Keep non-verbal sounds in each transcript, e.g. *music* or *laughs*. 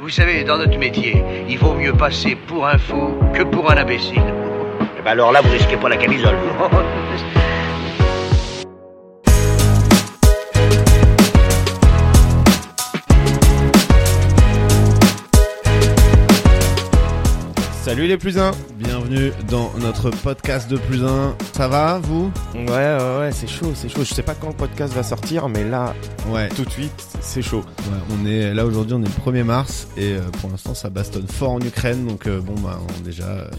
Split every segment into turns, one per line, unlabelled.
Vous savez, dans notre métier, il vaut mieux passer pour un fou que pour un imbécile.
Eh ben alors là, vous risquez pas la
*laughs*
camisole. vous.
Salut les plus 1
Bienvenue dans notre podcast de plus 1. Ça va, vous
Ouais, ouais, ouais, c'est chaud, c'est chaud. Je sais pas quand le podcast va sortir, mais là,
ouais.
tout de suite, c'est chaud.
ouais, On est là aujourd'hui, on est le 1er mars et euh, pour l'instant ça bastonne fort en Ukraine. Donc euh, bon, bah on- déjà, euh,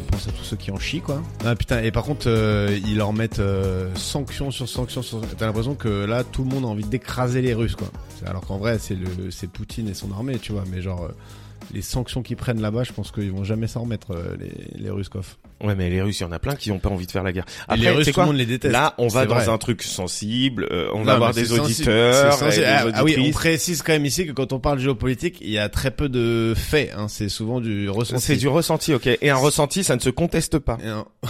on pense à tous ceux qui en chient, quoi. Ah putain, et par contre, euh, ils leur mettent euh, sanctions sur sanctions sur... T'as l'impression que là, tout le monde a envie d'écraser les Russes, quoi. C'est- Alors qu'en vrai, c'est le, c'est Poutine et son armée, tu vois. Mais genre, euh, les sanctions qu'ils prennent là-bas, je pense qu'ils vont jamais s'en remettre, euh, les, les Russes, quoi.
Ouais, mais les Russes, il y en a plein qui ont pas envie de faire la guerre.
Et
Après,
les Russes,
c'est
tout le
quoi
monde les déteste.
Là, on va
C'est
dans
vrai.
un truc sensible. euh, on
Non,
va avoir
mais
des
c'est sensible.
auditeurs,
C'est
et
sensible.
des
Ah, ah oui, on
auditrices.
précise quand même ici que quand on parle géopolitique, il y a très peu de faits. Hein. C'est souvent du ressenti.
c'est du ressenti,
*laughs*
ok. Et un ressenti, ça ne se conteste pas.
Et un- *laughs*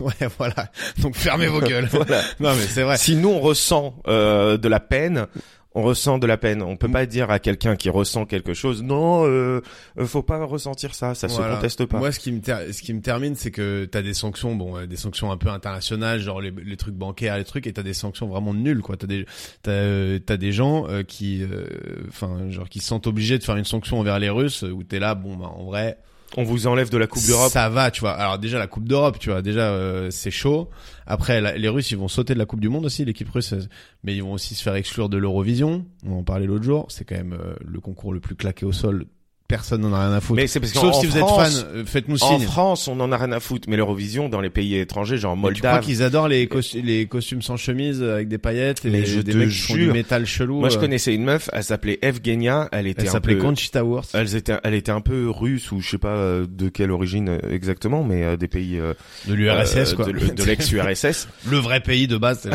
ouais, voilà. Donc
*laughs*
fermez vos gueules.
Voilà.
Non mais c'est vrai.
Si nous on ressent euh, de la peine, on ressent de la peine. On peut
Mm.
pas dire à quelqu'un qui ressent quelque chose, non, euh, euh, faut pas ressentir ça, ça
Voilà.
se conteste pas.
Moi, ce qui me, ter- ce qui me termine, c'est que t'as des sanctions, bon, euh, des sanctions un peu internationales, genre les, les trucs bancaires, les trucs, et t'as des sanctions vraiment nulles, quoi. T'as des, t'as, euh, t'as des gens euh, qui, euh, enfin, genre qui se sentent obligés de faire une sanction envers les Russes, où t'es là, bon, bah, en vrai,
On vous enlève de la Coupe d'Europe.
Ça va, tu vois. Alors déjà la Coupe d'Europe, tu vois, déjà euh, c'est chaud. Après la- les Russes, ils vont sauter de la Coupe du Monde aussi, l'équipe russe, euh, mais ils vont aussi se faire exclure de l'Eurovision. On en parlait l'autre jour. C'est quand même euh, le concours le plus claqué au sol. Personne n'en a rien à foutre.
Mais c'est parce qu'en
Sauf si vous
France-
êtes fan, euh, faites-nous
En
signe.
France, on en a rien à foutre, mais l'Eurovision dans les pays étrangers, genre
Mais Tu crois
Moldave. Euh,
qu'ils adorent les, costu- les costumes sans chemise euh, avec des paillettes et
Mais
les-
je
des
te
mecs qui font du
jure.
métal chelou
Moi, je
euh,
connaissais une meuf, elle s'appelait Evgenia, elle était
Elle
un
s'appelait
peu- euh,
Conchita Wurst.
Elles étaient, elle était un peu russe ou je sais pas euh, de quelle origine euh, exactement, mais euh, des pays euh,
De l'URSS
euh,
quoi.
de, le- de
*laughs*
l'ex-URSS.
Le vrai pays de base. c'est le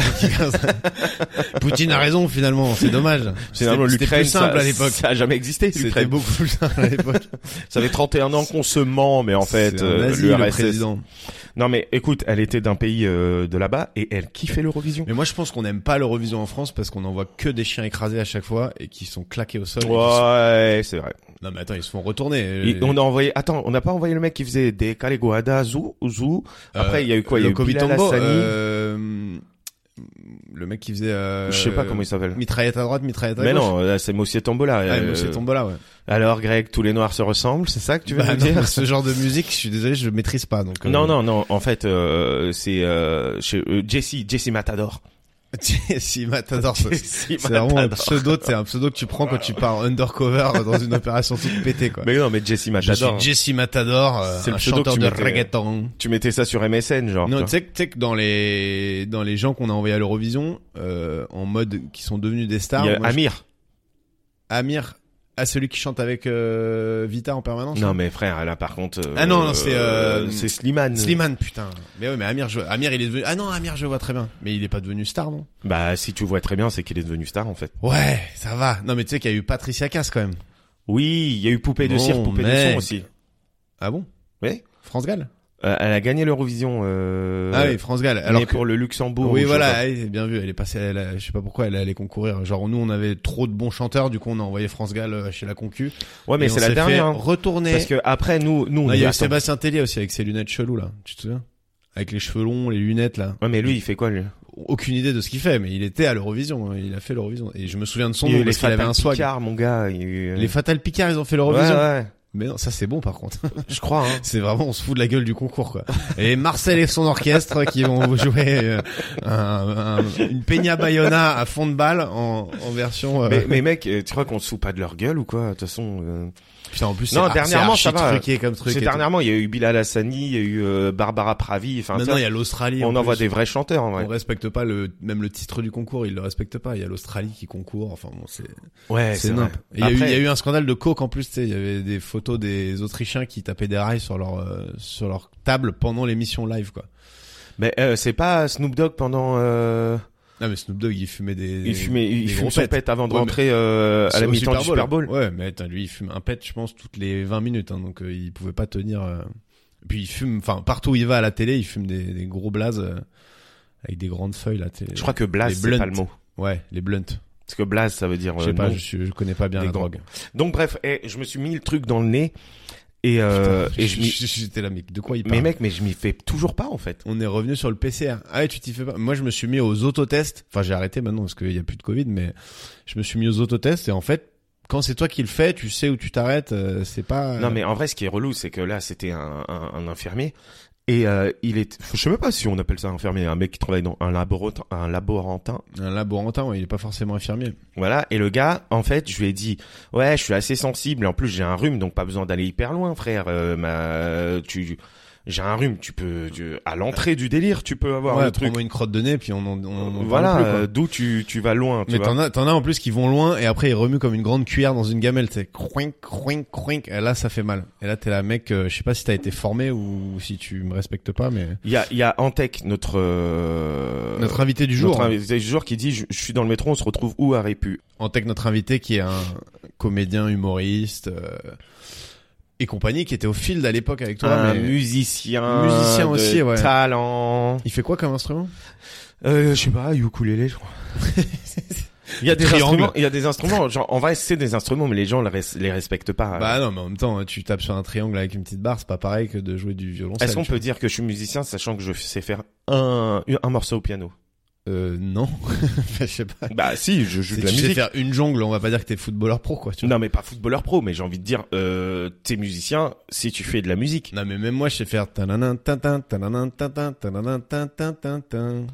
petit
*laughs*
gars. Poutine a raison finalement, c'est dommage.
Finalement,
C'était- c'était
l'Ukraine,
plus simple
ça- *laughs*
à l'époque.
ça a jamais existé.
C'était
l'Ukraine.
beaucoup plus simple à l'époque.
Ça fait 31 ans qu'on se ment, mais *laughs* en fait,
C'est un
euh,
nazi, le
l'URSS.
président.
Non, mais écoute, elle était d'un pays euh, de là-bas et elle kiffait l'Eurovision.
Mais euh, moi, je pense qu'on n'aime pas l'Eurovision en France parce qu'on en voit que des chiens écrasés à chaque fois et qui sont claqués au sol. et qui
Ouais, c'est vrai.
sont- Non, mais attends, ils se font retourner. Euh,
Et on a envoyé, attends, on n'a pas envoyé le mec qui faisait des Caleguada, zou, zou. Après, il y a eu quoi? Il y a
le
eu Bilal
Kovitombo,
Hassani.
euh, le mec qui faisait. Euh,
je sais pas comment il s'appelle.
Mitraillette à droite, mitraillette à
Mais
gauche.
non, là, c'est Mossier Tombola.
Ah,
Euh,
mais c'est tombé là, ouais.
Alors, Greg, tous les noirs se ressemblent, c'est ça que tu veux
Bah,
me
non, *laughs*
dire?
ce genre de musique, je suis désolé, je maîtrise pas. Donc, euh,
Non, non, non. En fait, euh, c'est euh, chez euh, Jesse, Jesse Matador.
si, Matador, ça,
Jesse
*laughs* c'est vraiment un
Matador.
pseudo, c'est un pseudo que tu prends quand tu pars undercover dans une opération toute pétée, quoi.
Mais non, mais Jesse Matador.
Je suis Jesse Matador, euh,
C'est le
un
pseudo
chanteur
que tu
de
mettais.
reggaeton.
Tu mettais ça sur MSN, genre.
Non,
toi.
tu sais que- tu sais que dans les dans les gens qu'on a envoyés à l'Eurovision, euh, en mode qui sont devenus des
Il
stars,
y a
moi, je-
Amir.
Amir, à celui qui chante avec euh, Vita en permanence.
Non, mais frère, là, par contre. euh,
Ah non, non, c'est, euh,
c'est Slimane.
Slimane, putain. Mais ouais, mais Amir, je... Amir, il est devenu. Ah non, Amir, je vois très bien. Mais il est pas devenu star, non
Bah, si tu vois très bien, c'est qu'il est devenu star, en fait.
Ouais, ça va. Non, mais tu sais qu'il y a eu Patricia Cass quand même.
Oui, il y a eu Poupée de
Bon,
cire, Poupée de
mec.
son aussi.
Ah bon
Oui.
France Gall.
Euh, elle a gagné l'Eurovision. Euh,
ah oui, France Gall.
Alors
Alors que
pour le Luxembourg.
oui,
ou je sais
voilà, elle, c'est bien vu. Elle est passée, elle a- je sais pas pourquoi, elle allait concourir. Genre, nous, on avait trop de bons chanteurs, du coup, on a envoyé France Gall euh, chez la Concu.
pas. Ouais, mais
Et on
c'est la
s'est fait
dernière. hein.
Retourner.
Parce que après, nous, nous, on
Ah, il y
est-
a eu
attends.
Sébastien Tellier aussi avec ses lunettes cheloues là. Tu te souviens Avec les cheveux longs, les lunettes là.
Ouais, mais lui, il fait quoi, lui?
Aucune idée de ce qu'il fait, mais il était à l'Eurovision. hein. Il a fait l'Eurovision. Et je me souviens de son
Il y a eu
nom
les
parce qu'il avait
Fatal
un swag.
Picard, mon gars. il y a eu, euh,
Les Fatal Picard, ils ont fait
Ouais,
l'Eurovision.
ouais.
Mais non, ça c'est bon par contre.
Je crois, hein.
C'est vraiment, on se fout de la gueule du concours quoi. Et Marcel et son orchestre qui vont jouer euh, un- un- une Peña Bayona à fond de balle en, en version. euh,
Mais, mais mec, euh, tu crois qu'on se fout pas de leur gueule ou quoi De toute façon, euh,
Putain, en plus,
Non,
c'est
dernièrement, ça va.
truqué comme truc.
c'est
et
dernièrement, il y a eu Bilal Hassani, il y a eu euh, Barbara Pravi.
tout.
Enfin,
Maintenant,
tu
il y a l'Australie.
vois, on
en
envoie
plus.
des vrais chanteurs. En vrai.
On respecte pas le même le titre du concours, ils le respectent pas. Il y a l'Australie qui concourt. Enfin bon, c'est
Ouais,
c'est
Eh, vrai.
nimp. Et Il y, a eu-
Après-
il y a eu un scandale de coke en plus. tu sais, Il y avait des photos des Autrichiens qui tapaient des rails sur leur euh, sur leur table pendant l'émission live quoi.
Mais euh, c'est pas Snoop Dogg pendant. euh,
Non mais Snoop Dogg il fumait des
il fumait, il
des
fume
gros
son
pets.
pète avant de
Ouais,
rentrer euh, à la
Au hein.
mi-temps du Super Bowl.
Ouais mais attends, lui il fume un pet je pense toutes les 20 minutes hein, donc euh, il pouvait pas tenir. euh. Et Puis il fume enfin partout où il va à la télé il fume des, des gros blazes euh, avec des grandes feuilles là. tu sais.
Je crois que Blas,
Les
c'est pas
blunts.
le mot.
Ouais les blunts.
Parce que blaze, ça veut dire.
Je
euh,
sais pas,
non.
je, suis- je connais pas bien
Les
la
grands-
drogue.
Donc bref, eh, je me suis mis le truc dans le nez et euh,
Putain,
et je m'y-
je- je- j'étais là, mais de quoi il
mais
parle
mec, mais je m'y fais toujours pas en fait.
On est revenu sur le PCR. Ah ouais, tu t'y fais pas. Moi, je me suis mis aux autotests. Enfin, j'ai arrêté maintenant parce qu'il y a plus de Covid, mais je me suis mis aux autotests et en fait, quand c'est toi qui le fais, tu sais où tu t'arrêtes. euh, c'est pas.
Non mais en vrai, ce qui est relou, c'est que là, c'était un, un, un infirmier et euh, il est, je sais même pas si on appelle ça infirmier, un mec qui travaille dans un laboratoire, un laborantin.
Un laborantin, ouais, il est pas forcément infirmier.
Voilà, et le gars, en fait, je lui ai dit, ouais, je suis assez sensible, et en plus j'ai un rhume, donc pas besoin d'aller hyper loin, frère. Euh, ma, tu, j'ai un rhume, tu peux, tu- à l'entrée du délire, tu peux avoir
ouais,
le truc.
prends-moi une crotte de nez, puis on en, on, en parle
voilà,
plus, quoi.
euh, d'où tu, tu vas loin, tu
mais
vois.
t'en as, t'en as en plus qui vont loin et après ils remuent comme une grande cuillère dans une gamelle, c'est croink, croink, croink. Et là, ça fait mal. Et là, t'es là, mec, euh, je sais pas si t'as été formé ou si tu me respectes pas, mais euh,
Il y a, il y a Antec, notre euh,
notre invité du jour,
notre invité du jour hein. qui dit, je, je suis dans le métro, on se retrouve où à Répu
en tech notre invité qui est un comédien, humoriste euh, et compagnie qui était au field à l'époque avec toi.
Un
mais
musicien,
Musicien
de
aussi, ouais.
Talent.
Il fait quoi comme instrument
Euh, je sais pas, ukulélé, je crois. Il y a des
Triangle.
instruments, il y a des instruments, genre, en vrai, c'est des instruments, mais les gens les res- les respectent pas.
Bah non, mais en même temps, tu tapes sur un triangle avec une petite barre, c'est pas pareil que de jouer du violoncelle.
Est-ce qu'on
tu
peut dire que je suis musicien, sachant que je sais faire un, un morceau au
*laughs*
piano?
vois. Euh, non, *laughs* je sais pas.
Bah, si, je joue
Si
de la
tu sais
musique.
faire une jongle, on va pas dire que t'es footballeur pro, quoi. Tu vois.
Non, mais pas footballeur pro, mais j'ai envie de dire, euh, t'es musicien si tu fais de la musique.
Non mais même moi je sais faire tananan, tananan, tananan, tananan, tananan, tananan, tananan, tananan,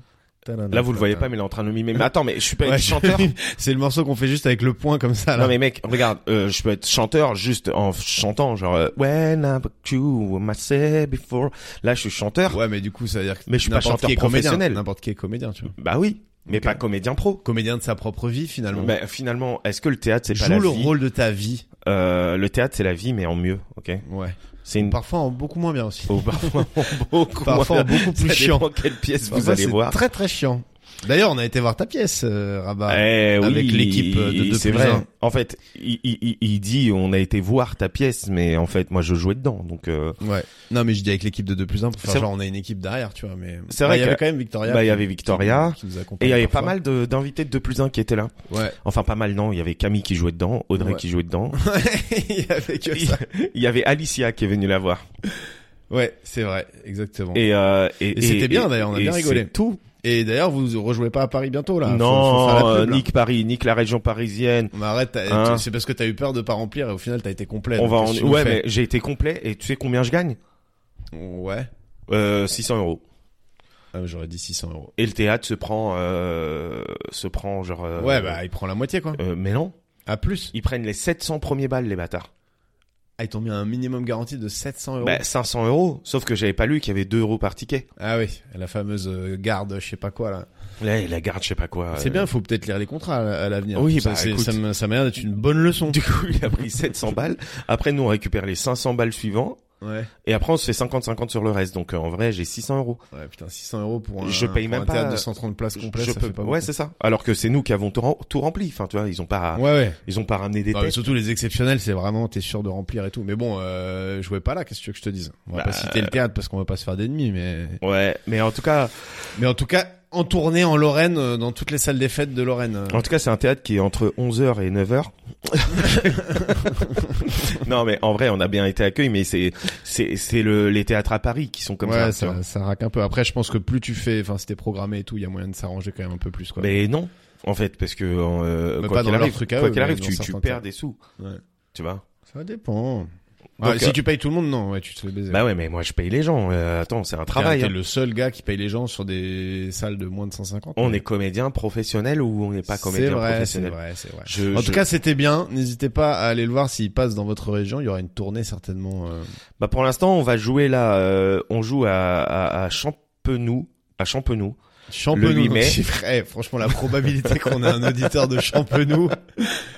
Là, vous le voyez pas,
tananan.
mais il est en train de mimer. Mais attends, mais je suis pas
Ouais,
être
je- *laughs*
chanteur.
C'est le morceau qu'on fait juste avec le point comme ça là.
Non mais mec, regarde, euh, je peux être chanteur juste en chantant genre euh, When I put you on my say before. Là, je suis chanteur.
Ouais mais du coup ça veut dire que
Mais je suis pas
n'importe
chanteur
qui est comédien,
professionnel.
N'importe qui est comédien tu vois.
Bah oui, mais
Ok.
pas comédien pro.
Comédien de sa propre vie finalement.
Bah, finalement, est-ce que le théâtre c'est pas
Joue
la
le
vie
rôle de ta vie.
Euh, Le théâtre c'est la vie, mais en mieux, ok
Ouais.
C'est une
Parfois en beaucoup moins bien *laughs* aussi.
Oh, *laughs* parfois beaucoup,
Parfois en
moins-
beaucoup
*laughs*
plus
ça dépend
chiant.
quelle pièce vous
Parfois,
allez
c'est
voir. Eh
Très très chiant. D'ailleurs on a été voir ta pièce euh, Rabat.
Eh oui,
Avec l'équipe euh, de deux
c'est
plus
vrai.
un.
En fait, il, il- il- il dit on a été voir ta pièce, mais en fait, moi, je jouais dedans, donc. euh,
Ouais. Non mais je dis avec l'équipe de 2 plus 1 pour faire
C'est-
genre on a une équipe derrière tu vois mais.
C'est
Ah,
vrai
Il y avait
que-
quand même Victoria.
bah, il y
qui-
avait Victoria.
qui nous accompagne
Et il y avait pas
parfois.
mal de- d'invités de 2 plus 1 qui étaient là.
Ouais. *laughs*
Enfin, pas mal, non. Il y avait Camille qui jouait dedans, Audrey
Ouais.
qui jouait dedans.
*laughs* il y avait que
Il
ça.
*laughs* il y avait Alicia qui est venue la voir.
Ouais, c'est vrai, exactement. Et,
Et, euh, et,
c'était bien d'ailleurs, on a
et
bien
c'est
rigolé.
Tout.
d'ailleurs, vous rejouez pas à Paris bientôt là. Faut- faut
non,
faire la
euh,
pub, là.
nique Paris, nique la région parisienne.
On arrête, t'as-
Hein.
tu- c'est parce que t'as eu peur de pas remplir et au final t'as été complet.
On
donc
va
qu'est-ce
en...
que tu nous
Ouais, mais
fais
j'ai été complet et tu sais combien je gagne
Ouais.
euh, 600 euros.
Ah, J'aurais dit 600 euros.
Et le théâtre se prend, euh, se prend genre. euh,
Ouais, bah il prend la moitié quoi.
euh, mais non,
À plus.
ils prennent les 700 premiers balles les bâtards.
Ah, ils t'ont mis un minimum garanti de 700 euros.
Bah 500 euros, sauf que j'avais pas lu qu'il y avait 2 euros par ticket.
Ah oui, la fameuse euh, garde, je sais pas quoi là.
Là, il la garde, je sais pas quoi.
C'est
euh,
bien, faut peut-être lire les contrats à à l'avenir.
Oui,
ça,
bah,
c'est-
écoute.
ça me- ça m'a l'air d'être une bonne leçon.
Du coup, *laughs* il a pris 700 balles. Après, nous, on récupère les 500 balles suivants.
Ouais.
Et après, on se fait 50-50 sur le reste. Donc, euh, en vrai, j'ai 600 euros.
Ouais, putain, 600 euros pour un,
Je paye
pour
même
un théâtre
pas-
de 130 places complètes,
Je
ça
peux-
fait pas
ouais,
beaucoup.
c'est ça. Alors que c'est nous qui avons tout, ren- tout rempli. Enfin, tu vois, ils ont pas,
Ouais, ouais.
ils ont pas ramené des
Ah, mais
têtes.
surtout les exceptionnels, c'est vraiment t'es sûr de remplir et tout. Mais bon, euh, jouez pas là. Qu'est-ce que tu veux que je te dise On va
Bah,
pas citer le théâtre parce qu'on va pas se faire d'ennemis, mais
Ouais, mais en tout cas,
mais en tout cas en tournée en Lorraine, euh, dans toutes les salles des fêtes de Lorraine. euh.
en tout cas, c'est un théâtre qui est entre 11h et 9h.
*laughs*
non, mais en vrai, on a bien été accueillis, mais c'est, c'est, c'est le, les théâtres à Paris qui sont comme
ouais,
ça. tu vois.
ça, ça raque un peu. Après, je pense que plus tu fais, enfin, c'était programmé et tout, il y a moyen de s'arranger quand même un peu plus, quoi.
Mais non, en fait, parce que, euh,
Mais
quoi
pas
qu'il
dans leur
arrive,
truc à
quoi
eux,
qu'il
mais
arrive,
dans
tu, tu
certains
perds
cas.
des sous.
Ouais.
Tu vois?
Ça dépend.
Donc,
Ouais, Si
euh,
tu payes tout le monde, non, ouais, tu te fais baiser.
Bah ouais, mais moi, je paye les gens. Euh, attends, c'est un
T'es un-
travail.
T'es
hein.
le seul gars qui paye les gens sur des salles de moins de 150.
On
mais-
est comédien professionnel ou on n'est pas comédien
C'est vrai,
professionnel
C'est vrai, c'est vrai.
Je-
en
je-
tout cas, c'était bien. N'hésitez pas à aller le voir s'il passe dans votre région. Il y aura une tournée certainement. euh,
bah pour l'instant, on va jouer là. euh, on joue à, à, à Champenoux, à Champenoux.
Champenoux.
Le huit mai.
*laughs* donc c'est vrai. franchement, la probabilité qu'on ait un auditeur de Champenoux.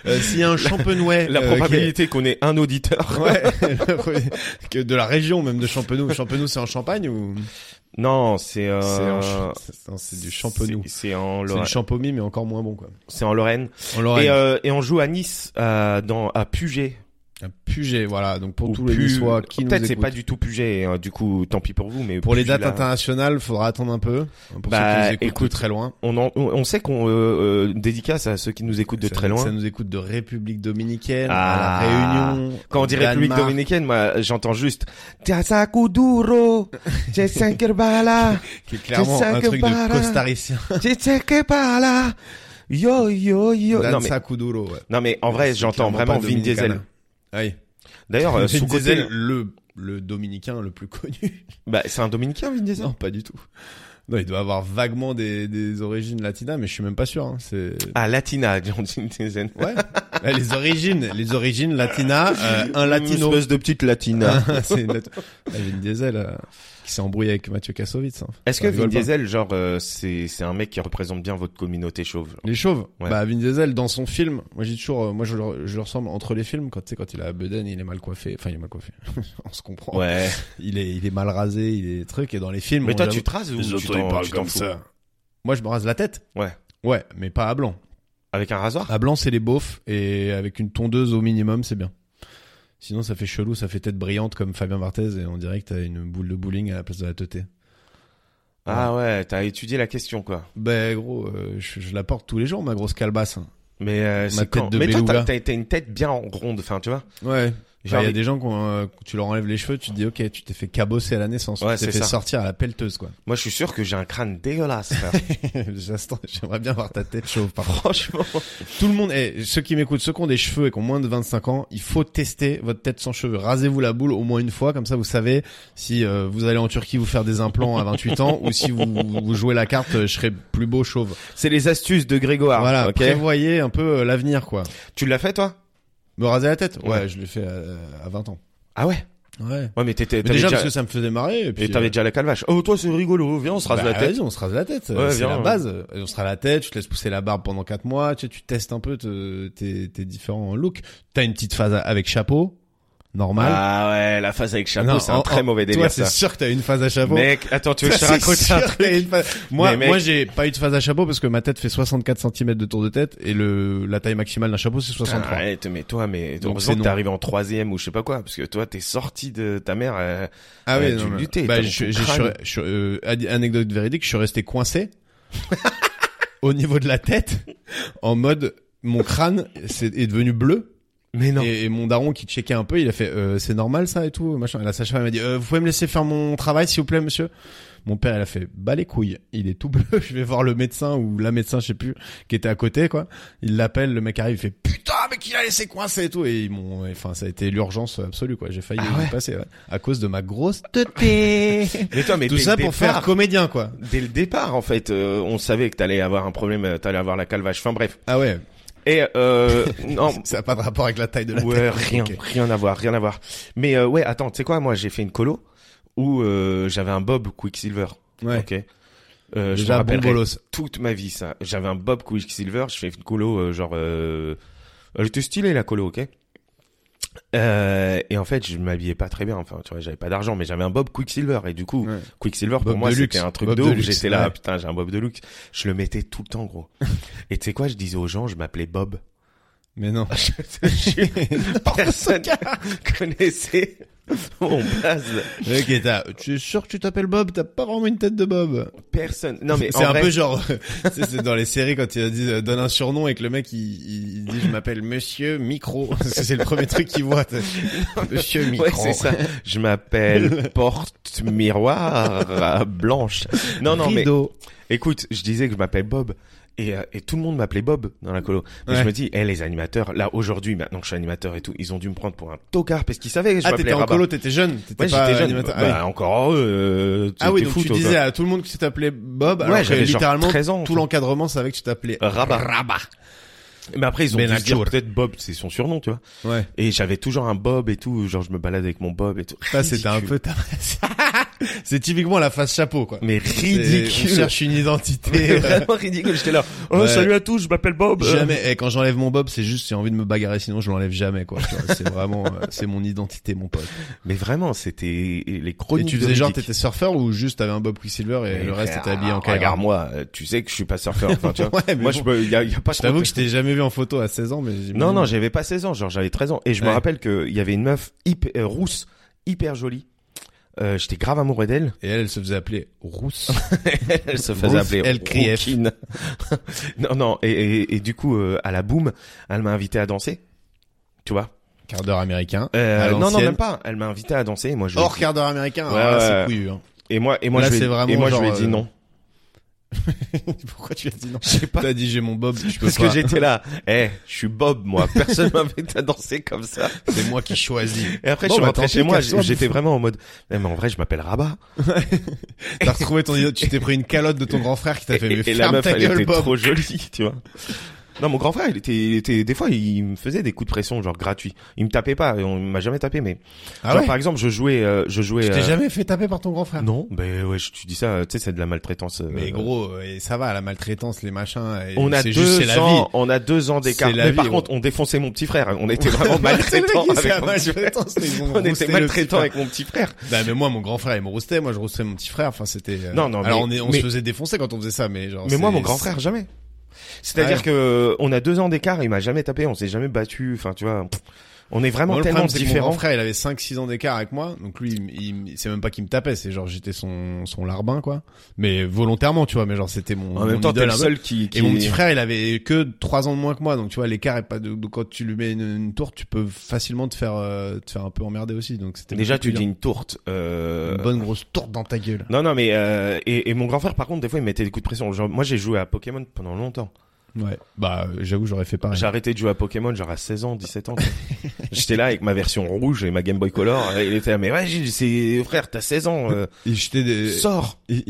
Euh, S'il y a un Champenouais.
La
euh,
probabilité qu'on ait un
qui
auditeur.
est- Ouais, *laughs* que de la région même de Champenoux. Champenoux, c'est en Champagne ou
*laughs* Non, c'est euh,
c'est en Ch- c'est- non, c'est du Champenoux.
C'est c'est en
C'est du
Lorraine.
Champomy, mais encore moins bon quoi.
C'est en Lorraine. euh,
En Lorraine.
Et, euh, et on joue euh, à Nice, à, dans à Puget.
Un Puget, voilà. Donc pour
Ou
tous les
Pu-
Niçois qui nous
euh, Peut-être c'est
écoutent.
pas du tout Puget, hein, du coup, tant pis pour vous, mais
Pour les
Puget,
dates
là,
internationales, faudra attendre un peu. hein, Pour
Bah,
ceux qui nous écoutent de
écoute,
très loin.
On, en- on on sait qu'on euh, euh, dédicace à ceux qui nous écoutent de
Ça-
très loin.
Ça nous écoute de République Dominicaine,
Ah.
à La Réunion.
Quand on dit République
Danemark.
Dominicaine, moi, j'entends juste Tsakouduro, *laughs* Tsakerbala,
Qui est clairement
Tessa
un truc de
Guevara.
costaricien.
Tsakerbala, yo yo yo. Non mais,
Danza Kuduro, ouais.
non mais en vrai,
C'est
j'entends
clairement
vraiment
pas
Vin
dominicain,
Diesel.
hein. Ah Oui.
D'ailleurs, euh,
Vin
sous côté,
Diesel, le, le dominicain le plus *laughs* connu.
bah, c'est un Dominicain Vin Diesel.
non, pas du tout. Non, il doit avoir vaguement des, des origines latinas, mais je suis même pas sûr. Hein. C'est
Ah, Latina, *laughs* Vin Diesel. *laughs*
ouais. Ouais, les origines, les origines latinas, euh, un latino.
Une espèce de petite *laughs* Latina.
C'est une *laughs* lat- Ah, Vin Diesel euh, qui s'est embrouillé avec Mathieu Kassovitz. hein.
Est-ce que
Ça
Vin
rigole pas.
Diesel, genre, euh, c'est c'est un mec qui représente bien votre communauté chauve
Les chauves.
Ouais.
Bah Vin Diesel dans son film, moi j'ai toujours, euh, moi je le, je le ressemble entre les films quand tu sais quand il a Beden, il est mal coiffé, enfin il est mal coiffé, *laughs* on se comprend.
Ouais.
Il est, il est mal rasé, il est truc et dans les films.
Oh. Mais
on
toi,
l'avoue-
tu te rases ou
les
tu
autres, ils
t'en
parlent
tu t'en
comme
fous
ça. Moi je me rase la tête.
Ouais.
Ouais, mais pas à blanc.
Avec un rasoir
À blanc c'est les beaufs et avec une tondeuse au minimum c'est bien. Sinon ça fait chelou, ça fait tête brillante comme Fabien Barthez et on dirait que t'as une boule de bowling à la place de la teuté.
Ah ouais, t'as étudié la question, quoi.
Ben gros, euh, je, je la porte tous les jours ma grosse calebasse. hein.
Mais euh, c'est
tête
quand
de
Mais toi, t'as-
beluga.
t'as t'as une tête bien ronde, enfin, tu vois.
Ouais. Il
Genre,
y a
les-
des gens qu'on, euh, tu leur enlèves les cheveux, tu te dis ok, tu t'es fait cabosser à la naissance,
Ouais,
tu t'es
c'est
fait
ça.
sortir à la pelleteuse quoi. *laughs*
Moi, je suis sûr que j'ai un crâne dégueulasse, frère.
J'attends- J'aimerais bien voir ta tête chauve. Par contre.
Franchement.
Tout le monde, eh, ceux qui m'écoutent, ceux qui ont des cheveux et qui ont moins de 25 ans, il faut tester votre tête sans cheveux. Rasez-vous la boule au moins une fois, comme ça vous savez si euh, vous allez en Turquie vous faire des implants à 28 ans ou si vous, vous jouez la carte, euh, je serai plus beau chauve.
C'est les astuces de Grégoire.
voilà,
ok
prévoyez un peu euh, l'avenir quoi.
Tu l'as fait, toi
Me raser la tête, ouais,
Ouais.
je l'ai fait à, à 20 ans.
Ah ouais
Ouais.
Ouais, mais t'étais,
Déjà,
t'avais déjà,
parce que ça me faisait marrer. Et puis
et t'avais
euh,
déjà la calvache. Oh, toi, c'est rigolo. Viens, on se rase
Bah,
la tête.
vas-y, on se rase la tête.
Ouais,
c'est
viens,
la
ouais.
base. Et On se rase la tête, tu te laisses pousser la barbe pendant 4 mois, tu, sais, tu testes un peu te- tes, tes différents looks. T'as une petite phase avec chapeau, normal.
Ah ouais, la phase avec chapeau,
Non,
c'est un
en-
très
en-
mauvais
Toi,
délire,
c'est
ça.
sûr que t'as une phase à chapeau. *laughs*
Mec, attends, tu veux que je te
Ça, c'est
raconte
sûr *laughs*
un
que t'as une phase- Moi,
Mais mec-
moi, j'ai pas eu de phase à chapeau parce que ma tête fait 64 cm de tour de tête et le, la taille maximale d'un chapeau, c'est 63.
Arrête, mais toi, mais
Donc,
heureusement
c'est
que t'es
non.
arrivé en troisième ou je sais pas quoi, parce que toi, t'es sorti de ta mère. euh,
Ah
Ouais,
ouais,
tu
non, mais-
luttais,
Bah,
t'as ton
je, je- je-
crâne.
je- euh, ad- anecdote véridique, je suis resté coincé *laughs* au niveau de la tête en mode mon crâne c'est- est, devenu bleu
Mais non.
et, et mon daron qui checkait un peu, il a fait euh, c'est normal ça et tout machin. Et la sage-femme m'a dit euh, vous pouvez me laisser faire mon travail s'il vous plaît monsieur. Mon père il a fait bah les couilles, il est tout bleu, *laughs* je vais voir le médecin ou la médecin je sais plus qui était à côté quoi. Il l'appelle, le mec arrive, il fait putain mais qu'il a laissé coincer et tout et ils m'ont enfin ça a été l'urgence absolue quoi. J'ai failli
Ah ouais.
y passer ouais. à cause de ma grosse
*laughs* Mais toi, mais
tout
dès le
ça pour
départ-
faire comédien quoi.
Dès le départ, en fait, euh, on savait que t'allais avoir un problème, euh, t'allais avoir la calvache. Enfin bref.
Ah ouais,
Et
*laughs*
euh, non,
ça n'a pas de rapport avec la taille de la
ouais,
tête.
rien,
Ok.
rien à voir, rien à voir. Mais euh, ouais, attends, tu sais quoi, moi j'ai fait une colo où euh, j'avais un bob Quicksilver.
Ouais.
Ok. Euh, je me
Déjà bon
rappellerai
bolos.
toute ma vie ça. J'avais un bob Quicksilver, je fais une colo euh, genre euh... elle était stylée la colo, OK euh, et en fait, je m'habillais pas très bien. Enfin, tu vois, j'avais pas d'argent, mais j'avais un bob Quicksilver. Et du coup,
Ouais.
Quicksilver pour
Bob
moi
de
c'était
luxe.
un truc
Bob
de
de
ouf.
luxe,
J'étais là,
ouais.
putain, j'ai un bob de luxe. Je le mettais tout le temps,
*laughs*
gros. et tu sais quoi, je disais aux gens, je m'appelais Bob. *laughs*
Mais non. *laughs*
Je te jure,
Oh,
personne *laughs* connaissait mon blaze.
ok, t'as- tu es sûr que tu t'appelles Bob T'as pas vraiment une tête de Bob.
Personne. Non mais
c'est
en
un
vrai,
peu genre, *laughs* c'est c'est dans les séries quand il a dit euh, donne un surnom et que le mec il, il- il dit je m'appelle Monsieur Micro. *laughs* Parce que c'est le premier truc qu'il
*laughs*
voit. t'as- Monsieur Micro.
Ouais, c'est ça. Je
*laughs*
m'appelle porte miroir à blanche. Non non
Rideau.
mais écoute, je disais que je m'appelle Bob et, euh, et tout le monde m'appelait Bob dans la colo. Mais
Ouais.
je me dis, eh les animateurs, là aujourd'hui maintenant que je suis animateur et tout, ils ont dû me prendre pour un tocard parce qu'ils savaient que je
Ah,
m'appelais
t'étais en
Rabat.
colo, t'étais jeune.
Ouais,
T'étais pas
j'étais jeune.
animateur. Ah oui.
Bah, encore heureux. euh,
Ah oui,
t'es
donc
fou,
tu
toi, toi.
disais à tout le monde que tu t'appelais Bob,
Ouais,
alors que
j'avais genre
littéralement
13 ans,
tout
quoi.
l'encadrement savait que tu t'appelais
Rabat. Mais après,
Ben,
ils ont dû se dire
Benachour.
peut-être Bob, c'est son surnom, tu vois.
Ouais.
Et j'avais toujours un Bob et tout, genre je me balade avec mon Bob et tout.
Ça, c'était un peu ta... *laughs* C'est typiquement la face chapeau, quoi.
Mais
C'est- On
ridicule.
cherche une
C'est
identité.
vraiment ridicule. J'étais là. Oh,
Ouais.
salut à tous, je m'appelle Bob. Euh,
*laughs* Jamais. Et quand j'enlève mon bob, c'est juste j'ai envie de me bagarrer, sinon je l'enlève jamais, quoi. Tu vois, C'est vraiment, euh, c'est mon identité, mon pote.
Mais vraiment, c'était les
Et
chroniques.
tu
de
faisais genre,
Riddick.
t'étais surfeur ou juste t'avais un bob Quicksilver et
Mais
le reste
frère,
t'étais habillé en caillard.
Regarde-moi, euh, tu sais que je suis pas surfeur. Enfin, tu vois.
*laughs* Ouais, mais
Moi,
bon.
je peux, y a, y a pas
Je t'avoue que je t'ai jamais vu en photo à 16 ans, mais j'imagine-
Non, non, j'avais pas 16 ans, genre j'avais 13 ans. Et je me
Ouais.
rappelle qu'il y avait une meuf hyper, euh, rousse, hyper jolie. Euh, J'étais grave amoureux d'elle.
Et elle, elle se faisait appeler Rousse.
*laughs* Elle se
Rousse,
faisait appeler
elle criait.
Rouquine. *laughs* non, non. Et, et, et du coup, euh, à la boum, elle m'a invité à danser. Tu vois
Quart d'heure américain.
Euh, Non,
à
non,
l'ancienne.
même pas. Elle m'a invité à danser. Et moi, je
Hors quart d'heure américain.
Ouais,
alors là,
ouais.
c'est couillu. hein. *laughs*
et moi, et moi,
Là,
je lui ai-
c'est vraiment
et moi, je
genre,
lui ai dit
euh,
non.
Pourquoi tu as dit non
Je sais pas.
T'as dit j'ai mon bob, je peux
Parce
pas.
que j'étais
*laughs*
là. Eh, je suis Bob, moi. Personne *laughs* m'invite à danser comme ça.
C'est moi qui choisis.
Et après, je
Bon,
suis
bah,
rentré
tant
chez
pis,
moi,
casse-toi,
j'étais vraiment en mode, Eh, mais en vrai, je m'appelle Rabat.
T'as retrouvé ton idole, tu t'es pris une calotte de ton grand frère qui t'a fait
Et,
mais
et la
ferme
meuf,
ta
elle
gueule
était
Bob.
trop jolie, *laughs* tu vois. Non, mon grand frère, il était, il était, des fois, il me faisait des coups de pression, genre gratuits. Il me tapait pas, et on il m'a jamais tapé, mais.
Ah
genre,
ouais.
par exemple, je jouais, euh, je jouais.
Tu t'es
euh,
jamais fait taper par ton grand frère
Non, ben ouais, je- tu dis ça, euh, tu sais, c'est de la maltraitance. euh,
Mais gros, euh, et ça va, la maltraitance, les machins. et
On a
c'est juste,
deux
c'est la vie.
ans, on a deux ans d'écart.
C'est la
Mais
vie,
par
ouais.
contre, on défonçait mon petit frère. On
*laughs*
était vraiment maltraitants
C'est le mec
avec
qui
mon petit
s'est
frère.
maltraitance, mais ils
*laughs*
ont
On
rousté
était
le
maltraitants
petit
avec mon petit frère.
frère. Bah, mais moi, mon grand frère, il me roustait, moi, je roustais mon petit frère, enfin, c'était, euh,
Non, non,
Alors,
mais-
on, est, on
mais-
se faisait défoncer quand on faisait ça, mais genre.
Mais moi,
c'est-
mon grand frère, jamais. C'est-à-dire
Ouais.
que euh, on a deux ans d'écart, il m'a jamais tapé, on s'est jamais battu. Enfin, tu vois, pff, on est vraiment
Moi, le
tellement
problème, c'est que Mon
différents.
grand frère, il avait 5-6 ans d'écart avec moi, donc lui, il, il- c'est même pas qu'il me tapait, c'est genre j'étais son, son larbin, quoi. Mais volontairement, tu vois, mais genre c'était mon,
En même
mon
temps, t'es
idole
le
un peu.
seul qui. qui-
Et mon petit frère, il avait que 3 ans de moins que moi, donc tu vois, l'écart est pas de, donc, quand tu lui mets une, une tour, tu peux facilement te faire, euh, te faire un peu emmerder aussi, donc c'était
Déjà,
beaucoup
tu
plus
dis une tourte.
bien.
Euh...
une bonne grosse tourte dans ta gueule.
Non, non, mais euh, et, et mon grand frère, par contre, des fois, il mettait des coups de pression. Genre, moi, j'ai joué à Pokémon pendant longtemps.
Ouais. Bah, euh, j'avoue, j'aurais fait pareil.
J'ai arrêté de jouer à Pokémon genre à 16 ans, 17 ans. quoi.
*laughs*
J'étais là avec ma version rouge et ma Game Boy Color. et Il était là, mais ouais, Gilles, c'est frère, t'as 16 ans, euh,
Il jetait des, *laughs*
sors.
il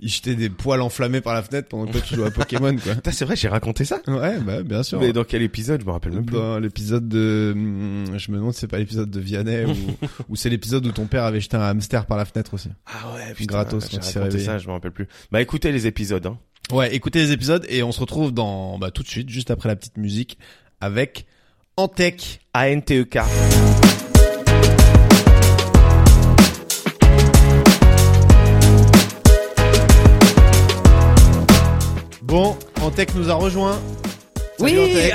il jetait des poils enflammés par la fenêtre pendant que toi tu jouais
*laughs*
à Pokémon, quoi.
Putain, c'est vrai, j'ai raconté ça.
Ouais, bah, bien sûr.
Mais dans quel épisode, je me rappelle même plus.
Dans l'épisode de, hmm, je me demande si c'est pas l'épisode de Vianney ou,
*laughs*
ou c'est l'épisode où ton père avait jeté un hamster par la fenêtre aussi.
Ah ouais,
Gratos,
j'ai
quand il s'est
raconté
réveillé.
ça, je me rappelle plus. Bah écoutez les épisodes, hein.
Ouais, écoutez les épisodes et on se retrouve dans bah, tout de suite, juste après la petite musique, avec Antec. E
ANTEK.
Bon, Antec nous a rejoint. Salut,
*laughs* Oui.
Antec.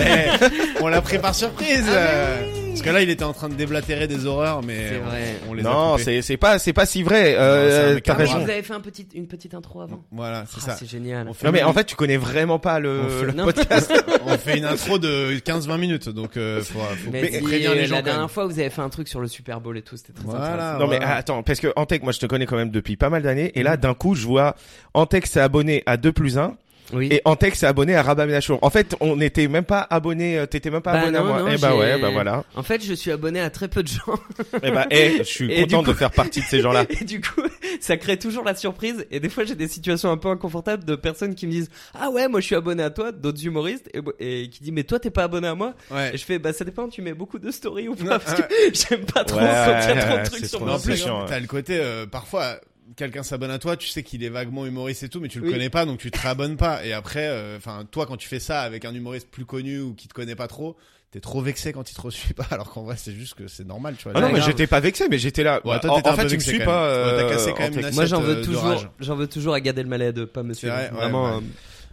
Eh, *laughs* on l'a pris par surprise.
Ah
Parce que là, il était en train de déblatérer des horreurs, mais
C'est
on-
vrai.
on les a
Non,
coupées.
c'est c'est pas c'est pas si vrai. Euh,
c'est un
t'as
Ah oui,
raison.
vous
raison.
avez fait un petit, une petite intro avant.
Voilà, c'est
Ah,
ça.
c'est génial.
On fait
Non mais
une-
en fait, tu connais vraiment pas
On
le,
fait-
le
Non.
podcast.
on fait une intro de 15-20 minutes, donc euh, faut, faut
Mais
prévenir
si,
les gens.
la
quand même.
dernière fois, vous avez fait un truc sur le Super Bowl et tout, c'était très
Voilà.
intéressant.
Non mais
voilà.
attends, parce que Antec, moi je te connais quand même depuis pas mal d'années, et là
Mhm.
d'un coup je vois Antec s'est abonné à 2 plus 1,
Oui.
et Antec s'est abonné à Rabat Ménachour. En fait, on n'était même pas abonné, euh, t'étais même pas
Bah
abonné
non,
à moi.
non,
eh bah
j'ai-
ouais, bah
*laughs*
voilà.
En fait, je suis abonné à très peu de gens.
Eh bah, eh, je suis
Et du
content de
coup-
faire partie de ces
*laughs* Ah.
gens-là.
*laughs* Et du coup, ça crée toujours la surprise. Et des fois, j'ai des situations un peu inconfortables de personnes qui me disent Ah ouais, moi je suis abonné à toi, d'autres humoristes, et, bo- et qui disent Mais toi, t'es pas abonné à moi
Ouais.
Et je fais Bah ça dépend, tu mets beaucoup de stories ou pas Parce que *laughs* j'aime pas trop
Ouais,
quand il y a
ouais,
trop de
ouais,
trucs
c'est
sur
trop
mon
Mais en
C'est
plus,
Instagram.
chiant, ouais.
t'as le côté, euh, parfois, quelqu'un s'abonne à toi, tu sais qu'il est vaguement humoriste et tout, mais tu le
Oui.
connais pas, donc tu te réabonnes pas. Et après, euh, enfin, toi, quand tu fais ça avec un humoriste plus connu ou qui te connaît pas trop, t'es trop vexé quand il te reçoit pas, *laughs* alors qu'en vrai, c'est juste que c'est normal, tu vois.
Ah non,
Ouais,
mais
grave.
j'étais pas vexé, mais j'étais là.
Ouais, toi,
en,
t'étais
en
un
fait,
peu
tu me
vexé
suis
quand
pas.
même. Ouais, t'as
euh,
cassé quand même
Antec.
une
Moi j'en
assiette, euh,
veux
de
toujours,
rage.
j'en veux toujours à Gad Elmaleh de pas me suivre.
vrai, ouais,
Vraiment.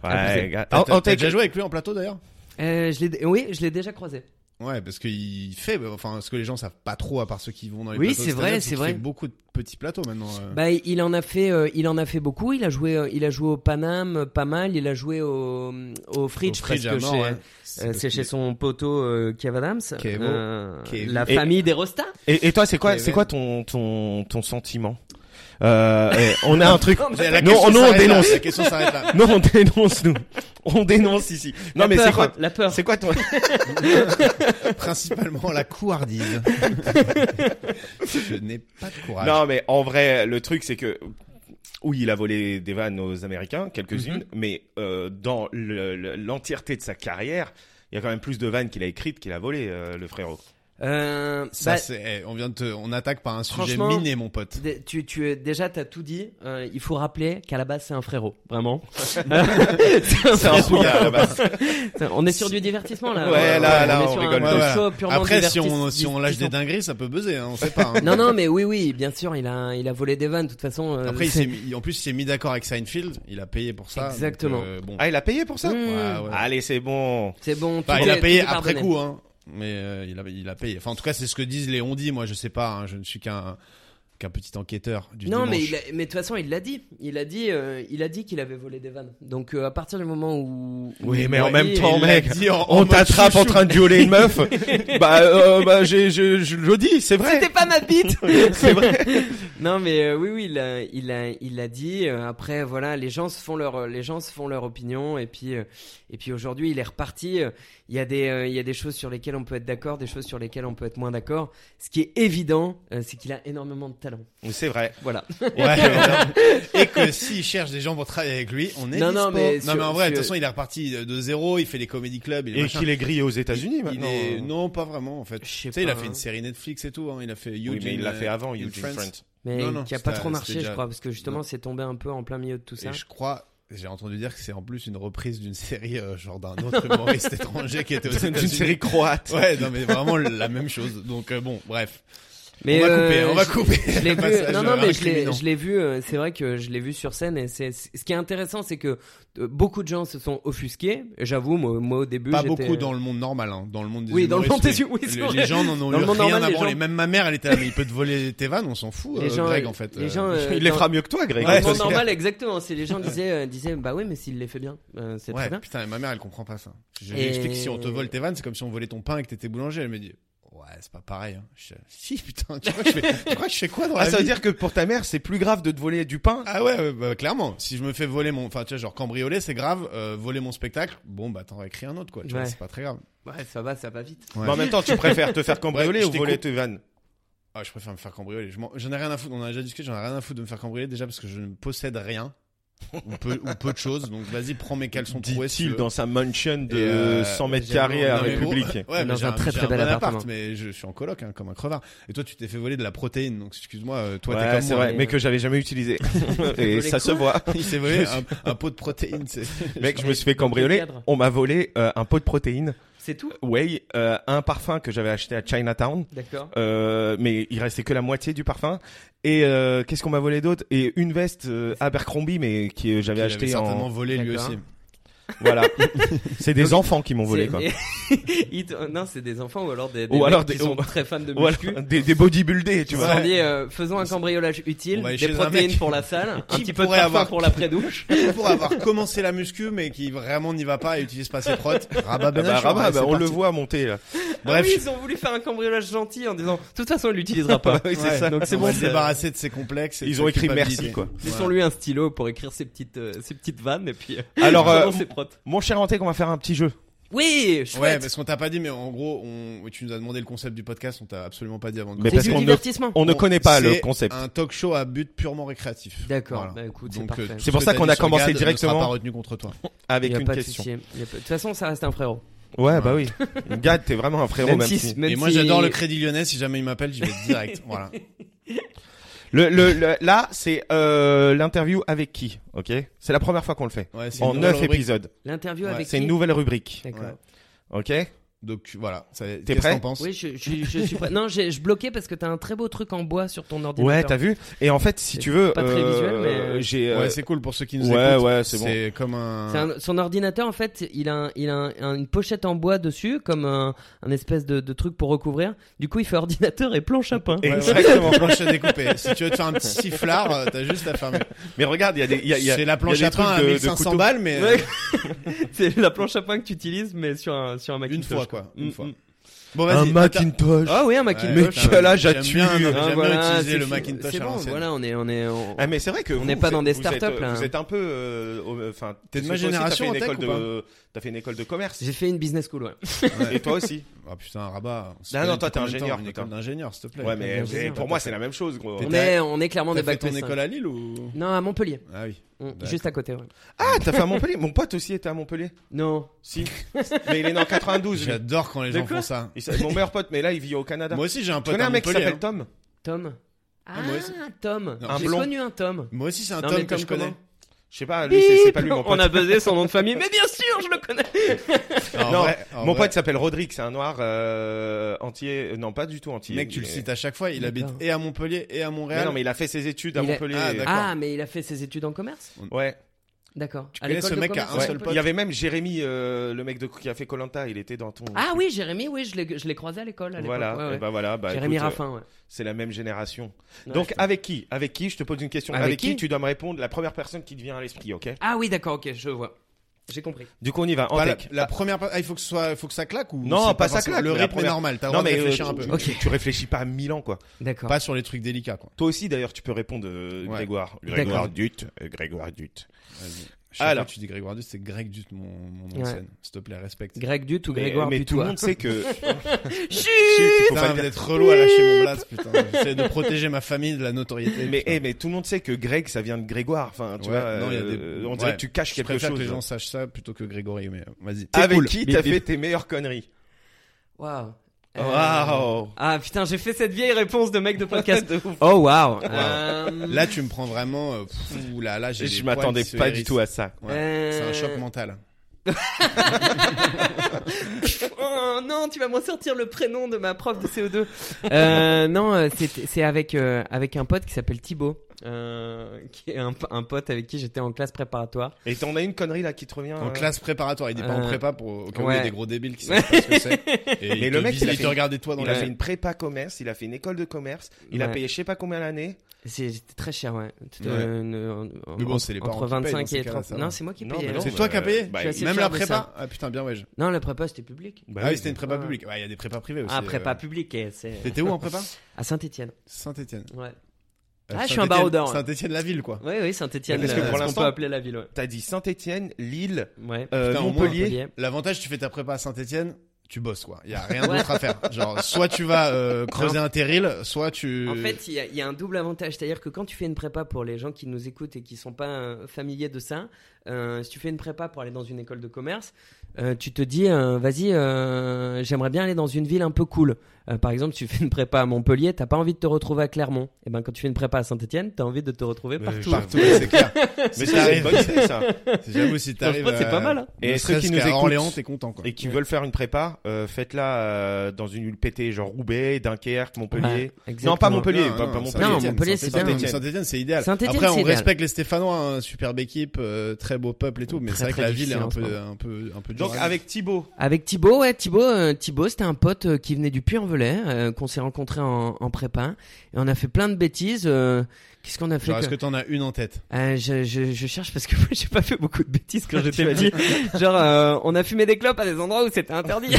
bah,
euh,
Ouais,
abusé.
gars.
T'as- t'as- t'as
Antec,
déjà joué avec lui en plateau d'ailleurs
Euh, je l'ai, oui, je l'ai déjà croisé.
Ouais, parce qu'il fait, bah, enfin, ce que les gens savent pas trop, à part ceux qui vont dans les
Oui,
plateaux. de
c'est vrai,
stand-up,
c'est
qu'il
vrai.
fait beaucoup de petits plateaux maintenant. euh.
Bah, il en a fait, euh, il en a fait beaucoup. Il a joué, euh, il a joué au Paname, euh, pas mal. Il a joué au, euh, au Fridge,
Au Fridge
parce
à
que
mort,
chez-
ouais.
euh,
parce
c'est
qu'il
chez
est-
son poteau euh, Kev Adams.
Kevo.
euh,
Kevo.
la
Et-
famille
*laughs*
des Rostas.
Et, et toi, c'est quoi,
Et
c'est quoi ton ton ton sentiment euh, eh, On a un truc.
Mais la
Nous,
question
on- nous, on
s'arrête là,
dénonce.
La question s'arrête là.
Non, on dénonce nous. On dénonce ici. Non,
la
mais
peur,
c'est quoi
La peur.
C'est quoi ton
Principalement la couardise. je n'ai pas de courage.
Non, mais en vrai, le truc, c'est que oui, il a volé des vannes aux Américains, quelques-unes, mais euh, dans le- le- l'entièreté de sa carrière, il y a quand même plus de vannes qu'il a écrites qu'il a volées, euh, le frérot.
Euh,
Ça,
bah,
c'est, eh, on vient de te, on attaque par un sujet
Franchement-
miné, mon pote.
Dé- Tu, tu, es- déjà, t'as tout dit. Euh, il faut rappeler qu'à la base, c'est un frérot.
*laughs*
Vraiment. c'est un
C'est un
frérot.
souillard, à la base.
*laughs* On est sur du divertissement, là.
Ouais, là, là,
on est
on
sur
rigole.
un talk
Ouais,
show
voilà.
purement
Après, si
divertis-
on, si on lâche des
divertissant.
dingueries, ça peut buzzer, hein, on sait pas. hein.
Non, non, mais oui, oui, bien sûr, il a, il a volé des vannes, de toute façon. euh,
Après, il
c'est-
s'est mis- en plus, il s'est mis d'accord avec Seinfeld, il a payé pour ça. donc,
Exactement.
euh, bon.
Ah, il a payé pour ça
Mmh.
Ouais, ouais.
Allez, c'est bon.
C'est bon.
Enfin,
tout
il a
est-
payé
tout est
après
pardonné.
coup, hein. Mais euh, il, a, il a payé. Enfin, en tout cas, c'est ce que disent les ondis. Moi, je sais pas. hein, Je ne suis qu'un qu'un petit enquêteur du
Non, mais,
dimanche.
il a- mais de toute façon, il l'a dit. Il a dit, euh, il a dit qu'il avait volé des vannes. Donc, euh, à partir du moment où.
Oui, mais
où
en
il-
même temps,
il l'a
mec,
dit en- en
on
mode
t'attrape en
chouchou.
train de violer une meuf. *laughs* bah, euh, bah, j'ai, je, je le dis, c'est vrai.
C'était pas
*laughs*
ma bite.
*laughs* C'est vrai.
Non mais euh, oui oui il a, il a il a dit euh, après voilà les gens se font leur euh, les gens se font leur opinion et puis euh, et puis aujourd'hui il est reparti euh, il y a des euh, il y a des choses sur lesquelles on peut être d'accord des choses sur lesquelles on peut être moins d'accord ce qui est évident euh, c'est qu'il a énormément de talent
C'est vrai.
voilà
Ouais, *laughs* et que s'il cherche des gens pour travailler avec lui, on est
Non,
dispo.
non, mais
non
sur-
mais en vrai, de
sur-
toute façon, il est reparti de zéro. Il fait les comedy clubs. Il est
Et
machin.
qu'il est grillé aux
Il-
États-Unis
il
maintenant. hein.
est- Non, pas vraiment en fait. Tu
Je sais
sais, il
pas,
a fait
hein.
une série Netflix et tout. Hein. Il a fait Eugene.
Oui, mais il l'a fait
euh,
avant,
in
Eugene
France.
Friends.
mais
Non, non,
qui a pas
c'était-
trop marché
c'était
je
déjà-
crois parce que justement
Non.
c'est tombé un peu en plein milieu de tout ça
Et je crois, j'ai entendu dire que c'est en plus une reprise d'une série euh, genre d'un autre
*laughs*
humoriste étranger qui était aux
D'une
États-Unis.
série croate.
Ouais, non mais vraiment la même chose. Donc euh, bon, bref.
mais
on va
euh,
couper, on va
je-
couper.
je l'ai
le
vu.
passage,
Non,
euh,
non, mais je l'ai,
incriminant.
je l'ai vu. euh, C'est vrai que je l'ai vu sur scène. Et c'est c'est- ce qui est intéressant, c'est que euh, beaucoup de gens se sont offusqués. J'avoue, moi, moi, au début,
Pas
j'étais- euh,
beaucoup dans le monde normal, hein, dans le monde des
Oui, dans le monde
humoristes,
des- oui, c'est
les,
vrai.
les gens n'en ont
Dans
eu
le monde
rien
normal,
à
les
branler.
gens-
Même ma mère, elle était là, mais il peut te voler tes vannes, on s'en fout.
Les
euh,
gens,
Greg,
euh,
en fait.
les
euh,
gens, euh,
Il les
dans-
fera mieux que toi, Greg.
Dans
Ouais,
le monde
c'est clair.
normal, exactement. C'est les gens disaient, euh, disaient, bah oui, mais s'il les fait bien, euh, c'est
ouais,
très bien.
putain, et ma mère, elle comprend pas ça. Je
Et-
lui explique que si on te vole tes vannes, c'est comme si on volait ton pain et que t'étais boulanger. Elle me dit, ouais, c'est pas pareil. hein. Je fais, si, putain, tu crois que je fais, tu crois que je fais quoi dans la
Ah, ça veut
vie
dire que pour ta mère, c'est plus grave de te voler du pain.
Ah ouais, ouais, bah, clairement. Si je me fais voler mon, enfin tu vois, genre cambrioler, c'est grave. euh, voler mon spectacle, bon bah t'en écris un autre quoi. Tu
Ouais.
vois, c'est pas très grave.
Ouais, ça va, ça va *laughs* vite.
Ouais.
Mais en même temps, tu préfères te faire cambrioler
Ouais, je
ou
t'écoute.
voler tes vannes.
Ah, je préfère me faire cambrioler. Je m'en- J'en ai rien à foutre. On en a déjà discuté. J'en ai rien à foutre de me faire cambrioler déjà parce que je ne possède rien ou peu, ou peu de choses. Donc vas-y, prends mes caleçons troués. si tu
Dit-il
veux.
dans sa mansion de
Et, euh,
100 mètres
j'avoue,
carrés à
Non, mais gros, *laughs*
République.
ouais, mais
Dans
j'ai
un très,
j'ai
très bel
bon
appartement.
Mais je suis en coloc, hein, comme un crevard. Et toi, tu t'es fait voler de la protéine. Donc excuse-moi, euh, toi
Ouais,
t'es comme
c'est
moi.
vrai,
mais-
mais que j'avais jamais utilisé.
Voler
Et ça se
quoi
voit.
*laughs* Il s'est volé un, un pot de protéines. c'est-
Mec, je me suis fait
Dans
cambrioler.
quel cadre
On m'a volé euh, un pot de protéines.
C'est tout.
Whey, euh, un parfum que j'avais acheté à Chinatown.
D'accord.
Euh, mais il restait que la moitié du parfum. Et euh, qu'est-ce qu'on m'a volé d'autre Et une veste euh, Abercrombie, mais que *laughs* j'avais
Il avait
acheté
certainement
en
volé lui
D'accord.
aussi.
voilà. c'est des enfants qui m'ont volé
C'est-
quoi.
*laughs* Ils te- non, c'est des enfants ou alors des, des
Ou
mecs
alors
qui
des-
sont
ou-
très fans de
Ou alors,
muscu.
des, des bodybuildés, tu
Tu
vois.
vois, on dit, euh, faisons un cambriolage utile,
On va aller
des
chez un
protéines
mec.
pour la salle, un
Qui
petit peu de
pourrait
parfum
avoir-
pour la pré-douche.
pour avoir commencé la muscu mais qui vraiment n'y va pas et utilise pas ses protes. Rabat
Ah bah,
Benachour,
Rabat,
ouais,
bah,
c'est
on le
parti.
voit monter là.
Ah
Bref,
oui, ils ont voulu faire un cambriolage gentil en disant, de toute façon, il l'utilisera pas.
Oui, c'est
ouais,
ça.
Donc c'est
bon,
bon,
ça-
se débarrasser de ses complexes. et de
Ils
sa
ont écrit
culpabilité.
merci, quoi.
Ouais.
Laissons-lui un stylo pour écrire ses petites, euh, ses petites vannes et puis. euh,
Alors, euh,
faisons ses protes.
Mon cher Antec, on va faire un petit jeu.
Oui,
Ouais,
chouette.
parce qu'on t'a pas dit, mais en gros, on... tu nous as demandé le concept du podcast, on t'a absolument pas dit avant. de
Mais parce
commencer.
c'est du
qu'on ne-
divertissement.
On ne
On-
connaît pas le
c'est
concept.
Un talk show à but purement récréatif.
D'accord,
Voilà.
bah écoute, c'est
Donc,
parfait.
euh, tout
C'est pour
ce
ça
que
qu'on
t'as
a
dit sur
commencé
Gad ne sera
directement.
pas retenu contre toi.
Avec
Il y a
une
pas de
question.
souci. Il y a pas- De toute façon, ça reste un frérot.
Ouais, bah oui. *laughs* Gad, t'es vraiment un frérot, même si.
même
et moi,
si-
j'adore le Crédit Lyonnais. Si jamais il m'appelle, j'y vais
*laughs*
direct. voilà.
Le, le, le- là, c'est euh, l'interview avec qui, ok C'est la première fois qu'on le fait.
Ouais, c'est
En
une nouvelle
neuf
rubrique.
épisodes.
L'interview
Ouais,
avec.
C'est
qui
une nouvelle rubrique,
D'accord.
Ouais.
ok
Donc voilà. ça- Qu'est-ce
prêt
que t'en penses
Oui, je, je, je suis prêt. Non, j'ai- je bloquais parce que t'as un très beau truc en bois sur ton ordinateur.
Ouais, t'as vu Et en fait, si
C'est
tu veux,
pas très
euh,
visuel, mais-
j'ai. euh,
Ouais, c'est cool pour ceux qui nous
ouais,
écoutent.
ouais, c'est bon.
C'est comme un.
C'est un- son ordinateur, en fait, il a, un- il a un- un- une pochette en bois dessus, comme un, un espèce de, de truc pour recouvrir. Du coup, il fait ordinateur et planche à pain.
Et- *laughs*
Ouais,
Exactement.
ouais, planche à découper. Si tu veux te faire un petit sifflard, euh, t'as juste à faire.
Mais regarde, il y a des. il Y a, il y a,
C'est la
il
planche
y a
à
des trucs
pain à
de- de
1500
couteau.
balles, mais euh,
Ouais. c'est la planche à pain que tu utilises, mais sur un, sur un Macintosh.
une fois quoi. Une
Mm,
fois.
mm.
Bon,
Un
vas-y. attends.
Macintosh.
Ah oui, un
Ouais,
Macintosh.
putain,
quel âge
j'aime
as-tu
bien, non, mais
eu,
J'aime
Ah,
bien
voilà,
utiliser
c'est
le
fi-
Macintosh
C'est
à
bon,
l'ancienne.
voilà, on est, on est, on-
Ah mais c'est vrai que vous,
n'est pas
vous
dans des
êtes- vous
startups,
êtes,
là. hein.
Vous êtes un peu, euh, au- enfin,
T'es de
toi
ma
aussi,
génération
T'as fait,
en
une
tech
école de- t'as fait une école de
*laughs*
commerce.
J'ai fait une business school, ouais.
Ouais.
Et toi aussi.
Ah putain, rabat. on se
Non,
connaît
non, toi,
depuis
t'es
combien de
ingénieur,
temps Une
putain.
école d'ingénieur, s'il te plaît.
Ouais, mais
bien
mais
sûr.
pour moi c'est la même chose, gros.
T'es-
On
t'as-
est, on est clairement
T'as
des
fait
bacs
ton
plus cinq.
école à Lille ou
Non, à Montpellier.
Ah oui.
Mm,
D'accord.
juste à côté. ouais.
Ah, t'as fait à Montpellier Mon pote aussi était à Montpellier.
Non.
*laughs*
Si. mais il est né en 92. lui.
J'adore quand les
De
gens
quoi
font ça.
Il s- mon meilleur pote, mais là, il vit au Canada.
Moi aussi, j'ai un
tu
pote
connais
à
un mec qui
Montpellier,
s'appelle
hein.
Tom
Tom. Ah,
moi aussi.
Tom.
Non,
J'ai
blond.
connu un Tom.
Moi aussi, c'est un
Non,
Tom
mais
que
Tom
je connais.
comment
Je sais
Ah,
pas, lui, c'est c'est pas lui, mon
*laughs* On a
pote.
buzzé son nom de famille. Mais bien sûr, je le connais.
En
Non,
vrai- en
Mon
vrai,
pote s'appelle Rodrigue, c'est un noir euh, entier. Non, pas du tout entier.
Mec, tu le
mais-
cites à chaque fois. Il habite
D'accord.
et à Montpellier et à
Mais
Montréal.
non, mais il a fait ses études à
Il est-
Montpellier.
Ah, d'accord.
Ah, mais il a fait ses études en commerce.
Ouais.
D'accord.
Tu connais
l'école
ce
de
mec à
commerce,
un
ouais.
seul
Il y avait même Jérémy, euh, le mec de, qui a fait Colanta, il était dans ton.
Ah oui, Jérémy, oui, je l'ai je l'ai croisé à l'école. à l'époque,
voilà.
ouais, ouais.
Et bah voilà. Bah,
Jérémy
écoute, euh,
Raffin, ouais.
C'est la même génération.
Ouais,
Donc
putain.
avec qui Avec qui Je te pose une question.
Avec
Avec, qui,
qui
Tu dois me répondre la première personne qui te vient à l'esprit, ok
Ah oui, d'accord, ok, je vois. J'ai compris.
Du coup on y va. En
Pas la,
tech.
la
Ah,
première. pa- Ah, il faut que ce soit, faut que ça claque ou
Non,
c'est
pas ça
forcément-
claque,
Le
mais la
rythme est
première-
normal. T'as le
Non
droit de
mais
réfléchir
euh,
un peu.
tu- tu, tu réfléchis pas à mille ans quoi.
D'accord.
Pas sur les trucs délicats, quoi.
Toi aussi d'ailleurs tu peux répondre euh,
Ouais.
Grégoire.
D'accord.
Grégoire Dutte. euh, Grégoire Dutte.
Chaque
Alors.
fois que tu dis Grégoire Dutte, c'est Greg Dutte, mon, mon nom de
Ouais.
scène. S'il te plaît, respecte.
Greg Dut ou
Mais-
Grégoire
mais, tout
Dutoit.
le monde sait que.
Chut
Faut pas
Putain,
le dire.
vous êtes relou à lâcher mon blast,
*laughs*
putain. J'essaie de protéger ma famille de la notoriété.
mais,
putain.
eh, mais tout le monde sait que Greg ça vient de Grégoire. Enfin tu
Ouais,
vois.
non, il y a
euh,
des-
On dirait
ouais.
que tu caches
je
quelque
préfère que les
chose.
gens sachent ça plutôt que Grégory, mais euh, vas-y. T'es
Avec
cool.
qui
Bip,
t'as
bip.
fait tes meilleures conneries
Waouh. Euh,
Waouh.
Ah putain, j'ai fait cette vieille réponse de mec de podcast. oh waouh. Euh,
Là, tu me prends vraiment. euh, pff, ouh là, là, j'ai.
Je m'attendais pas du tout à ça.
C'est un
Euh,
choc mental.
Oh non, tu vas me sortir le prénom de ma prof de CO2. Euh, non, euh, c'est c'est avec, euh, avec un pote qui s'appelle Thibaut, euh, qui est un, un pote avec qui j'étais en classe préparatoire.
Et t'en as une connerie là qui te revient.
En
euh,
classe préparatoire, il dit pas en
euh,
prépa pour au cas où il y a
ouais.
des gros débiles
*laughs*
qui savent pas ce que c'est. Et
Mais
ils
le
te
mec,
visent,
il a fait
ils te
une-
regardent toi dans
Il
la
a fait
vie.
une prépa commerce, il a fait une école de commerce, il a
Ouais.
payé je sais pas combien l'année.
C'est- C'était très cher, ouais. C'était,
Ouais.
euh, une- en-
Mais bon, c'est les parents
entre
qui payent
25
dans ces
et
cas-là,
30.
ça va.
non, c'est moi qui
Non,
paye.
mais
euh.
non.
C'est toi qui as payé
Bah,
Je suis assez
Même
fier
la
de
prépa
ça.
Ah putain, bien ouais. je-
Non, la prépa, c'était public.
Bah
ah oui,
oui,
c'était une prépa
ouais.
publique. Ouais, Il y a des prépas privées aussi.
ah,
euh.
prépa publique, eh, c'est
T'étais où en prépa
à Saint-Etienne.
Saint-Etienne.
Ouais. Ah, je suis un barreau d'or, ouais.
Saint-Etienne, la ville, quoi.
Oui, oui, Saint-Etienne,
Mais parce
euh,
que pour
ce qu'on
l'instant-
peut appeler la ville, ouais.
T'as dit Saint-Étienne, Lille,
Ouais.
euh,
Putain, au moins,
Montpellier.
Montpellier.
L'avantage, tu fais ta prépa à Saint-Etienne, tu bosses, quoi. Il y a rien d'autre à faire. Genre, soit tu vas
*laughs*
euh, creuser un terril, soit tu.
Euh,
En fait, il y, a- il y a un double avantage, c'est-à-dire que quand tu fais une prépa pour les gens qui nous écoutent et qui sont pas euh, familiers de ça, euh, si tu fais une prépa pour aller dans une école de commerce, euh, tu te dis, euh, vas-y, euh, j'aimerais bien aller dans une ville un peu cool. Euh, par exemple, tu *laughs* fais une prépa à Montpellier, t'as pas envie de te retrouver à Clermont. Et ben, quand tu fais une prépa à Saint-Etienne, t'as envie de te retrouver partout.
euh,
hein.
partout, ouais, c'est
*laughs*
clair.
Mais
Si
ça, c'est une *laughs*
t'arrives-
bonne idée, ça.
J'avoue, si
Je pense
t'arrives.
pas que c'est
à-
pas mal. hein.
ne
Et ceux
serait-ce
qui nous
qu'à
écoutent
Orléans, t'es content, quoi.
et qui veulent faire une prépa, euh, faites-la euh, dans une ULPT genre Roubaix, Dunkerque, Montpellier.
Ouais, exactement.
Non, pas Montpellier, pas- pas Montpellier.
Non, Montpellier, c'est bien.
Saint-Etienne, Saint-Etienne, c'est idéal.
Saint-Étienne,
Après, on
c'est idéal.
respecte les Stéphanois, hein, superbe équipe, euh, très beau peuple et tout, mais
Très,
c'est vrai que
très
la ville est
difficile hein,
un
en ce
peu,
moment.
un peu, un peu dure
Donc
à
avec Thibaut,
Avec Thibaut, ouais, Thibaut, euh, Thibaut, c'était un pote euh, qui venait du Puy-en-Velay, euh, qu'on s'est rencontré en, en prépa, et on a fait plein de bêtises. euh, Qu'est-ce qu'on a
vivre.
fait
Genre,
Bah,
que-
est-ce que t'en as une en tête *laughs*
Euh, je, je, je cherche parce que moi j'ai pas fait beaucoup de bêtises quand j'étais petit. Genre euh, on a fumé des clopes à des endroits où
*laughs*
c'était interdit.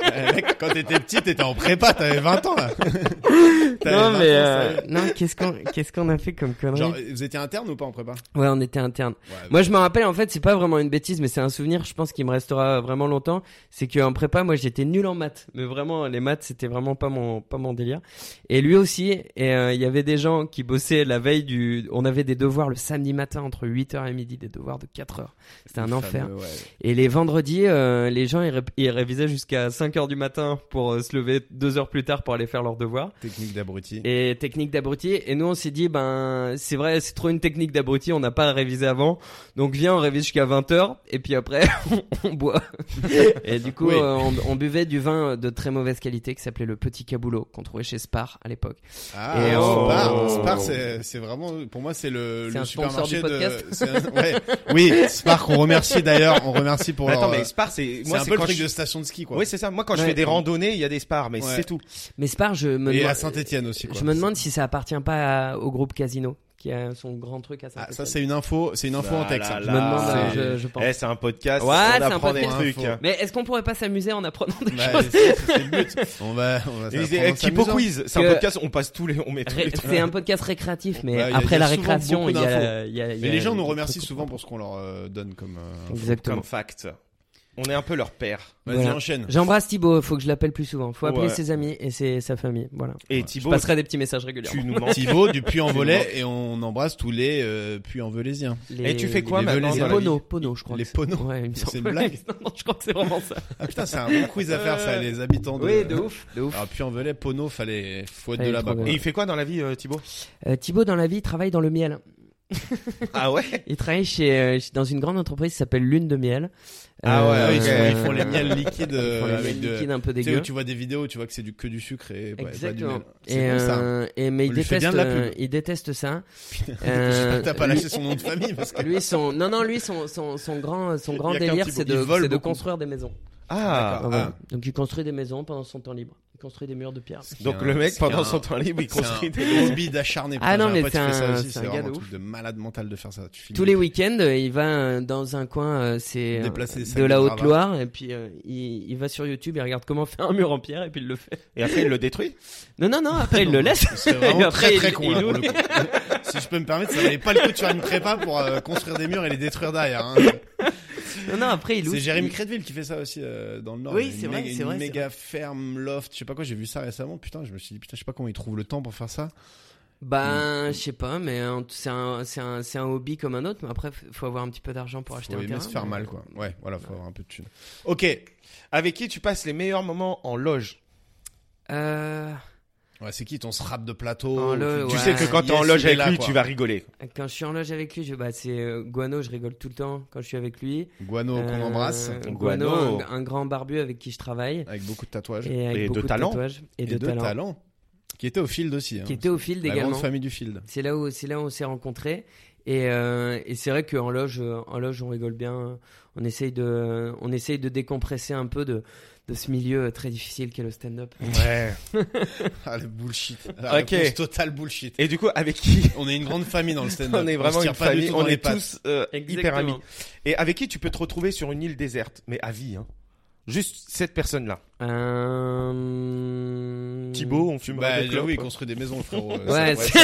Eh, mec, Quand t'étais petit, t'étais en prépa, t'avais 20 ans
*laughs*
là. T'avais
non
20
mais
ans,
euh,
ça
non qu'est-ce qu'on qu'est-ce qu'on a fait comme
y est.
conneries
Genre, euh, vous étiez interne ou pas en prépa
Ouais on était interne.
Ouais,
Moi je me rappelle en fait c'est pas vraiment une bêtise mais c'est un souvenir je pense qui me restera vraiment longtemps. C'est qu'en prépa moi j'étais nul en maths mais vraiment les maths c'était vraiment pas mon pas mon délire. Et lui aussi et euh, il y avait des gens qui bossaient la veille du on avait des devoirs le samedi matin entre 8h et midi des devoirs de 4h. C'était un
le
enfer.
fameux, ouais.
Et les vendredis, euh, les gens ils, ré- ils révisaient jusqu'à 5 heures du matin pour euh, se lever deux heures plus tard pour aller faire leurs devoirs.
Technique d'abruti.
Et technique d'abruti. Et nous on s'est dit ben c'est vrai c'est trop une technique d'abruti, on n'a pas révisé avant. Donc viens on révise jusqu'à 20 heures et puis après *laughs* on,
*laughs*
on boit. et du coup
Oui.
euh, on, on buvait du vin euh, de très mauvaise qualité qui s'appelait le Petit Caboulot qu'on trouvait chez Spar à l'époque.
Ah,
Et on-
Spar,
Oh.
Spar, c'est c'est vraiment, pour moi, c'est le,
C'est
le
un sponsor
supermarché
du podcast.
de. *laughs* c'est un- ouais. Oui, Spar, qu'on remercie d'ailleurs, on remercie pour
attends
leur. euh,
mais Spar c'est
c'est
moi
un peu le
quand
truc
je-
de station de ski, quoi.
Oui, c'est ça. Moi quand je
Ouais.
fais des randonnées, il y a des Spars mais
Ouais.
c'est tout.
Mais Spar je me
Et
demande-
à Saint-Etienne aussi, quoi.
je me demande si ça appartient pas à- au groupe Casino qui a son grand truc à
Ah,
Saint-Étienne.
ça, c'est une info, c'est une info
Bah
en texte.
là
hein.
je me demande, euh,
C'est-
je, je pense.
Eh, c'est un podcast,
Ouais, c'est
on
un
apprend des
podcast.
trucs.
Info.
hein.
Mais est-ce qu'on pourrait pas s'amuser en apprenant des
Bah,
*laughs* choses
c'est c'est le but. On va, on va. ça
Et
va
c'est-
prendre
eh,
en
Typo
s'amusant.
Quiz, c'est
Que-
un podcast, on passe tous les, on met tous
euh, Ré-
les trucs.
C'est un podcast récréatif, mais
Bah, il y a-
après
il y a
la
souvent
récréation,
beaucoup
il y a, il y a- il y a-
Et les gens nous
des
remercient
trucs-
souvent pour ce qu'on leur euh, donne comme. euh,
Exactement.
Comme fact. on est un peu leur père.
Vas-y,
Voilà.
enchaîne.
J'embrasse Thibaut, faut que je l'appelle plus souvent. Faut appeler
Ouais.
ses amis et ses, sa famille. Voilà.
Et
Je
Thibaut,
passerai des petits messages régulièrement.
tu nous manques.
Thibaut du puy en velay et on embrasse tous les euh, puy en velaysiens.
Les-
Et tu fais quoi
les
maintenant
Velaysiens.
dans la vie
Pono, Pono, je crois.
les
que c'est-
Pono.
Ouais, il me semble.
C'est une blague
*laughs* non, non, je crois que c'est vraiment ça.
Ah putain, c'est un bon quiz à faire ça, les habitants de.
Oui, de ouf, de ouf.
Alors puy Ah, en velay, Pono, fallait faut être
Fallait
de là-bas.
trouver.
quoi.
Et il fait quoi dans la vie, euh, Thibaut
Euh, Thibaut, dans la vie, il travaille dans le miel.
Ah ouais
Il travaille chez, euh, chez- dans une grande entreprise qui s'appelle Lune de Miel.
Ah ouais,
Euh,
ils, sont- ils
euh,
font les miels liquides
ils font les
euh, avec
miels
de.
liquides un peu
Tu sais où
dégueu.
tu vois des vidéos, tu vois que c'est du que du sucre et ouais, pas du
Exactement.
miel.
Et,
C'est bon *laughs* ça. hein.
euh, et
On
mais il
lui fait
déteste,
bien de la
euh,
pub.
il
*laughs*
déteste ça. Euh,
T'as pas
lui-
lâché son nom de famille parce que.
Lui, son, non, non, lui, son, son, son grand, son
Il
grand
y a qu'un
délire,
Thibaut.
c'est
Il
de,
vole
c'est de
beaucoup.
construire des maisons.
Ah
D'accord.
Voilà. Donc, il construit des maisons pendant son temps libre. Il construit des murs de pierre.
Donc le mec,
C'est
pendant
un-
son temps libre, il
C'est
construit
un
des...
lesbide acharné.
Ah
Putain,
non,
j'ai
mais
pote qui
c'est
fait ça
un-
aussi,
c'est un gars
vraiment
de
un
ouf.
truc de malade mental de faire ça. Tu filmes
Tous les week-ends, euh, il va euh, dans un coin, euh, c'est euh,
Déplacer les sacs
de
de
la
gravats.
Haute-Loire, et puis euh, il, il va sur YouTube, il regarde comment *laughs* faire un mur en pierre, et puis il le fait.
Et après, il le détruit
Non, non, non, après
*laughs*
il le laisse.
C'est
Et
vraiment très
après, il-
très con
il
là, pour
oublie.
le coup. *laughs* Si je peux me permettre, ça valait pas le coup de faire une prépa pour euh, construire des murs et les détruire derrière. hein.
Non, non, après il ouvre.
C'est Jérémy
il-
Crédville qui fait ça aussi euh, dans le Nord.
Oui,
Il y a une
c'est vrai,
méga-
c'est vrai,
Une
c'est
méga ferme loft, je sais pas quoi, j'ai vu ça récemment. Putain, je me suis dit putain, je sais pas comment ils trouvent le temps pour faire ça.
Ben, je sais pas, mais euh, c'est un, c'est un, c'est un hobby comme un autre, mais après f- faut avoir un petit peu d'argent pour acheter
faut
un
aimer
terrain.
se faire
mais-
mal quoi. Ouais, voilà, faut avoir un peu de thune.
Ok. Avec qui tu passes les meilleurs moments en loge
Euh,
Ouais, c'est qui ton rap de plateau
En Oh, le-
Tu
Ouais.
sais que quand t'es en
Yes,
loge
il est
avec
là,
lui,
quoi.
tu vas rigoler.
quand je suis en loge avec lui, je, bah, c'est euh, Guano, je rigole tout le temps quand je suis avec lui.
Guano qu'on
Euh,
embrasse
Guano,
Guano.
Un, un grand barbu avec qui je travaille.
avec beaucoup de tatouages
Et, avec
Et de
beaucoup
talent.
tatouages. Et, de,
deux
talent.
talents qui étaient au field aussi. hein.
Qui était au fil
La
également.
grande famille du field. *laughs*
C'est là où c'est là où on s'est rencontrés et, euh, et c'est vrai qu'en loge euh, en loge on rigole bien. On essaye de on essaye de décompresser un peu de de ce milieu euh, très difficile qu'est le stand-up.
Ouais.
Ah le bullshit. La
Ok.
réponse totale bullshit.
Et du coup, avec qui
On est une grande famille dans le
*laughs*
stand-up.
on est
se
vraiment
tire
une
pas du
famille,
tout dans
on
les
est
pattes.
tous euh, hyper
Exactement.
amis. Et avec qui tu peux te retrouver sur une île déserte, mais à vie, hein. Juste cette personne-là.
Euh...
Thibaut, on fume
Bah
des clopes. *laughs*
oui, il construit des maisons,
*laughs*
frérot. Euh,
Ouais,
ça,
c'est-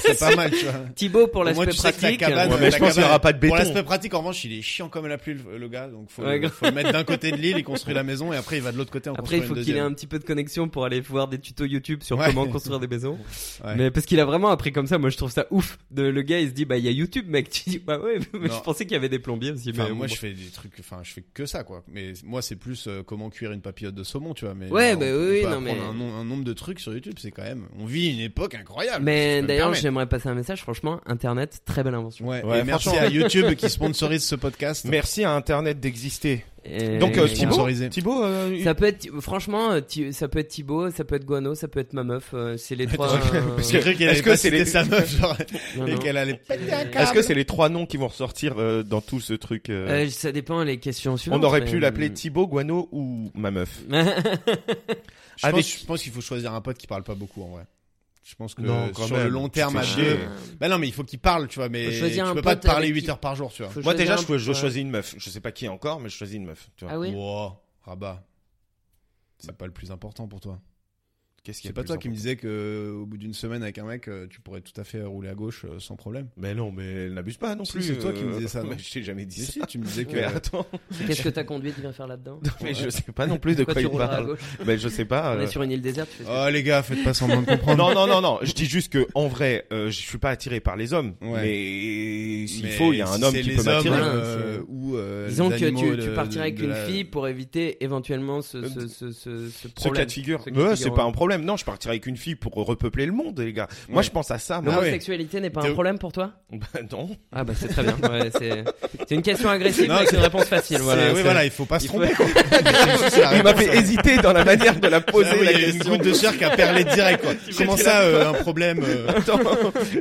c'est c'est pas mal, tu vois.
Thibaut pour
Au moins,
l'aspect
tu sais que
pratique.
ta cabane, euh,
Ouais, mais
ta
je pense qu'il y
cabane-
aura pas de béton.
Pour l'aspect pratique, en revanche, il est chiant comme la pluie, le le gars. Donc, faut,
Ouais,
le,
grave.
faut le mettre d'un côté de l'île,
*laughs*
il construit la maison, et après, il va de l'autre côté en
Après, il faut
construire une
qu'il ait
deuxième.
un petit peu de connexion pour aller voir des tutos YouTube sur
Ouais.
comment construire des maisons.
Ouais.
Mais parce qu'il a vraiment appris comme ça, moi je trouve ça ouf. De, le gars il se dit bah il y a YouTube mec, tu dis bah ouais, mais
Non.
je pensais qu'il y avait des plombiers aussi.
Enfin,
mais
moi,
bon.
je fais des trucs, enfin, je fais que ça, quoi. Mais moi, c'est plus euh, comment cuire une papillote de saumon, tu vois. Mais
Ouais,
genre,
bah
on- on
oui,
peut
non,
apprendre
mais-
un, nom- un nombre de trucs sur YouTube, c'est quand même. On vit une époque incroyable. si je
Mais
peux me
d'ailleurs,
permettre.
j'aimerais passer un message. Franchement, Internet, très belle invention.
Ouais,
Ouais,
et merci
franchement.
à YouTube qui sponsorise ce podcast.
Merci à Internet d'exister.
Et-
Donc, euh,
Ils sont
Thibaut,
sponsorisés.
Thibaut, euh,
Ça peut être, franchement, euh, Thi- ça peut être Thibaut, ça peut être Guano, ça peut être ma meuf. euh, C'est les trois. euh,
parce
J'ai cru qu'elle
Est-ce
allait
que
pas
c'est
citer
les-
sa meuf, genre,
non,
et
non.
qu'elle allait péter un câble.
est-ce que c'est les trois noms qui vont ressortir euh, dans tout ce truc euh,
Euh, ça dépend les questions suivantes.
On aurait
mais,
pu
euh,
l'appeler Thibaut, Guano ou ma meuf.
Je
Avec-
pense, je pense qu'il faut choisir un pote qui parle pas beaucoup en vrai. Je pense que
Non, quand
sur
même.
le long
Tu
terme
t'es
à
chié.
deux. Bah non, mais il faut qu'il parle, tu vois. Mais
Faut choisir
tu
un
peux pas
pote
te parler
avec
8
qui-
heures par jour, tu vois.
faut
Moi
choisir
déjà,
un-
je, je
ouais.
choisis une meuf. Je sais pas qui encore, mais je choisis une meuf. Tu vois.
Ah oui.
Wow, rabat. C'est pas le plus important pour toi.
Qu'est-ce qu'il y a
C'est
de
pas
plus
toi qui me
important
disais que euh, au bout d'une semaine avec un mec, euh, tu pourrais tout à fait rouler à gauche euh, sans problème.
Mais non, mais n'abuse pas non
Si,
plus.
c'est toi qui me
euh, *laughs*
disais ça, non
mais je t'ai jamais dit
Si, si,
ça.
tu me disais que.
Mais attends,
Qu'est-ce que ta conduite vient faire là-dedans
mais je sais pas non *laughs* plus de
Pourquoi
quoi,
tu
il
rouleras à
parle.
gauche
Mais je sais pas.
On
euh,
est sur une île déserte. tu fais ça.
Oh les gars, faites pas semblant de comprendre.
*laughs* Non, non, non, non. Je dis juste que en vrai, euh, je suis pas attiré par les hommes.
Ouais.
Mais s'il
Mais
faut, il y a un
si
homme
c'est
qui
les
peut m'attirer. hein,
hommes,
Voilà,
euh, ou, euh,
Disons
les
que
animaux
tu,
de-
tu partirais avec
de
une
la-
fille pour éviter éventuellement ce,
Euh,
ce, ce, ce, ce
Ce cas
problème.
de figure,
Ce cas de
Ouais,
figure,
c'est pas
ouais.
un problème. Non, je partirais avec une fille pour repeupler le monde, les gars. Moi,
Ouais.
je pense à ça. Moi.
L'homosexualité n'est pas
T'es-
un problème pour toi
*laughs* Bah, non.
Ah bah c'est très *laughs* bien. Ouais, c'est c'est une question agressive
Non,
mais c'est une réponse facile.
C'est-
Voilà.
oui,
c'est-
voilà, il faut pas se
il *laughs*
tromper.
faut-
C'est la
Il m'a
réponse.
*laughs* fait hésiter dans la manière de la poser
Ah oui,
la
il y a eu
question.
une goutte de chair qui a perlé direct
*laughs*
quoi. Comment ça euh, un problème euh,
Attends.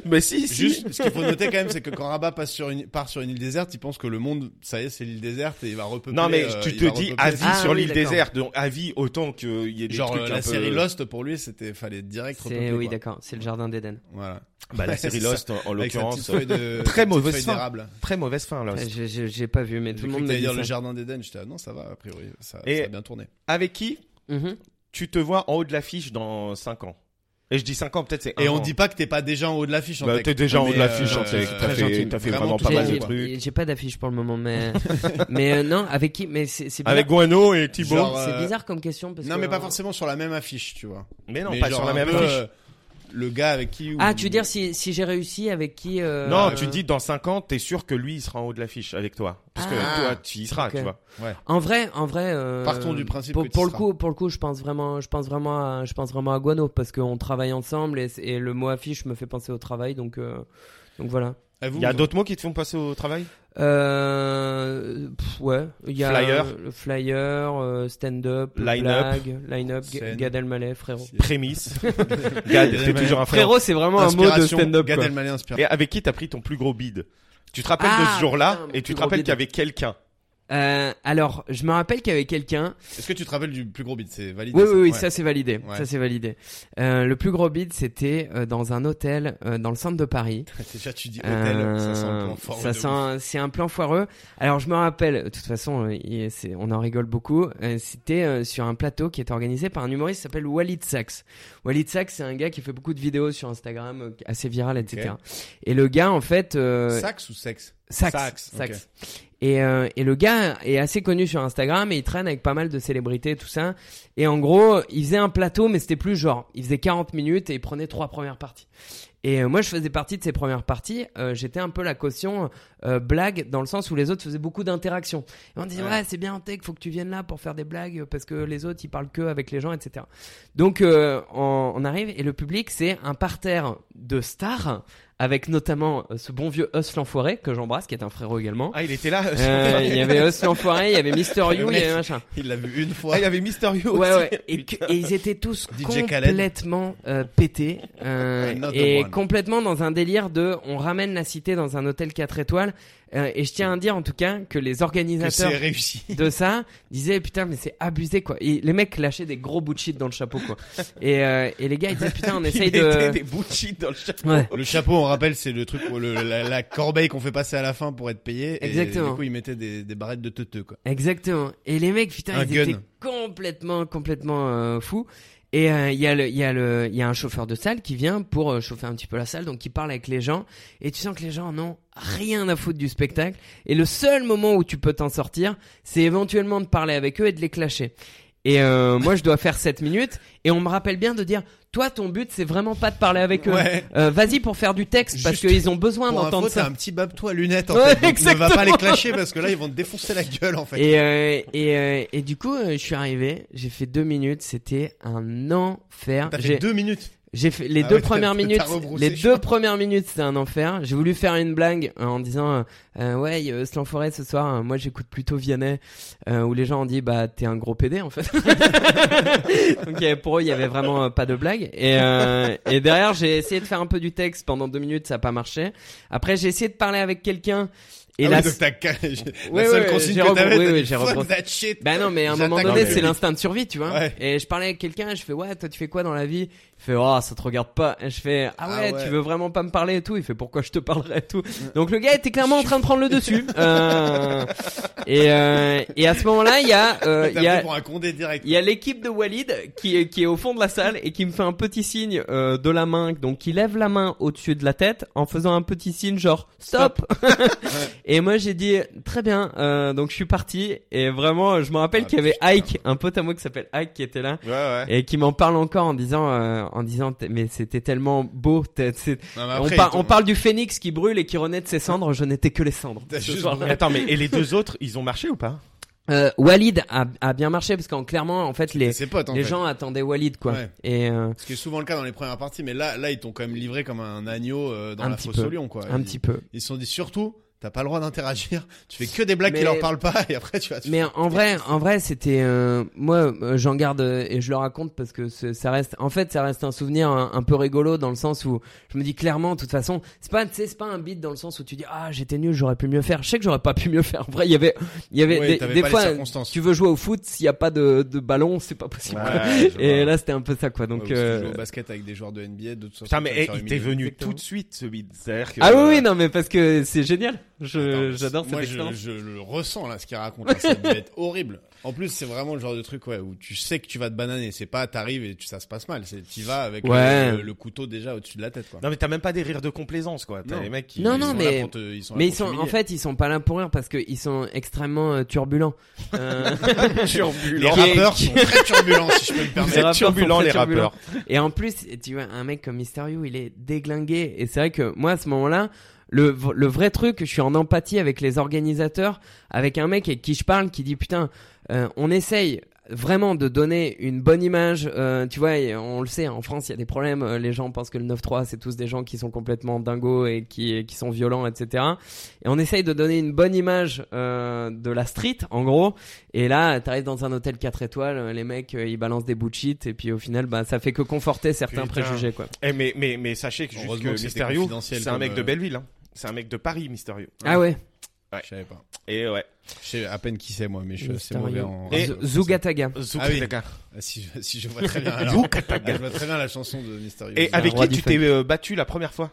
Mais si, si.
Juste ce qu'il faut noter quand même c'est que quand Rabat passe sur une part sur une île déserte, il pense que le monde ça y est, c'est l'île déserte et il va repeupler
Non mais
euh,
tu
il
te
va
dis
repeupler-
à vie
Ah,
sur
oui,
l'île
d'accord.
déserte, donc à vie autant qu'il y ait des
genre
trucs
euh,
un
la
peu-
série Lost pour lui, c'était fallait direct repeupler
C'est oui
quoi.
d'accord. C'est le jardin d'Éden.
Voilà.
Bah la série
C'est ça.
Lost en- en
Avec sa petite
l'occurrence. euh,
feuille de
Très
petite
mauvaise
feuille
fin.
d'érable.
Très mauvaise fin Lost.
J'ai- J'ai j'ai pas vu mais tout
J'ai
le
cru
monde
que
me
t'allais
dit
dire le
ça.
jardin d'Éden, j'étais ah, non ça va a priori, ça,
Et-
ça a bien tourné.
Avec qui
Mhm.
tu te vois en haut de l'affiche dans 5 ans Et je dis 5 ans, peut-être c'est.
Et
un
on
an.
dit pas que t'es pas déjà en haut de l'affiche. en
ah Bah,
tech.
t'es déjà en haut de
Mais,
l'affiche,
euh,
en tech.
c'est
T'as
très
fait-
gentil.
t'as fait vraiment
Vraiment
pas
tout
mal
gentil,
de
J'ai-
quoi.
trucs.
J'ai j'ai pas d'affiche pour le moment,
*laughs*
mais mais euh, non, avec qui Mais c'est c'est bizarre.
Avec Guano et Thibaut.
Genre, euh,
C'est bizarre comme question parce
Non,
que- euh,
mais pas forcément sur la même affiche, tu vois.
Mais non,
Mais
pas
genre
sur la
un
même
peu,
affiche.
euh, Le gars avec qui. ou-
Ah, tu veux dire si, si j'ai réussi avec qui euh,
non,
euh,
tu dis dans 5 ans, t'es sûr que lui il sera en haut de l'affiche avec toi, parce
Ah.
que toi tu y seras,
Ok.
tu vois.
En vrai, en vrai. euh,
Partons du principe
Pour,
que tu
pour le
seras.
coup, pour le coup, je pense vraiment, je pense vraiment, à, je pense vraiment à Guano parce qu'on travaille ensemble et, c'est- et le mot affiche me fait penser au travail, donc euh, donc voilà.
Ah, vous,
Il y a
vous-
d'autres mots qui te font passer au travail
Euh, pff, ouais, il y a
Flyer.
euh, le flyer, euh, stand-up,
Line-up.
blague, line-up, Ga-
Scène.
Gad Elmaleh, frérot.
*laughs* Prémisse. Gad, t'es toujours un frère.
Frérot, c'est vraiment un mot de
Inspiration.
stand-up.
Gad
quoi.
Elmaleh inspiré.
Et avec qui t'as pris ton plus gros bide Tu te rappelles de
Ah,
ce jour-là
putain, mon
et tu te
plus gros
rappelles
bide.
qu'il y avait quelqu'un.
Euh, alors, je me rappelle qu'il y avait quelqu'un.
Est-ce que tu te rappelles du plus gros beat C'est validé.
Oui, oui, oui,
ouais.
ça c'est validé.
Ouais.
Ça c'est validé. Euh, le plus gros bid, c'était euh, dans un hôtel euh, dans le centre de Paris.
*laughs* Déjà, tu dis hôtel, ça sent
Euh,
le plan fort.
ça
de
sent-
ouf.
c'est un plan foireux. Alors je me rappelle, de toute façon, euh, il- c'est- on en rigole beaucoup. euh, C'était euh, sur un plateau qui est organisé par un humoriste qui s'appelle Walid Sachs. Walid Sachs, c'est un gars qui fait beaucoup de vidéos sur Instagram, euh, assez virales, etc. Et le gars, en fait, euh,
Sax ou sexe
Sax.
Sax, ok.
Sax. Et, euh, et le gars est assez connu sur Instagram et il traîne avec pas mal de célébrités, tout ça. Et en gros, il faisait un plateau, mais c'était plus genre, il faisait 40 minutes et il prenait trois premières parties. Et euh, moi, je faisais partie de ces premières parties. euh, J'étais un peu la caution euh, blague, dans le sens où les autres faisaient beaucoup d'interactions. Et on disait, ouais,
Ouais.
c'est bien en tech, faut que tu viennes là pour faire des blagues, parce que les autres, ils parlent que avec les gens, etc. Donc, euh, on, on arrive et le public, c'est un parterre de stars, avec notamment euh, ce bon vieux Us l'enfoiré, que j'embrasse, qui est un frérot également.
Ah, il était là.
Euh, Il y avait Us l'enfoiré, il y avait Mister
Le
You, il y
mec.
avait machin.
Il l'a vu
*laughs*
une
*laughs*
fois.
Ah, il y avait Mysterio
Ouais,
aussi.
*laughs*
ouais. Et, que- et ils étaient tous
DJ Khaled.
complètement euh, pétés euh,
Another
et
one.
complètement dans un délire de on ramène la cité dans un hôtel 4 étoiles. Euh, et je tiens à dire en tout cas que les
que
organisateurs
c'est réussi.
de ça disaient putain mais c'est abusé quoi. Et les mecs lâchaient des gros bouts de shit dans le chapeau
*laughs*
quoi. Et, euh, et les gars ils disaient putain on essaye
*laughs* il mettait
de...
des bouchis dans le chat.
Ouais.
Le chapeau, on rappelle, c'est le truc, où le- la, la corbeille qu'on fait passer à la fin pour être payé. Et
Exactement.
du coup, il mettait des, des barrettes de teuteux, quoi.
Exactement. Et les mecs, putain,
Un
ils
gun.
étaient complètement, complètement euh, fous. Et euh, il y a le, il y a le, il y a un chauffeur de salle qui vient pour euh, chauffer un petit peu la salle, donc il parle avec les gens. Et tu sens que les gens n'ont rien à foutre du spectacle. Et le seul moment où tu peux t'en sortir, c'est éventuellement de parler avec eux et de les clasher.
*laughs*
Et euh, moi, je dois faire 7 minutes. Et on me rappelle bien de dire, toi, ton but, c'est vraiment pas de parler avec eux.
Ouais.
Euh, Vas-y pour faire du texte parce
Juste
qu'ils ont besoin
Pour info,
d'entendre
t'as
ça.
un petit bab-toi lunettes, en
Ouais,
fait. Donc, ne va pas
exactement.
les clasher parce que là, ils vont te défoncer la gueule, en fait.
Et, euh, et, euh, et du coup, euh, je suis arrivé, j'ai fait deux minutes, c'était un enfer.
T'as fait
J'ai
deux minutes.
j'ai fait les
Ah
deux
ouais, *laughs* t'as-
premières
t'as
minutes,
rebroussé
les
chemin.
deux premières minutes, c'était un enfer. J'ai voulu faire une blague euh, en disant, euh, euh, ouais, euh, Slan Forêt ce soir, euh, moi j'écoute plutôt Vianney, euh, où les gens ont dit, bah t'es un gros PD en fait. *laughs* Donc euh, pour eux, il y avait vraiment euh, pas de blague. Et, euh, et derrière, j'ai essayé de faire un peu du texte pendant deux minutes, ça a pas marché. Après, j'ai essayé de parler avec quelqu'un. Et
Ah
là,
oui, donc t'as ca- *laughs*
Ouais,
la seule
ouais,
consigne
j'ai
que
rebrou-
t'avais,
oui,
t'as
oui,
dit,
j'ai
fuck
rebrou-
that shit.
Bah non, mais à un moment
J'attaque
donné,
le
c'est
public.
l'instinct de survie, tu vois.
Ouais.
Et je parlais avec quelqu'un, je fais ouais, toi tu fais quoi dans la vie Il fait oh, ça te regarde pas. Et je fais ah ouais,
Ah ouais.
tu veux vraiment pas me parler et tout. Il fait pourquoi je te parlerai et tout. Donc le gars était clairement en train de prendre
*laughs*
le dessus. Euh, et euh, et à ce moment-là, il y a euh, il
T'as
y
pris
a
pour un condé direct.
il y a l'équipe de Walid qui est, qui est au fond de la salle et qui me fait un petit signe euh, de la main, donc qui lève la main au-dessus de la tête en faisant un petit signe genre stop. *laughs* et moi j'ai dit très bien, euh, donc je suis parti et vraiment je me rappelle
Ah,
qu'il y avait
putain.
Ike, un pote à moi qui s'appelle Ike qui était là.
Ouais, ouais.
Et qui m'en parle encore en disant, euh, en disant, t- mais c'était tellement beau. t'es- c'est-
Non, mais
on,
après,
par-
ils t'ont-
on parle du phénix qui brûle et qui renaît de ses cendres. Je n'étais que
*laughs*
les cendres.
T'as
ce
juste
soir-là.
Attends, mais et les
*laughs*
deux autres, ils ont marché ou pas
Euh, Walid a, a bien marché parce qu'en clairement, en fait, les
C'est ses potes, en
les
fait.
gens attendaient Walid quoi.
Ouais.
Et euh,
Ce qui est souvent le cas dans les premières parties, mais là, là, ils t'ont quand même livré comme un agneau euh, dans
Un
la
petit
fosse
peu.
au lion, quoi.
un
Ils-
petit peu.
Ils se sont dit surtout, t'as pas le droit d'interagir. *laughs* Tu fais que des blagues
Mais-
qui leur parlent pas, et après tu vas. te-
Mais en vrai, en vrai, c'était euh, moi, euh, j'en garde euh, et je le raconte parce que ce- ça reste, en fait, ça reste un souvenir un, un peu rigolo dans le sens où je me dis clairement, de toute façon, c'est pas, tu sais, c'est pas un beat dans le sens où tu dis ah j'étais nul, j'aurais pu mieux faire. Je sais que j'aurais pas pu mieux faire. En vrai, il y avait, il y avait
Ouais,
des,
t'avais
des
pas les
fois,
circonstances.
tu veux jouer au foot, s'il y a pas de, de ballon, c'est pas possible. quoi. et là, c'était un peu ça quoi.
Ouais,
Donc
ou si tu
euh,
joues au basket avec des joueurs de NBA, de toute façon.
Putain, mais
tu vas te
eh,
faire
il t'est
humilier.
venu
Exactement.
tout de suite ce bide. C'est-à-dire que-
ah oui,
euh,
oui, non, mais parce que c'est génial. Je,
Attends,
j'adore cette
Moi, je,
expérience.
je le ressens là, ce qu'il raconte. là, ça devait être horrible. En plus, c'est vraiment le genre de truc ouais, où tu sais que tu vas te bananer. C'est pas t'arrives et tu, ça se passe mal. C'est t'y vas avec
Ouais.
le, le couteau déjà au-dessus de la tête. Quoi.
Non mais t'as même pas des rires de complaisance quoi. T'as
Non.
les mecs qui
Non,
Ils
non,
sont
mais-
là pour te- ils sont là
Mais ils
pour
sont, en
t'humilier.
fait, ils sont pas là pour rire parce qu'ils sont extrêmement euh, turbulents.
*laughs*
Euh,
les
qui-
rappeurs
qui-
sont très turbulents, si je peux me
C'est
c'est
permettre.
rappeurs
turbulent
sont très
les rappeurs.
Et en plus, tu vois, un mec comme Mysterio, il est déglingué. Et c'est vrai que moi, à ce moment-là, le, v- le vrai truc, je suis en empathie avec les organisateurs, avec un mec avec qui je parle, qui dit putain, euh, on essaye vraiment de donner une bonne image. euh, tu vois, et on le sait, en France, il y a des problèmes. euh, les gens pensent que le 9-3, c'est tous des gens qui sont complètement dingos et qui, qui sont violents, etc. Et on essaye de donner une bonne image euh, de la street, en gros. Et là, t'arrives dans un hôtel 4 étoiles, euh, les mecs, euh, ils balancent des bouts de shit, et puis au final, bah, ça fait que conforter certains
Putain.
préjugés, quoi.
Eh, mais mais mais sachez que juste
Heureusement
que
que c'était
Mysterio,
confidentiel
c'est un
comme,
mec
euh,
de Belleville. hein. C'est un mec de Paris, Mysterio.
Ah ouais,
Je savais pas.
Et ouais.
Je sais à peine qui c'est moi, mais je suis assez
Mysterio.
mauvais en.
Et-
Z- Zugataga.
Zouk,
Ah oui.
les gars.
Ah, Si je, si je vois très bien. alors. Ah, je vois très bien la chanson de Mysterio.
Et avec
roi
qui tu
du funk.
t'es euh, battu la première fois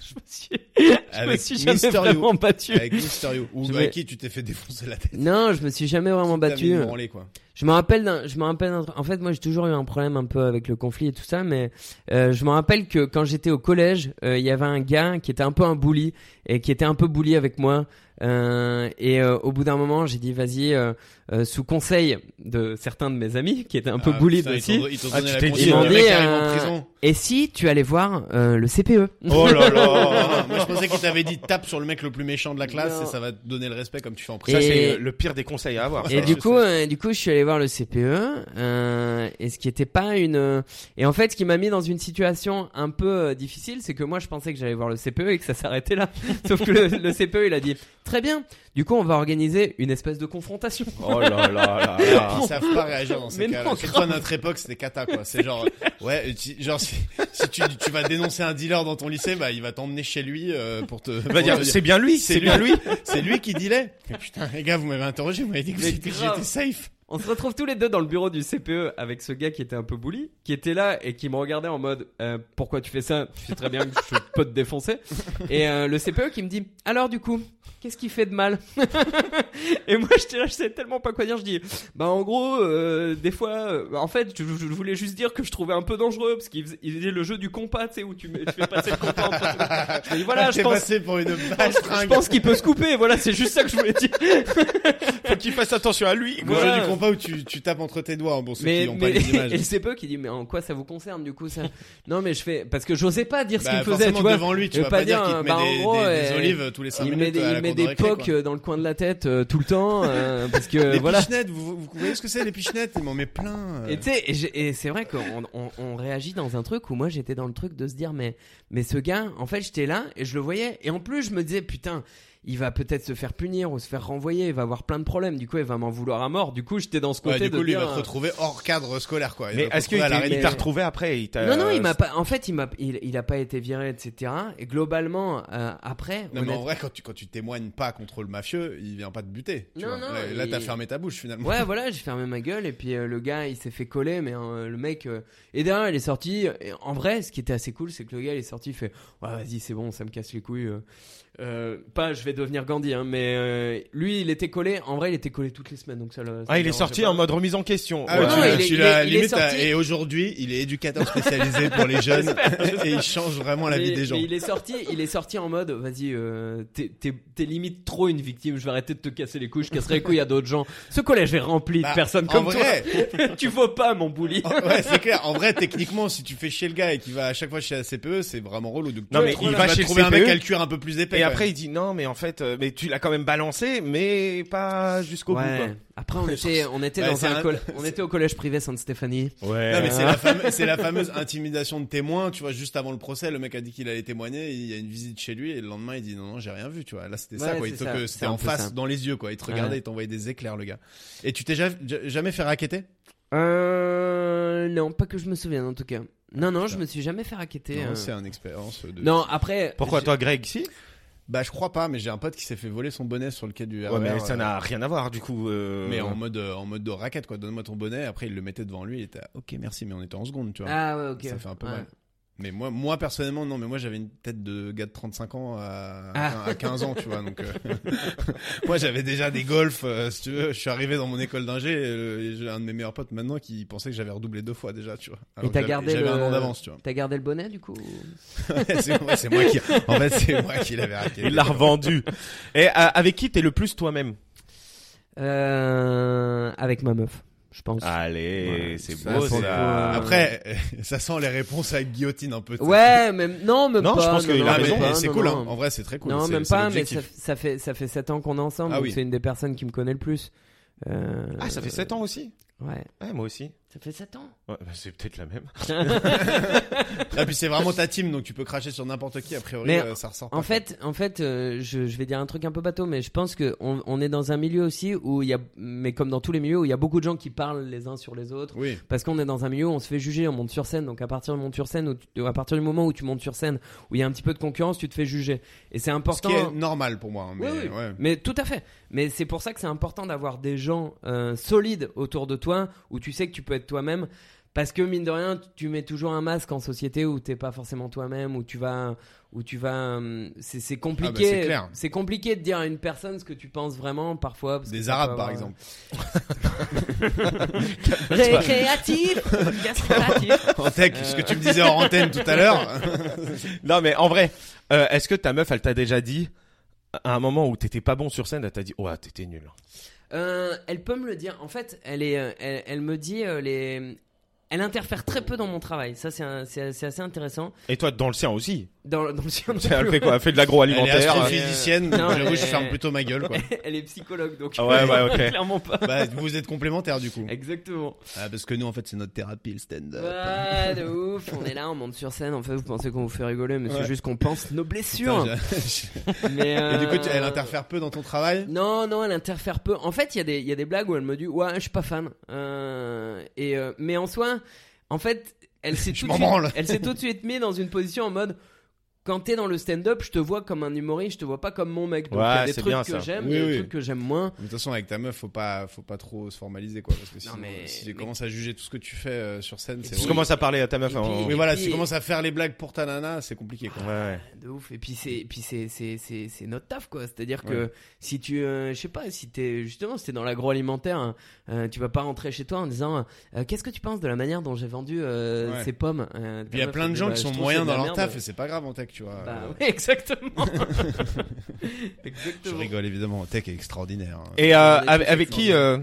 Je me
Avec
suis jamais
Mysterio.
vraiment battu.
avec Mysterio ou
Je
avec
vais- Bah,
qui tu t'es fait défoncer la tête.
Non, je me suis jamais vraiment
T'as mis
battu.
une branlée, quoi.
Je me rappelle d'un, je me rappelle d'un truc. En fait, moi, j'ai toujours eu un problème un peu avec le conflit et tout ça, mais euh, je me rappelle que quand j'étais au collège, euh, il y avait un gars qui était un peu un bully et qui était un peu bully avec moi. Euh, et euh, au bout d'un moment, j'ai dit vas-y, euh, euh, sous conseil de certains de mes amis qui étaient un peu bah,
Ah,
bully
putain, ils
aussi.
t'ont- Ils t'ont
Ah,
donné
tu
la
t'es
consigne,
dit,
le
euh,
mec
Ils m'ont
arrive en
dit, *laughs*
prison.
Et si tu allais voir euh, le CPE
Oh là là
Oh, moi je pensais qu'il t'avait dit tape sur le mec le plus méchant de la classe
Non.
et ça va te donner le respect comme tu fais en
Et-
prison.
Ça c'est euh, le- le pire des conseils à avoir.
Et
ça.
du
je
coup, euh, du coup, je suis allé voir le CPE, euh, et ce qui était pas une, euh, et en fait, ce qui m'a mis dans une situation un peu euh, difficile, c'est que moi, je pensais que j'allais voir le CPE et que ça s'arrêtait là. *laughs* Sauf que le, le CPE, il a dit, très bien. Du coup, on va organiser une espèce de confrontation.
Oh là là là là.
*laughs* Ils savent pas réagir dans ces
Ah. Mais
cas-là.
non,
Surtout à notre époque, c'était cata quoi. C'est
*laughs*
genre, ouais, tu- genre si, si tu, tu vas dénoncer un dealer dans ton lycée, bah il va t'emmener chez lui euh, pour te.
Il va dire c'est bien lui, c'est bien lui.
C'est lui qui dealait. Mais putain, les gars, vous m'avez interrogé, vous m'avez dit que
Mais
j'étais
grave.
j'étais safe.
On se retrouve tous les deux dans le bureau du CPE avec ce gars qui était un peu bouli, qui était là et qui me regardait en mode euh, pourquoi tu fais ça Tu sais très bien que je peux te défoncer. Et euh, le CPE qui me dit alors du coup qu'est-ce qui fait de mal *laughs* Et moi j'étais là, je sais tellement pas quoi dire. Je dis bah en gros euh, des fois euh, en fait je, je voulais juste dire que je trouvais un peu dangereux parce qu'il faisait, il faisait le jeu du compas tu sais où tu, mets- tu fais passer le compas. Entre... Je dis
*laughs*
voilà je
T'es
pense.
passé pour une
Je
bastringue.
pense qu'il peut se couper, voilà, c'est juste ça que je voulais dire.
Faut qu'il fasse attention à lui.
Moi,
Voilà.
je dis compas où tu, tu tapes entre tes doigts, hein, pour ceux
mais,
qui ont
mais
pas les
*laughs* et
images.
le CPE qui dit mais en quoi ça vous concerne du coup ça non mais je fais parce que j'osais pas dire ce
Bah,
qu'il me faisait
forcément,
tu vois
devant lui, tu
Euh,
vas
pas
pas dire
dire,
qu'il te
bah, en
met des,
gros,
des- des
euh,
olives tous les 5
il
minutes
met des,
à la
il met
cour
des
de récré,
pocs
quoi.
euh, dans le coin de la tête euh, tout le temps
*laughs*
euh, parce que
Les
voilà
pichenettes, vous, vous- vous voyez ce que c'est les pichenettes Il m'en met plein. euh.
et tu sais, et j'ai- et c'est vrai qu'on on, on réagit dans un truc où moi j'étais dans le truc de se dire mais mais ce gars en fait j'étais là et je le voyais et en plus je me disais putain il va peut-être se faire punir ou se faire renvoyer il va avoir plein de problèmes du coup il va m'en vouloir à mort du coup j'étais dans ce
Ouais,
côté
du coup,
de
lui, il va
dire,
te
euh,
retrouver hors cadre scolaire, quoi. Il
Mais
va te
est-ce qu'il
retrouver à
t'a
la
il
réunion.
t'a retrouvé après il t'a-
Euh,
Non, non, il m'a pas. En fait, il m'a, il, il a pas été viré, etc. Et globalement, euh, après,
Non, mais en
honnête-
vrai, quand tu, quand tu témoignes pas contre le mafieux, il vient pas te buter. tu
Non,
vois.
non,
Là, là,
il-
t'as fermé ta bouche, finalement. *laughs*
ouais, voilà, j'ai fermé ma gueule et puis euh, le gars, il s'est fait coller, mais euh, le mec. euh, Et derrière, il est sorti. Et en vrai, ce qui était assez cool, c'est que le gars, il est sorti, il fait, ouais, vas-y, c'est bon, ça me casse les couilles. euh. Euh, pas, je vais devenir Gandhi, hein, mais euh, lui, il était collé. En vrai, il était collé toutes les semaines, donc ça. le- ça
Ah,
le
il est
dérangeait
sorti
pas.
en mode remise en question.
Ah ouais,
non,
tu l'as-
il est-
tu
il
l'as
est- il est
limite,
sorti-
t'as- et aujourd'hui, il est éducateur spécialisé pour
*laughs*
les jeunes et il change vraiment la
mais,
vie des gens.
mais il est sorti, il est sorti en mode, vas-y, euh, t'es- t'es t'es limite trop une victime. Je vais arrêter de te casser les couilles. Je casserai les couilles à d'autres gens. Ce collège est rempli
Bah,
de personnes
en
comme
vrai, Oh.
toi. *laughs* tu vaux pas mon bully.
en- ouais, c'est clair. En vrai, techniquement, si tu fais chier le gars et qu'il va à chaque fois chez la CPE, c'est vraiment relou. Donc,
Non,
tu
mais
trouves-
il
tu
va
vas
chez le
trouver un mec
CPE,
à le cuir un peu plus épais.
Et
quand
après il dit non mais en fait euh, mais tu l'as quand même balancé mais pas jusqu'au
Ouais. Après, on était, on était
Ouais,
dans
c'est
un,
un-
coll- on était au collège privé Sainte-Stéphanie.
bout. quoi. Ouais.
Non mais c'est la, fame- c'est la fameuse intimidation de témoin, tu vois, juste avant le procès, le mec a dit qu'il allait témoigner, il y a une visite chez lui et le lendemain il dit non non j'ai rien vu, tu vois, là c'était ça
Ouais,
quoi,
c'est
Il te-
ça,
que
c'est
c'était
un
en
peu
face
ça.
dans les yeux quoi, il te regardait,
Ouais.
il t'envoyait des éclairs le gars. Et tu t'es ja- ja- jamais fait raqueter
Euh, non, pas que je me souvienne en tout cas. Non, non, je me suis jamais fait raqueter. euh.
Non, c'est une expérience de...
Non, après.
Pourquoi
je-
toi Greg si
Bah je crois pas, mais j'ai un pote qui s'est fait voler son bonnet sur le quai du
Ouais
RER,
mais ça
euh,
n'a rien à voir du coup. euh,
mais en mode euh, en mode de raquette quoi, donne-moi ton bonnet, après il le mettait devant lui, il était ah, OK merci mais on était en seconde, tu vois.
Ah ouais, ok.
Ça fait un peu
Ouais.
mal. Mais moi, moi personnellement, non, mais moi j'avais une tête de gars de 35 ans à,
Ah.
à 15 ans, tu vois. Donc, euh, *laughs* moi j'avais déjà des golfs, euh, si tu veux. Je suis arrivé dans mon école d'ingé, euh, et j'ai un de mes meilleurs potes maintenant qui pensait que j'avais redoublé deux fois déjà, tu vois. Alors que
t'as
j'avais-
gardé
J'avais
le-
un an d'avance, tu vois. *laughs*
T'as gardé le bonnet du coup
Ouais, c'est ouais, c'est moi qui. En fait, c'est moi qui l'avais raqué.
*laughs* Il l'a revendu. Et euh, avec qui t'es le plus toi-même
euh, Avec ma meuf, je pense.
Allez,
Ouais,
c'est
Ça
beau
sent-
ça.
Euh,
Après, euh, ça sent les réponses à guillotine un peu. tu sais.
Ouais, mais non, même
Non,
pas.
je pense qu'il
Il
non,
a
même
raison,
pas,
et c'est
non,
cool.
non.
hein. En vrai, c'est très cool.
non,
c'est-
même
c'est
pas, mais ça,
l'objectif.
ça fait ça fait 7 ans qu'on est ensemble,
Ah
donc
oui.
c'est une des personnes qui me connaît le plus. Euh,
Ah, ça fait 7 ans aussi
Ouais,
Ouais, moi aussi.
ça fait 7 ans.
Ouais, bah, c'est peut-être la même.
Et Ah, puis c'est vraiment ta team, donc tu peux cracher sur n'importe qui. A priori,
Mais
euh, ça ressort.
En
pas.
fait, en fait, euh, je, je vais dire un truc un peu bateau, mais je pense que on, on est dans un milieu aussi où il y a, mais comme dans tous les milieux, où il y a beaucoup de gens qui parlent les uns sur les autres.
Oui.
Parce qu'on est dans un milieu où on se fait juger, on monte sur scène. Donc à partir du monte sur scène, où tu- à partir du moment où tu montes sur scène, où il y a un petit peu de concurrence, tu te fais juger. Et c'est
Ce
important.
qui est normal pour moi. hein, Mais
Oui, oui.
ouais.
Mais tout à fait. Mais c'est pour ça que c'est important d'avoir des gens euh, solides autour de toi où tu sais que tu peux être toi-même. Parce que mine de rien, tu- tu mets toujours un masque en société où t'es pas forcément toi-même, où tu vas, où tu vas, hum, c'est c'est compliqué.
Ah, bah, c'est clair.
c'est compliqué de dire à une personne ce que tu penses vraiment parfois. parce que
Des
ça
Arabes,
peut
par
avoir-
exemple.
Récréatif,
*laughs*
gastratif.
En tech, ce que
Euh,
tu me disais en antenne
*laughs*
tout à l'heure.
Non, mais en vrai, euh, est-ce que ta meuf, elle t'a déjà dit, à un moment où t'étais pas bon sur scène, elle t'a dit, oh, t'étais nul.
Euh, elle peut me le dire. En fait, elle est, euh, elle, elle me dit euh, les. Elle interfère très peu dans mon travail. Ça, c'est un- c'est c'est assez intéressant.
Et toi, dans le sien
*laughs*
aussi.
Dans, dans le sien non
Elle
plus.
fait quoi Elle fait de
Elle est
l'agroalimentaire. euh.
astrophysicienne, donc
Non,
j'avoue,
mais-
je ferme plutôt ma
*laughs*
gueule, quoi.
Elle est psychologue, donc
Ah ouais, ouais, ok.
*laughs* clairement pas.
Bah, vous êtes complémentaires, du coup.
Exactement.
Ah, parce que nous, en fait, c'est notre thérapie, le stand-up.
Ouais, de ouf. On est là, on monte sur scène. En fait, vous pensez qu'on vous fait rigoler, mais
Ouais.
c'est juste qu'on pense nos blessures.
Putain, *laughs* j'ai-
Mais,
Et du coup, tu- elle
euh,
interfère peu dans ton travail
Non, non, elle interfère peu. En fait, il y, a des- il y a des blagues où elle me dit Ouais, je suis pas fan. Euh, et, euh, mais en soi, en fait,
*laughs*
elle s'est tout, de
m'en
suite-
branle.
elle s'est tout de suite mise dans une position en mode Quand t'es dans le stand-up, je te vois comme un humoriste, je te vois pas comme mon mec. Donc, il y
Ouais,
a des
c'est
trucs
bien, ça.
que j'aime,
Oui,
il y a
oui.
des trucs que j'aime moins.
Mais De toute façon, avec ta meuf, faut pas, faut pas trop se formaliser, quoi. Parce que sinon,
mais-
si tu
mais-
commences à juger tout ce que tu fais euh, sur scène,
Tu
c'est.
puis-
vraiment-
commences à parler à ta meuf.
Et puis-
en-
Oui, voilà, si
puis-
tu commences à faire les blagues pour ta nana, c'est compliqué, quoi.
Ouais, ouais.
De ouf. Et puis c'est, et puis c'est, c'est, c'est, c'est notre taf quoi. C'est-à-dire que si tu, euh, je sais pas, si t'es justement, si t'es dans l'agroalimentaire, hein, euh, tu vas pas rentrer chez toi en disant, euh, qu'est-ce que tu penses de la manière dont j'ai vendu euh,
Ouais.
ces pommes Euh, ta
Puis il y a
meuf,
plein
elle
de
dit,
gens
bah,
qui
je
sont
trouve
moyens
que c'est
dans
de la
leur
merde.
taf et c'est pas grave en tech, tu vois.
Bah
Euh, *laughs*
ouais, *laughs* exactement.
Je
exactement.
rigole évidemment, tech est extraordinaire. hein.
Et euh,
On est tous
avec, avec qui
ensemble.
euh,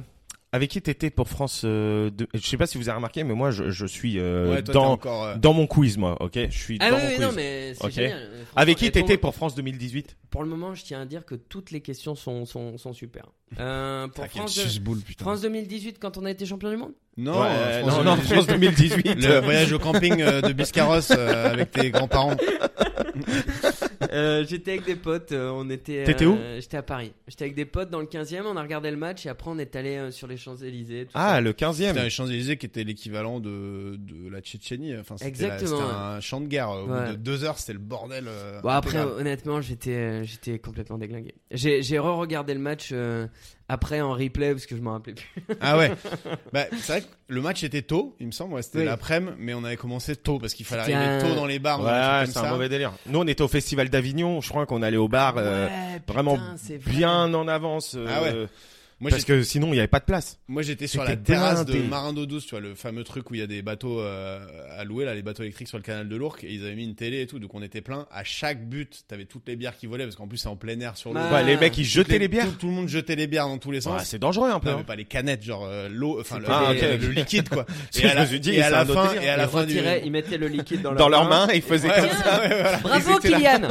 avec qui t'étais pour France euh, de- Je sais pas si vous avez remarqué, mais moi je, je suis euh,
ouais, toi, t'es
dans
encore. euh,
dans mon quiz, moi. Ok, je suis
Ah
dans
oui,
mon
oui,
quiz.
non mais c'est
Ok.
génial. Euh, franchement,
Avec qui
et pour-
t'étais pour France 2018
Pour le moment, je tiens à dire que toutes les questions sont sont, sont super. Euh, pour
ah, quel
France,
suce-boule, putain.
France 2018, quand on a été champion du monde.
Non,
Ouais,
euh,
non, non, France 2018.
Le voyage au camping euh, de Biscarrosse euh, avec tes
*laughs*
grands-parents.
Euh, j'étais avec des potes, euh, on était.
T'étais
euh,
où
J'étais à Paris. J'étais avec des potes dans le 15e, on a regardé le match et après on est allé euh, sur les Champs-Élysées. tout
Ah,
ça.
le
C'était
15e.
les Champs-Élysées qui était l'équivalent de, de la Tchétchénie. Enfin, c'était la-
Exactement,
c'était
ouais.
un champ de guerre. euh, Au bout
Ouais.
de deux heures, c'était le bordel. euh,
Bon, après,
intégral.
honnêtement, j'étais euh, j'étais complètement déglingué. J'ai j'ai re-regardé le match euh, après en replay parce que je m'en rappelais plus.
Ah
*laughs*
ouais. Bah, c'est vrai que le match était tôt, il me semble. ouais, c'était
Oui.
l'après-midi, mais on avait commencé tôt parce qu'il fallait
C'était
arriver
un-
tôt dans les bars. ou des
Ouais,
trucs
c'est
comme
un
ça.
mauvais délire. Nous, on était au festival d'Avignon. Je crois qu'on allait au bar euh,
Ouais,
vraiment
putain, c'est vrai.
bien en avance. euh,
Ah ouais. Moi,
parce
j'étais-
que sinon, il y avait pas de place.
moi, j'étais sur la
j'étais
terrasse de
blindé.
Marin d'eau douce, tu vois, le fameux truc où il y a des bateaux euh, à louer, là, les bateaux électriques sur le canal de l'Ourcq, et ils avaient mis une télé et tout, donc on était plein. À chaque but, t'avais toutes les bières qui volaient, parce qu'en plus, c'est en plein air sur l'eau.
Ah.
Ouais, Bah, les mecs, ils
Toutes
jetaient les bières.
Tout, tout le monde jetait les bières dans tous les sens.
Ouais, c'est dangereux un peu.
Non, mais
hein.
pas les canettes, genre euh, l'eau, enfin le,
Ah,
le-
ok, ok.
le
*laughs*
liquide quoi.
Je me suis dit,
et à
c'est
la
un autre
fin,
délire.
et à la
Ils
fin du.
retiraient, ils mettaient le
*laughs*
liquide dans,
Dans
leur
leurs mains, ils faisaient
Ouais,
comme ça.
ouais, voilà.
Bravo
étaient là.
*laughs* Kylian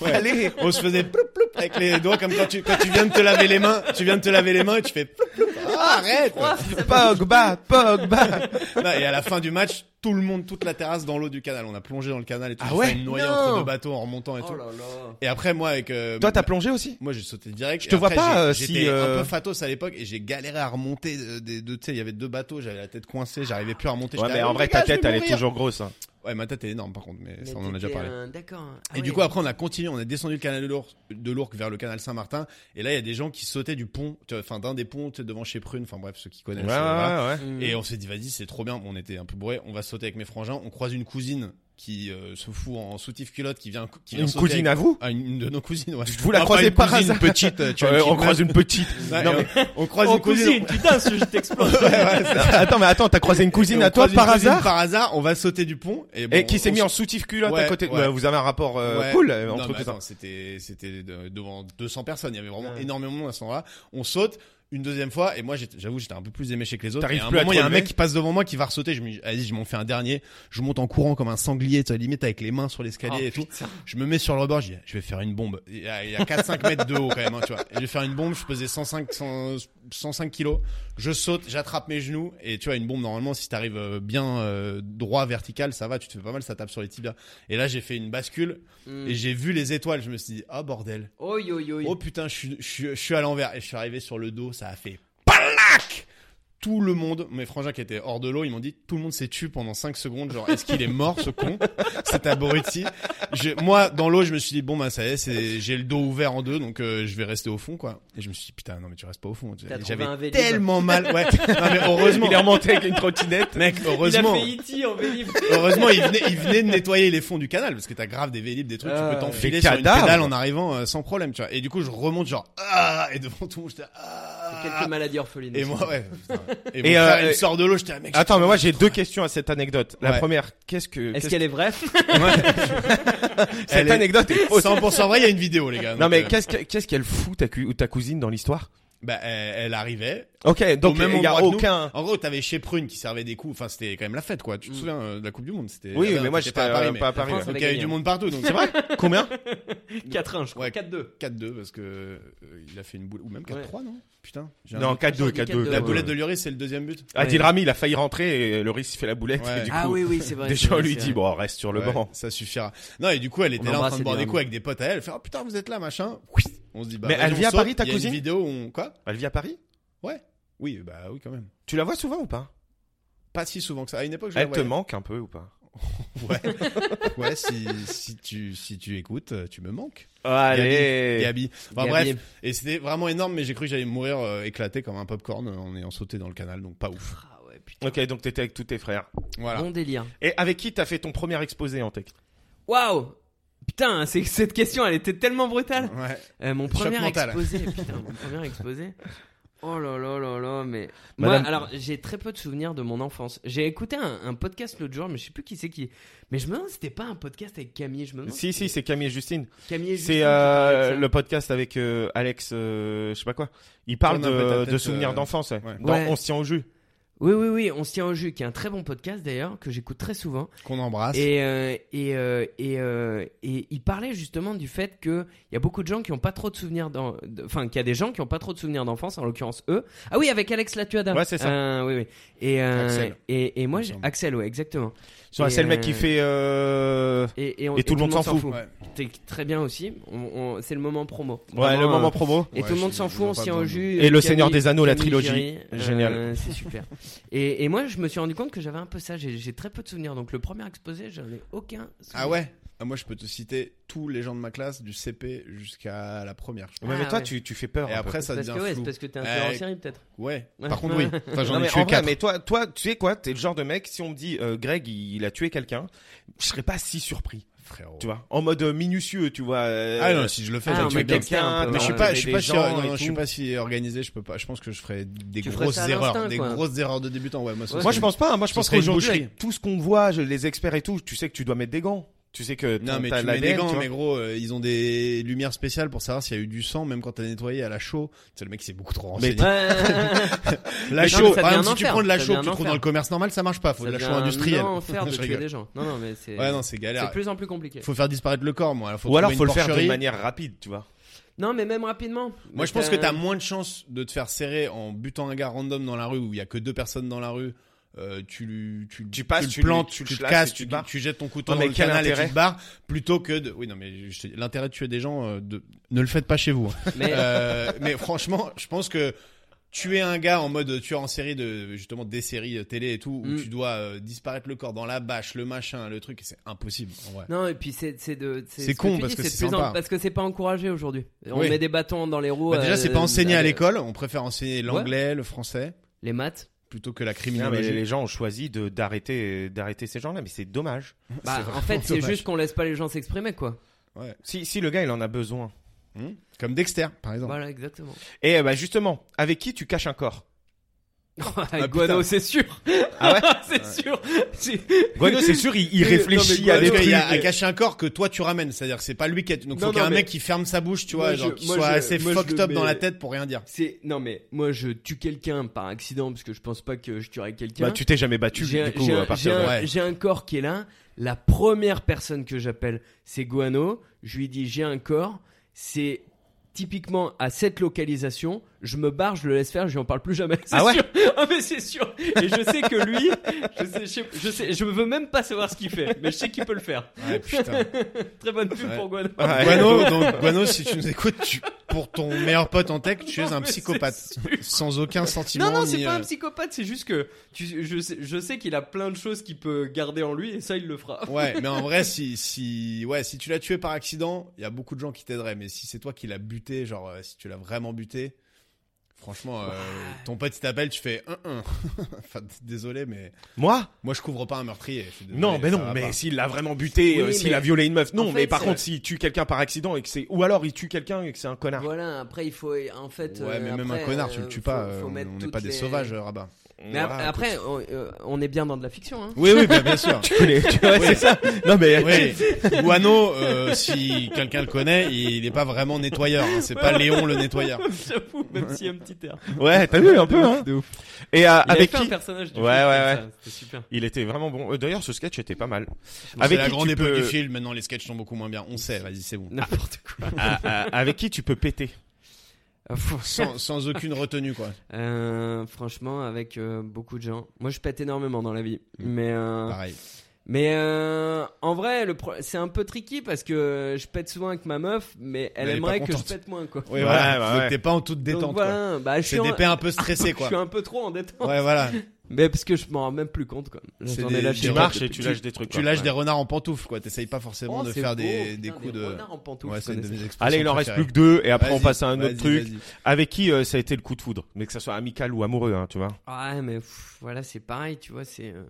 Ouais. on se faisait ploup ploup avec les doigts comme quand tu quand tu viens de te laver les mains, tu viens de te laver les mains et tu
*laughs*
fais *laughs* ploup ploup. Ah, arrête.
Pogba, Pogba. *laughs*
Non, et à la fin du match, tout le monde, toute la terrasse dans l'eau du canal. On a plongé dans le canal et tout.
Ah
on s'est
ouais
fait noyer
Non.
entre deux bateaux en remontant et
Oh
tout.
là là.
Et après moi avec. euh,
Toi, t'as plongé aussi
Moi, j'ai sauté direct.
Je
et
te vois
après,
pas,
j'ai-
euh,
J'étais
si, euh,
un peu fatos à l'époque et j'ai galéré à remonter. euh, des deux, tu sais, il y avait deux bateaux. J'avais la tête coincée. J'arrivais plus à remonter.
Ouais,
j'étais
mais
là,
en
Oh,
vrai,
les gars,
ta
je vais
tête, elle est
mourir.
toujours grosse. hein.
Ouais, ma tête est énorme par contre, mais,
Mais
ça on en a déjà
t'étais,
parlé.
euh, D'accord. Ah
Et du
ouais.
coup, après, on a continué, on a descendu le canal de l'Ourcq- de l'Ourcq vers le canal Saint-Martin. Et là, il y a des gens qui sautaient du pont, tu vois, enfin d'un des ponts tu sais, devant chez Prune, enfin bref, ceux qui
Ouais,
connaissent.
ouais,
euh, voilà.
ouais.
Mm.
Et on s'est dit, vas-y, c'est trop bien. On était un peu bourrés, on va sauter avec mes frangins. On croise une cousine qui euh, se fout en soutif culotte, qui vient, qui vient
Une
sauter
cousine
avec-
à vous
Ah, une, une de nos cousines, ouais.
Vous la
Ah, pas
croisez
une
par
cousine
hasard
petite, euh, tu vois,
Ouais,
une
on
petite
croise
meuf.
une petite.
Ouais,
non,
euh,
mais-
*laughs* on croise
oh
une cousine.
cousine, putain, ce je t'explose.
*laughs* Ouais, ouais, c'est ça.
attends, mais attends, t'as croisé une cousine
Et on
à toi
croise une
par
cousine
hasard
Par hasard, on va sauter du pont et, bon,
et qui
on-
s'est
on
mis
se-
en soutif culotte à
Ouais,
côté.
ouais.
Bah, vous avez un rapport euh,
Ouais.
cool euh,
Non,
entre
mais
tout ça.
attends, c'était c'était de- devant 200 personnes, il y avait vraiment
Ouais.
énormément de monde à ce moment-là. On saute une deuxième fois et moi j'étais- j'avoue j'étais un peu plus éméché que les autres.
T'arrives
Et à un
plus à
moment
te
il y a un
relever.
mec qui passe devant moi qui va ressauter, je me dis allez, je m'en fais un dernier, je monte en courant comme un sanglier, tu vois, limite avec les mains sur l'escalier
Oh,
et tout. Je me mets sur le rebord, je dis je vais faire une bombe. Il y a, il y a 4 5 mètres de haut quand même, hein, tu vois. Et je vais faire une bombe, je pesais 105 100 105 kilos. Je saute, j'attrape mes genoux et tu vois une bombe normalement si t'arrives euh, bien euh, droit vertical, ça va, tu te fais pas mal, ça tape sur les tibias. Et là j'ai fait une bascule
Hmm. Mm.
et j'ai vu les étoiles, je me suis dit, ah bordel.
Oh yo yo.
Oh putain, je suis, je, suis- je suis à l'envers. Et je suis arrivé sur le dos, ça a fait PALAC Tout le monde, mes frangins qui étaient hors de l'eau, ils m'ont dit, tout le monde s'est tué pendant 5 secondes. Genre, est-ce qu'il est mort ce con *laughs* Cet abruti. Je- moi, dans l'eau, je me suis dit, bon bah ça y est, c'est- j'ai le dos ouvert en deux, donc euh, je vais rester au fond quoi. Et je me suis dit, putain, non mais tu restes pas au fond.
T'as trouvé un
J'avais
Vélib.
tellement mal. Ouais, non, mais
*laughs*
heureusement.
Il est remonté avec une trottinette.
Mec,
Il a
heureusement.
fait E.T. en Vélib.
Heureusement, il venait, il venait de nettoyer les fonds du canal parce que t'as grave des vélib, des trucs,
Ah,
tu peux t'enfiler
des
sur une
cadavres.
pédale en arrivant euh, sans problème, tu vois. Et du coup, je remonte genre ah et devant tout le monde, j'étais ah.
Quelques maladies orphelines.
Et
aussi.
moi, ouais. putain. Et,
Et,
mon
euh,
frère, il me
euh,
sort de l'eau, j'étais ah, mec.
Attends, mais moi j'ai deux questions à cette anecdote. La
Ouais.
première, qu'est-ce que
Est-ce
Euh, qu'est-ce-
qu'elle
*laughs*
est vraie
cette *laughs*
elle est-
anecdote est
je-
fausse.
100% vrai, il y a une vidéo, les gars.
Non
Donc,
mais
euh,
qu'est-ce que- qu'est-ce qu'elle fout ta, cu- ta cousine dans l'histoire
bah, elle, elle arrivait.
Ok, donc
même
il y a
endroit que nous.
aucun.
En gros, t'avais chez Prune qui servait des coups. Enfin, c'était quand même la fête, quoi. Tu te
Mm.
souviens euh, de la Coupe du Monde C'était.
Oui,
ah,
mais
non,
moi j'étais
t'étais
pas à Paris. Pas à Paris
France,
ouais.
Donc il y avait
gagné.
du monde partout. Donc
*laughs*
c'est vrai.
Combien
4-1, je crois.
Ouais.
4-2.
4-2 parce que euh, il a fait une boule ou même 4-3 non Putain. j'ai un
Non, 4-2,
j'ai dit
4-2.
La
Ouais,
boulette de Lloris, c'est le deuxième but.
Adil Rami, il a failli rentrer et Loris il fait la boulette.
Ouais.
Et du coup,
Ah oui, oui, c'est vrai. c'est
déjà on
vrai,
lui dit
c'est vrai.
bon, reste sur le
Ouais,
banc.
Ça suffira. Non, et du coup, elle était
On
là en
embrasse
train de
les
boire des
derniers.
coups avec des potes à elle. Elle fait, oh putain, vous êtes là, machin. Oui. On se dit, bah.
Mais
vas-y,
elle
on
vit à
saute.
Paris, ta
Il y a
cousine
une vidéo où on, quoi?
Elle vit à Paris
Ouais. Oui, bah oui, quand même.
Tu la vois souvent ou pas
Pas si souvent que ça. À une époque, je la
Elle te
voyais.
manque un peu ou pas
Ouais. ouais, si, si tu, si tu écoutes, euh, tu me manques.
Allez.
Gabi. Enfin,
Gabi.
bref. Et c'était vraiment énorme, mais j'ai cru que j'allais mourir euh, éclaté comme un popcorn euh, en ayant sauté dans le canal, donc pas ouf.
Ah ouais, putain.
Ok, donc t'étais avec tous tes frères.
Voilà.
Bon délire.
Et avec qui t'as fait ton premier exposé en tech
Waouh Putain, c'est- cette question, elle était tellement brutale.
Ouais.
Euh, mon
Choc
premier
mental.
exposé,
*laughs*
putain, mon premier exposé. Oh là là là là, mais
Madame-
moi, alors j'ai très peu de souvenirs de mon enfance. J'ai écouté un, un podcast l'autre jour, mais je sais plus qui c'est qui. Mais je me demande, si c'était pas un podcast avec Camille Je me demande.
Si, si, c'est Camille et Justine.
Camille. et Justine qui
C'est
parlaient de
euh,
ça.
le podcast avec euh, Alex, euh, je sais pas quoi. Il parle
Tourne un peu ta
de,
tête,
de souvenirs
euh,
d'enfance. ouais.
ouais.
Dans
Ouais.
On se tient au jus.
Oui oui oui, on se tient au jus, qui est un très bon podcast d'ailleurs que j'écoute très souvent.
Qu'on
Ah,
embrasse.
Et, euh, et, euh, et, euh, et il parlait justement du fait que il y a beaucoup de gens qui ont pas trop de souvenirs, d'en- de- enfin qu'il y a des gens qui ont pas trop de souvenirs d'enfance, en l'occurrence eux. Ah oui, avec Alex Latuada.
Ouais, c'est ça.
Euh, oui, oui. Et, euh,
Axel.
et, et
Il
moi,
me
j'ai-
semble.
Axel, ouais, exactement.
C'est
Et,
le mec
euh,
qui fait. euh,
Et, on-
Et tout le monde s'en fout.
Ouais.
T'es très bien aussi. On- on- C'est le moment promo.
Ouais,
Vraiment,
le
euh,
moment promo.
Et
Ouais,
tout le monde
je-
s'en
je
fout,
vois
on
pas
s'y en
besoin de-
jus.
Et Le Seigneur des Anneaux, la
Camille
trilogie.
Giry,
Génial.
euh, c'est super. Et, et moi, je me suis rendu compte que j'avais un peu ça. J'ai j'ai très peu de souvenirs. Donc, le premier exposé, j'en ai aucun.
Ah ouais Ah, Moi, je peux te citer tous les gens de ma classe, du CP jusqu'à la première. je crois.
Ouais, mais
Ah,
toi,
ouais.
tu, tu fais peur.
Et
un peu.
après, ça
parce
devient
que, ouais,
flou.
c'est parce que t'es un
Euh,
tueur en série, peut-être.
Ouais.
Ouais.
*laughs*
Par contre, oui. Enfin, j'en
Non,
ai
mais
tué
en vrai,
quatre.
mais toi, toi, tu sais quoi, t'es le genre de mec, si on me dit euh, Greg, il, il a tué quelqu'un, je serais pas si surpris,
Frérot.
tu vois, en mode euh, minutieux, tu vois. euh,
Ah non, si je le fais,
Ah,
j'allais
non,
tuer
mais
quelqu'un.
gangster, un peu,
Mais je suis
ouais.
pas, je suis
Des
pas, si-
gens
non,
et
non, je suis
tout.
pas si organisé, je peux pas. Je pense que je ferais des
Tu ferais
grosses
ça à
erreurs,
l'instinct,
des
quoi.
grosses erreurs de débutant. Ouais, moi, ça,
Ouais.
c'est-
moi, je pense pas. hein. Moi, je
Ce
pense
serait une
qu'aujourd'hui,
boucherie.
avec tout ce qu'on voit, je- les experts et tout, tu sais que tu dois mettre des gants. Tu sais que
Non
ton-
mais
t'as
tu mets des
l'ADN, tu
gants,
vois.
mais gros, euh, ils ont des lumières spéciales pour savoir s'il y a eu du sang, même quand t'as nettoyé à la chaux. C'est le mec qui s'est beaucoup trop renseigné. la
Mais non,
chaux,
mais ça
par exemple,
devient
si
un
tu
enfer,
prends de la
ça
chaux
devient
que tu
un
trouves dans le
enfer.
commerce normal, ça marche pas. *laughs* Faut de la chaux industrielle.
Non, faire
*laughs*
de
Je
tuer
rigole.
des gens. Non, non, mais c'est.
Ouais, non, c'est
c'est
galère.
plus en plus compliqué.
Faut faire disparaître le corps, moi. Alors, faut
Ou alors,
trouver
faut
une
le faire de
porcherie.
manière rapide, tu vois.
Non, mais même rapidement.
Moi,
Mais
je pense que
euh,
t'as moins de chances de te faire serrer en butant un gars random dans la rue où il y a que deux personnes dans la rue. Euh, tu, lui- tu,
Tu passes,
tu
tu
le plantes,
lui-
tu,
tu le
le
classes
casses,
et tu
tu,
te barres.
tu jettes ton couteau
Non,
dans
mais
le
quel
canal et
intérêt
tu te barres, plutôt que de... Oui, non, mais je- l'intérêt de tuer des gens, euh, de... ne le faites pas
*laughs*
chez vous. hein.
Mais
Euh, mais franchement, je pense que tuer un gars en mode tueur en série de justement des séries euh, télé et tout, où
Mm.
tu dois euh, disparaître le corps dans la bâche, le machin, le truc, c'est impossible. En vrai.
*laughs* Non, et puis c'est c'est de
C'est
ce
con,
tu dis,
parce que
de
c'est
plus en-
sympa.
parce que c'est pas encouragé aujourd'hui. On
Oui.
met des bâtons dans les roues.
Bah, déjà, c'est
euh,
pas enseigné à
euh,
l'école, on préfère enseigner l'anglais, le français. *laughs*
Les maths.
plutôt que la
Non, mais
criminologie.
les gens ont choisi de d'arrêter d'arrêter ces gens-là, mais c'est dommage.
Bah,
vraiment
en fait, c'est
dommage.
juste qu'on laisse pas les gens s'exprimer, quoi.
Ouais.
Si si le gars il en a besoin.
Hmm. Comme Dexter, par exemple.
Voilà, exactement.
Et euh, bah justement, avec qui tu caches un corps
*laughs* Avec Guano,
Ah, putain.
c'est sûr.
Ah ouais
*laughs* c'est sûr. C'est-
Guano,
*laughs*
c'est sûr, il, il
Non, mais
réfléchit
Guano,
à des
Parce qu'il y
trucs.
a à cacher un corps que toi tu ramènes, c'est-à-dire que c'est pas lui qui a. Donc
Non,
faut qu'il y ait
non,
un mec
mais-
qui ferme sa bouche, tu
Moi,
vois,
je-
genre qui
moi,
soit
je-
assez
moi, je
fucked
le
up dans
mets-
la tête pour rien dire.
C'est non mais moi je tue quelqu'un par accident parce que je pense pas que je tuerais quelqu'un.
Bah tu t'es jamais battu
J'ai un-
du coup
j'ai un-
à partir
j'ai
de
un-
ouais.
j'ai un corps qui est là. La première personne que j'appelle, c'est Guano. Je lui dis j'ai un corps. C'est typiquement à cette localisation. Je me barre, je le laisse faire, je lui en parle plus jamais. *laughs* C'est
Ah ouais
sûr. Ah mais c'est sûr. Et je sais que lui, je sais, je sais, je sais- je veux même pas savoir ce qu'il fait, mais je sais qu'il peut le faire.
*laughs* Ouais, putain.
*laughs* Très bonne pub
Ouais.
pour Guano.
Ouais.
Guano, donc, Guano, si tu nous écoutes, tu- pour ton meilleur pote en tech, tu
*laughs* Non,
es un
mais c'est
psychopathe.
sûr.
Sans aucun sentiment.
Non, non, c'est
ni,
pas
euh,
un psychopathe, c'est juste que tu, je sais, je sais qu'il a plein de choses qu'il peut garder en lui et ça, il le fera.
Ouais, mais en vrai, si, si, ouais, si tu l'as tué par accident, il y a beaucoup de gens qui t'aideraient. Mais si c'est toi qui l'as buté, genre, euh, si tu l'as vraiment buté, franchement, euh, ton pote il t'appelle, tu fais un un. *laughs* enfin, d- désolé, mais
*laughs* Moi
moi je couvre pas un meurtrier. je suis désolé,
Non, mais
ça
non,
va
mais
pas.
s'il l'a vraiment buté,
Oui,
euh, s'il
mais-
a violé une meuf, non,
En fait,
mais par
c'est-
contre s'il tue quelqu'un par accident et que c'est ou alors il tue quelqu'un et que c'est un connard.
Voilà, après, il faut. En fait.
Ouais,
euh,
mais même un connard, tu le tues pas. euh, on- on n'est pas des sauvages,
*laughs*
euh, rabat.
Mais ap-
Voilà,
après, on, euh, on est bien dans de la fiction, hein.
Oui, oui, bah, bien
*laughs*
sûr.
écoute, tu connais, tu vois, c'est ça. Non mais
Oui. Guano, euh, si quelqu'un le connaît, il n'est pas vraiment nettoyeur. hein. C'est pas Léon le nettoyeur.
*laughs* J'avoue, même s'il y a un petit air.
*laughs* ouais, t'as vu un peu hein. Et euh,
Il avait
avec
fait un
qui
personnage du
Ouais,
film
ouais,
comme ça, C'était super.
Il était vraiment bon. Euh, D'ailleurs, ce sketch était pas mal.
C'est
Avec
la
qui
grande
tu
époque
peux- *laughs*
du film. Maintenant, les sketchs sont beaucoup moins bien. On sait, vas-y, c'est bon.
N'importe quoi.
Ah, ah, avec qui tu peux péter
Ah, faut-
sans, sans aucune retenue quoi.
Euh, franchement, avec euh, beaucoup de gens. Moi, je pète énormément dans la vie.
Mm.
Mais. euh,
Pareil.
Mais euh, en vrai, le pro- c'est un peu tricky parce que je pète souvent avec ma meuf, mais elle,
Elle est
aimerait
pas
que je
contente.
pète moins quoi.
Oui
Ouais,
voilà.
bah
Faut que
ouais.
t'es pas en toute détente
Donc voilà, bah, je
quoi.
suis
C'est
en-
des paix un peu stressées
*laughs* je
quoi.
suis un peu trop en détente.
Ouais voilà.
Mais parce que je m'en rends même plus compte quoi.
C'est
J'en
des-
ai lâché
Tu
des
un
marches
peu
et tu
depuis.
lâches des trucs.
Tu
quoi.
lâches des
Ouais.
renards en pantoufles quoi. T'essayes pas forcément
Oh,
de
c'est
faire
beau,
des,
putain,
des coups
des
de.
renards en pantoufles,
Ouais,
je
c'est une de
connais
mes expressions
Allez, il en reste
préférées.
plus que deux et après on
Vas-y,
passe à un autre
vas-y,
truc.
vas-y.
Avec qui euh, ça a été le coup de foudre, mais que ça soit amical ou amoureux, hein, tu vois.
ça. Ouais, mais pff, voilà, c'est pareil, tu vois, c'est. euh,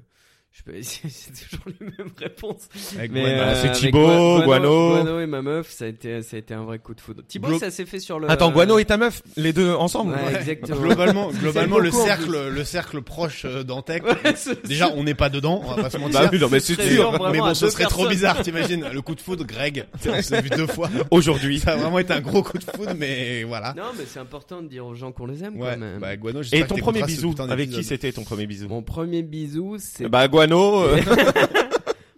je peux- *laughs* C'est toujours les mêmes réponses.
Avec
Mais
Gwen,
euh, c'est
avec
Thibaut,
Gua-
Guano.
Guano et ma meuf, ça a été, ça a été un vrai coup de foudre. Thibaut,
Glo-
ça s'est fait sur le.
Attends, Guano et ta meuf, les deux ensemble.
Euh, Ouais,
Ouais. *laughs*
exactement.
Globalement, globalement le
beaucoup, en
cercle, le cercle proche euh, d'Antec.
*laughs* Ouais, c'est-
Déjà, on n'est pas dedans, on va pas se
Bah
mentir.
oui, non, mais c'est
Très
Mais-
bien,
sûr.
vraiment,
mais bon,
à
ce
deux
serait trop
personnes.
bizarre, t'imagines Le coup de foudre,
*laughs*
Greg, on s'est vu deux fois.
Aujourd'hui.
Ça a vraiment été un gros coup de foudre, mais voilà.
Non, mais c'est important de dire aux gens qu'on les aime quand
Ouais,
même.
bah, Guano, j'espère
Et
que
ton
t'écouteras
premier
ce
bisou,
putain
avec qui
d'épisode.
c'était ton premier bisou
Mon premier bisou, c'est
Bah Guano. euh,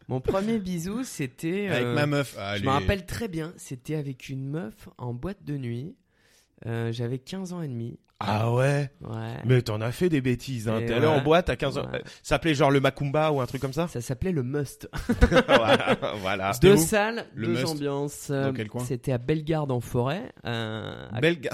Mon premier bisou, c'était.
Avec
euh,
ma meuf.
Je
Allez.
me rappelle très bien, c'était avec une meuf en boîte de nuit. Euh, J'avais 15 ans et demi.
Ah ouais.
Ouais.
Mais t'en as fait des bêtises. Hein.
Et
T'es allé
ouais.
en boîte à 15 ans. euh,
Ouais.
Ça s'appelait genre le Macumba ou un truc comme ça.
Ça s'appelait le Must.
voilà. *laughs* voilà.
C'était
Deux
où
salles,
Le
deux
Must
ambiances. Euh,
quel coin
C'était à Bellegarde en forêt. euh, à
Belga.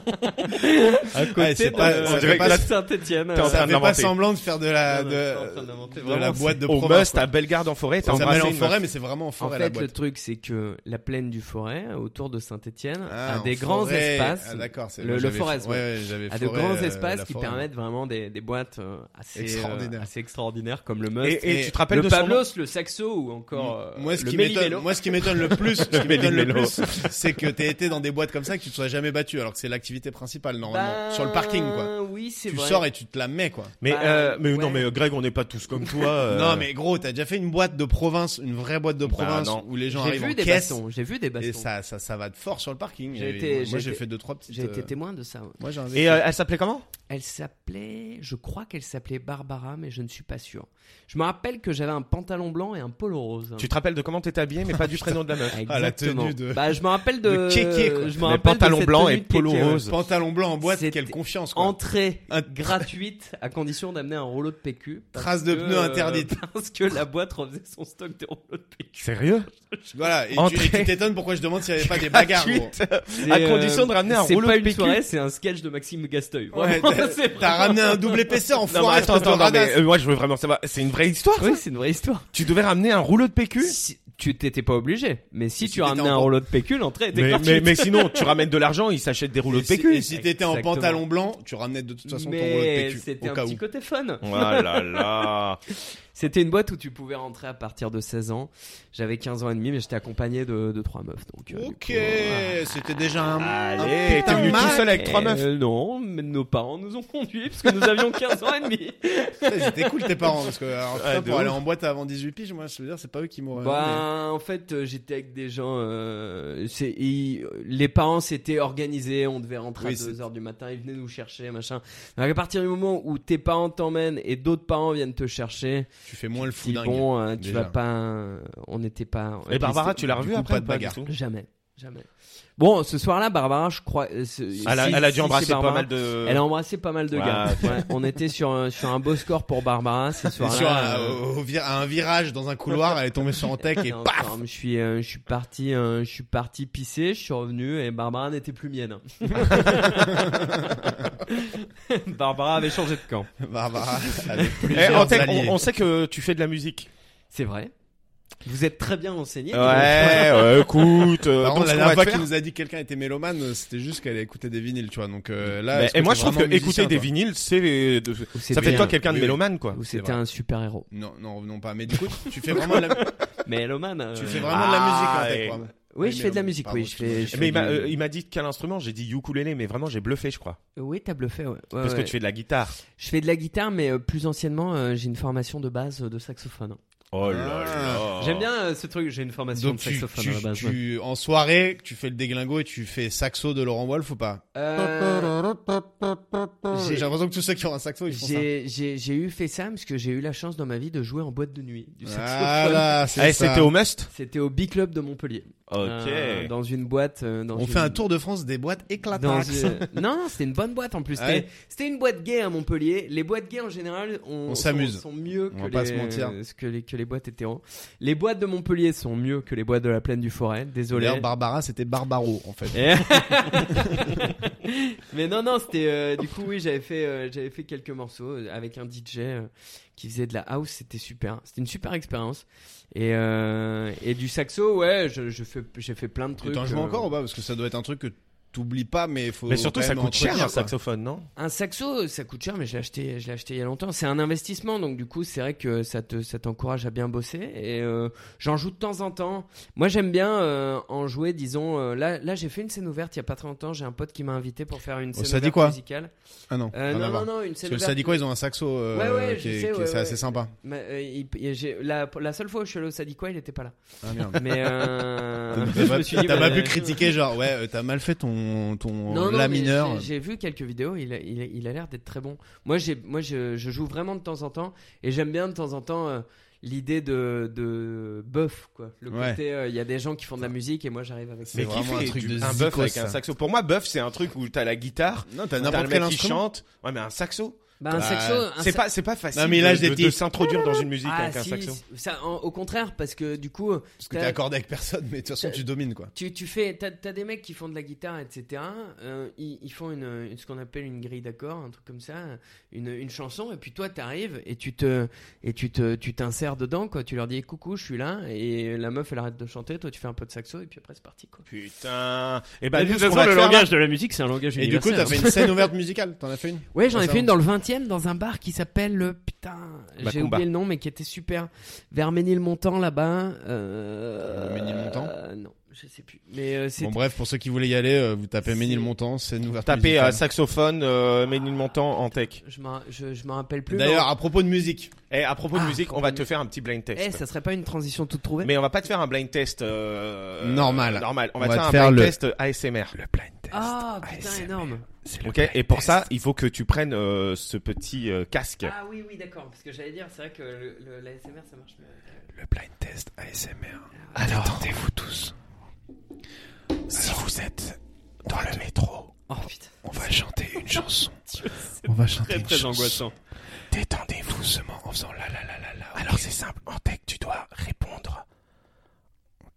*laughs* à côté.
côté
Bah, c'est
de-
pas, ça
de- de-
fait
dirait
pas,
que la-
de Saint-Étienne.
T'es en
euh,
ça
train
fait
de
pas
l'inventer.
semblant de faire de la,
Non, non, je suis en train de
de,
l'inventer,
de
vraiment,
la
c'est-
boîte de
Au
province,
must
quoi.
à Bellegarde en forêt. T'as
Ça s'appelle
embrassé
en
une
forêt,
meuf.
mais c'est vraiment en
En
forêt la
fait, le
boîte.
truc, c'est que la plaine du forêt, autour de Saint-Étienne,
Ah,
a des
en
grands
forêt.
espaces.
Ah, D'accord, c'est
Le-
moi,
le
j'avais-
forest,
Ouais, ouais, j'avais
à de
forêt,
grands
euh,
espaces
la
qui
forêt.
permettent vraiment des, des boîtes euh, assez, euh,
Extraordinaires.
assez extraordinaires comme le Must.
Et, et tu te rappelles
le
de son nom
Pablos, le saxo ou encore euh,
Moi, ce
le
qui m'étonne,
Méli-Mélo.
moi, ce qui m'étonne
*laughs*
le plus, ce qui m'étonne le
Méli-Mélo.
plus, c'est que t'aies été dans des boîtes comme ça et que tu te sois jamais battu, alors que c'est l'activité principale, normalement.
Ben,
Sur le parking, quoi.
Oui, c'est
Tu
vrai.
sors et tu te la mets, quoi.
Mais
Bah,
euh, mais non
ouais.
mais Greg, on n'est pas tous comme toi. euh. Bah,
Non, mais gros, t'as déjà fait une boîte de province, une vraie boîte de province,
non.
où les gens
J'ai
arrivent en
vu des
caisse.
bastons, j'ai vu des
Et
bastons.
ça, ça, ça va de fort sur le parking.
J'ai
Et
été-
moi,
j'ai
j'ai
été-
fait deux, trois petites.
J'ai été
euh,
témoin de ça. ouais.
Moi, j'ai investi.
Et euh, elle s'appelait comment
Elle s'appelait, je crois qu'elle s'appelait Barbara, mais je ne suis pas sûr. Je me rappelle que j'avais un pantalon blanc et un polo rose.
Tu te rappelles de comment t'étais habillé, mais pas du prénom de la meuf.
Exactement.
Ah, la tenue de-
Bah, je me rappelle de.
de kéké, quoi.
Je me
Mais
rappelle
pantalon
de cette
blanc
tenue
et
de
polo
kéké, ouais.
rose.
Pantalon blanc en boîte,
C'était
quelle confiance, quoi.
Entrée
*laughs* Un-
gratuite à condition d'amener un rouleau de PQ. parce
Trace de
que,
pneus
euh,
interdite.
*laughs* Parce que la boîte refaisait son stock de rouleaux de PQ.
Sérieux
Voilà. Et tu-
Entrée.
et tu t'étonnes pourquoi je demande s'il n'y avait pas des
*laughs*
bagarres, gros.
Gratuite. À condition de ramener un rouleau
euh, C'est pas
de
une
PQ.
soirée, c'est un sketch de Maxime Gasteuil.
Ouais,
Vraiment,
t'as-
*laughs* c'est
T'as
vraiment-
ramené un double épaisseur en
Non, mais
forêt.
attends, attends, non, mais euh, moi je veux vraiment savoir. C'est une vraie histoire. ça
Oui, c'est une vraie histoire.
Tu devais ramener un rouleau de PQ
Si- tu t'étais pas obligé. Mais si
Et si
tu
t'étais
ramenais un
en-
rouleau de pécule, l'entrée était
Mais,
gratuite.
mais, mais sinon, tu ramènes de l'argent, ils s'achètent des rouleaux de
Et si-
PQ.
Et si t'étais en
Exactement.
pantalon blanc, tu ramenais de toute façon ton
Mais
rouleau de PQ.
c'était
au
un
cas
petit
où.
côté fun.
Oh là là.
C'était une boîte où tu pouvais rentrer à partir de 16 ans. J'avais 15 ans et demi, mais j'étais accompagné de, de trois meufs. Donc, euh, du
Ok,
coup, euh,
c'était déjà un. un
Allez,
putain
t'es
de
venu tout
mal.
seul avec trois meufs.
euh, Non, mais nos parents nous ont conduits parce que
*laughs*
nous avions 15 ans et demi.
C'était cool tes parents parce que alors, putain,
Ouais, de
pour
ouf.
aller en boîte avant 18 piges, moi je veux dire, c'est pas eux qui m'auraient. amené.
Bah, en fait, euh, j'étais avec des gens. euh, c'est- ils- les parents s'étaient organisés. On devait rentrer
Oui,
à
c'est-
2 heures du matin. Ils venaient nous chercher, machin. Donc, à partir du moment où tes parents t'emmènent et d'autres parents viennent te chercher,
Tu fais moins le
tu
fou
dis,
dingue.
bon, euh, tu
déjà.
vas pas. On n'était pas.
Et Barbara, tu l'as
Du
revue
coup,
après
pas
ou
de
du
bagarre.
tout
Jamais, jamais. Bon, ce soir-là, Barbara, je crois. euh, ce-
elle a,
si-
elle a
si
dû
c'est
embrasser pas
Barbara,
mal de.
Elle a embrassé pas mal de
Ouais,
gars. Ouais, on était sur un, sur un beau score pour Barbara
*laughs*
ce
Et
soir-là.
sur un,
euh,
hein, au- au vir- à un virage dans un couloir, elle est tombée
*laughs*
sur un tech et
en
paf
forme. Je suis, euh, je suis parti, euh, je suis parti pisser, je suis revenu et Barbara n'était plus
*laughs*
mienne. Barbara avait changé de camp.
Barbara avec
Eh,
plusieurs
Antec,
alliés.
on, on sait que tu fais de la musique. Bah,
C'est vrai. Vous êtes très bien enseigné.
ouais, écoute. euh,
Par
donc,
contre,
ce
la
qu'on
dernière
va
fois
te
qu'il
faire-
nous a dit que quelqu'un était mélomane, euh, c'était juste qu'elle écoutait des vinyles, tu vois. Donc euh, là,
Mais-
est-ce
et moi,
t'es
je trouve que
vraiment musicien,
écouter des
toi
vinyles, c'est de-
Ou c'est
ça fait de
bien,
toi quelqu'un de
Oui.
mélomane, quoi.
Ou
C'est
c'était
vrai.
un super héros.
Non, non, revenons pas. Mais du coup, tu fais vraiment de la,
Mais Eloman. euh,
tu fais
*laughs*
vraiment de la musique,
Ah,
en fait,
et-
quoi.
Oui,
Oui,
je
mais
fais de la
on-
musique. bah,
pardon,
Oui, je fais. je
Mais
fais
il m'a,
du-
euh, il m'a dit quel instrument. J'ai dit ukulélé, mais vraiment, j'ai bluffé, je crois.
Oui, t'as bluffé. Ouais. Ouais,
Parce
ouais.
que tu fais de la guitare.
Je fais de la guitare, mais euh, plus anciennement, euh, j'ai une formation de base euh, de saxophone.
Oh
là là.
J'aime bien euh, ce truc. J'ai une formation
Donc
de
tu,
saxophone
tu-
à la base.
tu-
ouais.
en soirée, tu fais le déglingo et tu fais saxo de Laurent Wolf ou pas
Euh,
J'ai
j'ai-
l'impression que tous ceux qui ont un saxo, ils font ça.
J'ai j'ai- j'ai eu fait ça parce que j'ai eu la chance dans ma vie de jouer en boîte de nuit du saxophone.
Voilà, c'est
Eh,
ça. Ah,
c'était au must.
C'était au B-Club de Montpellier.
Ok.
Euh, dans une boîte. euh, dans
On
une-
fait un tour de France des boîtes
Dans
éclatantes.
une- Non, non, c'était une bonne boîte en plus.
Ah Ouais.
C'était- C'était une boîte gay à Montpellier. Les boîtes gays en général on,
On s'amuse.
Sont, sont mieux
On
que,
va pas
les,
se mentir.
que, les, que les boîtes hétéros. Les boîtes de Montpellier sont mieux que les boîtes de la plaine du Forêt. Désolé.
D'ailleurs, Barbara, c'était Barbaro, en fait.
Et- *laughs* Mais non, non, c'était euh, du coup, oui, j'avais fait, euh, j'avais fait quelques morceaux euh, avec un DJ euh, qui faisait de la house, c'était super, c'était une super expérience. Et, euh, et du saxo, ouais, je, je fais, j'ai fait plein de
Tu
trucs.
t'en joues
euh,
encore ou pas Parce que ça doit être un truc que t'oublies pas, mais faut.
Mais surtout,
quand
ça
même
coûte cher un
entretenir, quoi.
saxophone, non
Un saxo, euh, ça coûte cher, mais je l'ai acheté, je l'ai acheté il y a longtemps. C'est un investissement, donc du coup, c'est vrai que ça te, ça t'encourage à bien bosser. Et euh, j'en joue de temps en temps. Moi, j'aime bien euh, en jouer. Disons, euh, là, là, j'ai fait une scène ouverte il y a pas très longtemps. J'ai un pote qui m'a invité pour faire une
Au
scène
Sadi
ouverte
quoi
musicale.
Ah non,
Euh,
rien à
non,
voir.
non, non, une scène
Parce que ça
ouverte.
dit quoi Ils ont un saxo euh,
Ouais, ouais, je
qui est, qui
sais,
est-
ouais,
c'est
ouais.
assez sympa.
Mais, euh, il- il- j'ai- la, la seule fois où je suis allé au Sadikwa, il était pas là.
Ah
*laughs*
merde.
Mais *laughs*
*laughs*
euh,
T'as
je
pas-
me suis dit,
T'as pas
bah,
pu critiquer, genre, ouais, euh, t'as mal fait ton, ton
Non, non,
la
mais
mineur.
j'ai- J'ai vu quelques vidéos, il a, il a, il a l'air d'être très bon. Moi, j'ai, moi, je, je joue vraiment de temps en temps et j'aime bien de temps en temps euh, l'idée de, de buff, quoi. Le
Ouais.
côté, euh, il y a des gens qui font de la musique et moi, j'arrive avec ça.
C'est
Mais
vraiment
qui fait
un truc
du-
de
un
zikos,
bœuf avec
ça.
un saxo Pour moi, bœuf, c'est un truc où t'as la guitare,
Non, t'as
t'as
n'importe
le
quel
mec qui
instrument.
chante. Ouais, mais un saxo,
Bah, un
Bah,
saxo, un
c'est
sa-
pas c'est pas facile.
Non, mais il
de-
lâche des
de, de
petits-
s'introduire dans une musique
Ah,
avec un
si,
saxo.
ça, en- au contraire, parce que du coup,
Parce
Euh,
que t'es accordé avec personne, mais de toute façon, tu domines, quoi.
Tu, tu fais, t'as, t'as des mecs qui font de la guitare, etc. euh, ils, ils font une, une- ce qu'on appelle une grille d'accords, un truc comme ça, une, une chanson, et puis toi t'arrives et tu te, et tu te, tu t'insères dedans quoi. Tu leur dis coucou, je suis là, et la meuf elle arrête de chanter, toi tu fais un peu de saxo et puis après c'est parti quoi.
Putain. Et bah,
de
nous,
toute
ce qu'on
façon,
va
le
faire, là-
langage de la musique c'est un langage
Et du coup,
universel.
t'as fait une
*laughs*
scène ouverte musicale. T'en as fait une
Ouais, j'en ai
Ça,
fait une dans le 20ème, dans un bar qui s'appelle le putain,
Bah,
j'ai
combat.
oublié le nom, mais qui était super. Vers Ménilmontant là-bas. Euh...
Ménilmontant
euh, Non, je sais plus. Mais euh, c'est
Bon, bref, pour ceux qui voulaient y aller, euh, vous tapez
C'est-
Ménilmontant, scène ouverte
Taper
musicale.
euh, saxophone, euh, Ménilmontant en tech.
je m'en, je, je m'en rappelle plus.
D'ailleurs, à propos de musique,
Et à propos
Ah,
de musique, on va te faire un petit blind
Eh,
test.
ça serait pas une transition toute trouvée
Mais on va pas te faire un blind test euh,
Normal.
Normal. On
On
va,
va
te faire
te
un
faire
blind
le-
test euh, ASMR. Le blind test.
Ah, putain, énorme.
Ok. Et pour ça, il faut que tu prennes euh, ce petit euh, casque.
Ah oui, oui, d'accord. Parce que j'allais dire, c'est vrai que le, le- la SMR, ça marche mieux.
Le blind test ASMR. Alors, attendez-vous tous. Si vous êtes dans le métro,
Oh putain,
on va chanter une chanson. On va chanter
très
une
très
chanson.
angoissant.
Détendez-vous doucement en faisant la la la la la. Alors c'est simple, en tech tu dois répondre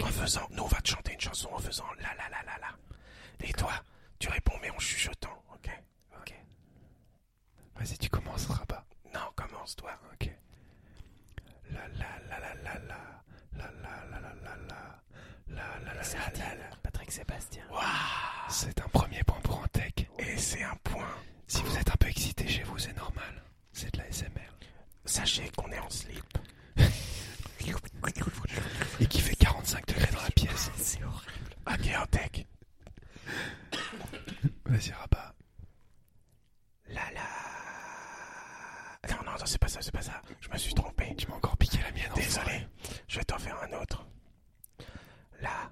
en faisant. Nous on va te chanter une chanson en faisant la la la la la. Et toi, tu réponds mais en chuchotant, ok Ok. Vas-y, tu commenceras pas. Non, commence toi. Ok. La la la la la la la la la la la la la
Patrick Sébastien.
C'est un premier point pour Antec. Et c'est un point. Si vous êtes un peu excité chez vous, c'est normal. C'est de la SMR. Sachez qu'on est en slip. Et qui fait 45 degrés dans la pièce. C'est horrible. Ok, Antec. Vas-y, rabat. La la. Non, non, non, c'est pas ça, c'est pas ça. Je me suis trompé. Tu m'as encore piqué la mienne. Désolé. Je vais t'en faire un autre. La.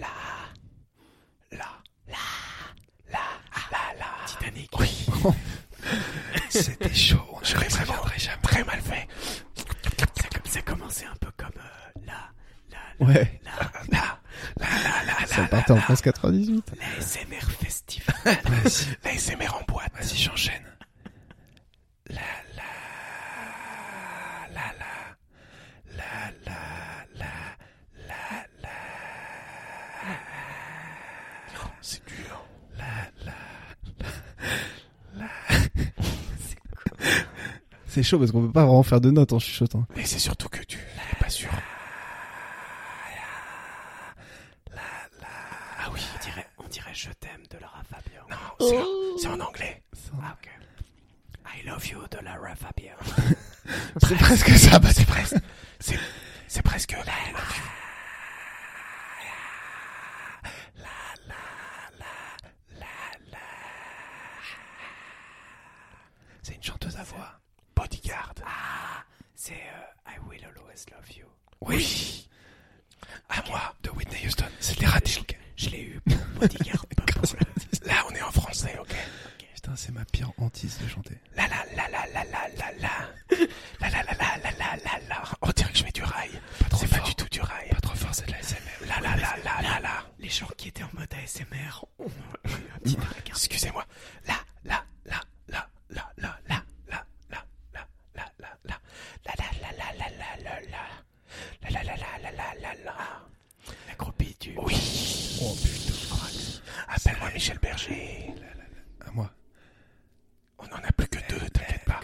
La la la Titanic. Oui. C'était chaud. On je vraiment jamais. très mal fait. Ça, ça commençait un peu comme euh, là, là, là,
Ouais.
là, là, là, là, là,
Ça
là,
partait en
là,
France 98.
là. L'ASMR festif. Vas-y. L'ASMR en boîte. Vas-y, j'enchaîne. La la la la la la la la la. C'est dur. La la.
C'est chaud parce qu'on peut pas vraiment faire de notes hein, en chuchotant.
Mais c'est surtout que tu n'es pas sûr. Ah oui, on dirait, on dirait je t'aime de Lara Fabian. Non, c'est Oh. c'est en anglais. Ah ok. I love you de Lara Fabian. c'est presque ça, bah c'est presque. C'est c'est presque la I love you. C'est une chanteuse à voix. Bodyguard. Ah, c'est euh, I Will Always Love You. Oui. À moi, de Whitney Houston. C'était raté. Je, l'ai eu pour Bodyguard. Là, on est en français, ok
Putain, c'est ma pire hantise de chanter.
La la la la la la la la. La la la la la la la la. On dirait que je mets du rail. C'est pas du tout du rail. Pas trop fort, c'est de la SMR. La la la la la la. Les gens qui étaient en mode ASMR ont un petit Excusez-moi. La la la la la la la la la la la la la la la la la la la la la la la la la la la la du... Oui Oh putain Appelle-moi Michel Berger
À moi.
on en a plus que deux, t'inquiète pas.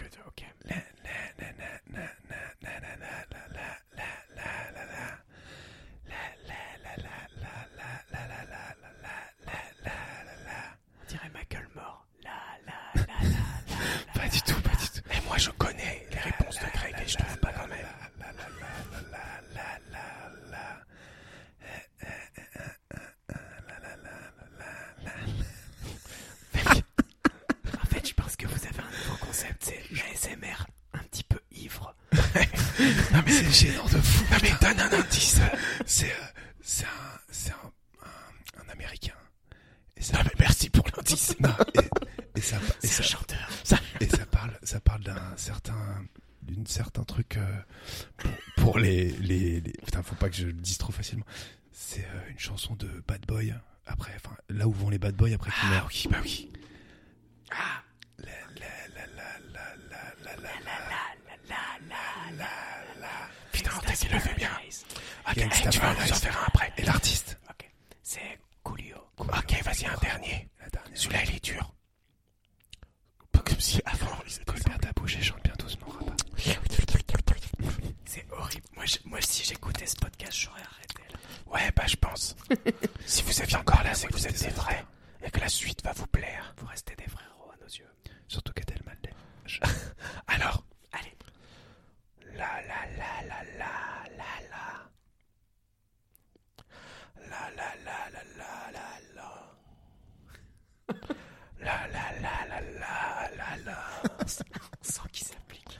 La, la, la, la, la, la, la, la, la, la, la, la, la, la. La, la, la, la, la, la, la, la, la, la, la, la, la, la. Pas du tout, pas du tout. Mais moi, je connais les réponses de Greg et je trouve pas quand même. En fait, je pense que vous avez un nouveau concept, c'est l'ASMR un petit peu ivre. non mais c'est gênant de fou. Non mais donne un indice. C'est euh, c'est un c'est un, un- un américain. non mais merci pour l'indice.
Non, et, et
*laughs*
ça, et ça,
chanteur.
et ça parle, ça parle d'un certain, d'une certain truc euh, pour, pour les, les, les- putain, faut pas que je le dise trop facilement. C'est euh, une chanson de Bad Boy. Après, enfin, là où vont les Bad Boys après qu'ils
Ah
meurent.
oui, bah oui. Putain, t'as qu'il le fait bien. Ok,
Gangsta
eh, tu vas nous en
Paradise.
faire un après.
Et l'artiste.
Ok. C'est Coolio. Ok, vas-y, un dernier. Celui-là, il est dur. Pas comme si avant, il s'était bien ta bouche et chante bien doucement, rabat. C'est horrible. Moi, je- moi, si j'écoutais ce podcast, j'aurais arrêté. là. Ouais, bah, je pense. *laughs* si vous êtes encore là, c'est que vous êtes des vrais et que la suite va vous plaire. Vous restez des frérots à nos yeux. Surtout qu'elle est mal *laughs* Alors, allez. La la la la la la la. La la la la la la la. La la la la la la la. On sent qu'il s'applique.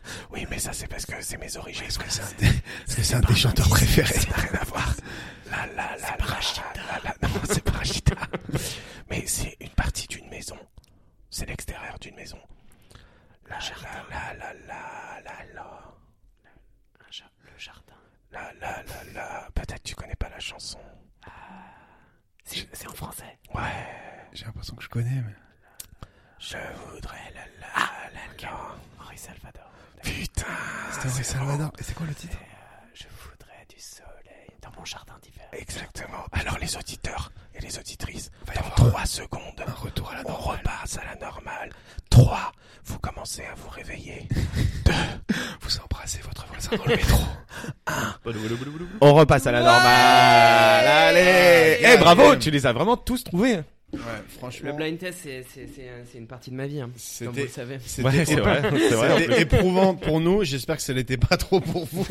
oui, mais ça, c'est parce que c'est mes origines. Parce que ça,
Parce que c'est un des chanteurs préférés.
ça n'a rien à voir. La la la la, la, la, la. Non, c'est pas Rachida. *laughs* Mais c'est une partie d'une maison. C'est l'extérieur d'une maison. La la la la la la la.
Le jardin.
La la la la. Peut-être tu connais pas la chanson.
C'est en français.
Ouais.
J'ai l'impression que je connais. Mais...
Je voudrais la la la la.
Ah, Henri Salvador.
Putain.
C'était Henri Salvador. Et c'est quoi le titre
euh, Je voudrais du soleil dans mon jardin d'hiver.
Exactement. Alors les auditeurs et les auditrices, dans 3 secondes,
Un retour à la
on
normale.
repasse à la normale. 3. Vous commencez à
*laughs*
vous réveiller.
Vous embrassez votre voisin
*laughs*
dans le métro.
On repasse à la normale. Allez. Eh bravo, tu les as vraiment tous trouvés. hein.
Ouais, franchement.
Le blind test, c'est- c'est- c'est un- c'est une partie de ma vie, hein, comme vous
C'était
le savez.
c'était
Ouais, c'est vrai. C'est vrai. en plus.
C'était éprouvant pour nous. J'espère que ça l'était pas trop pour
*laughs*
vous.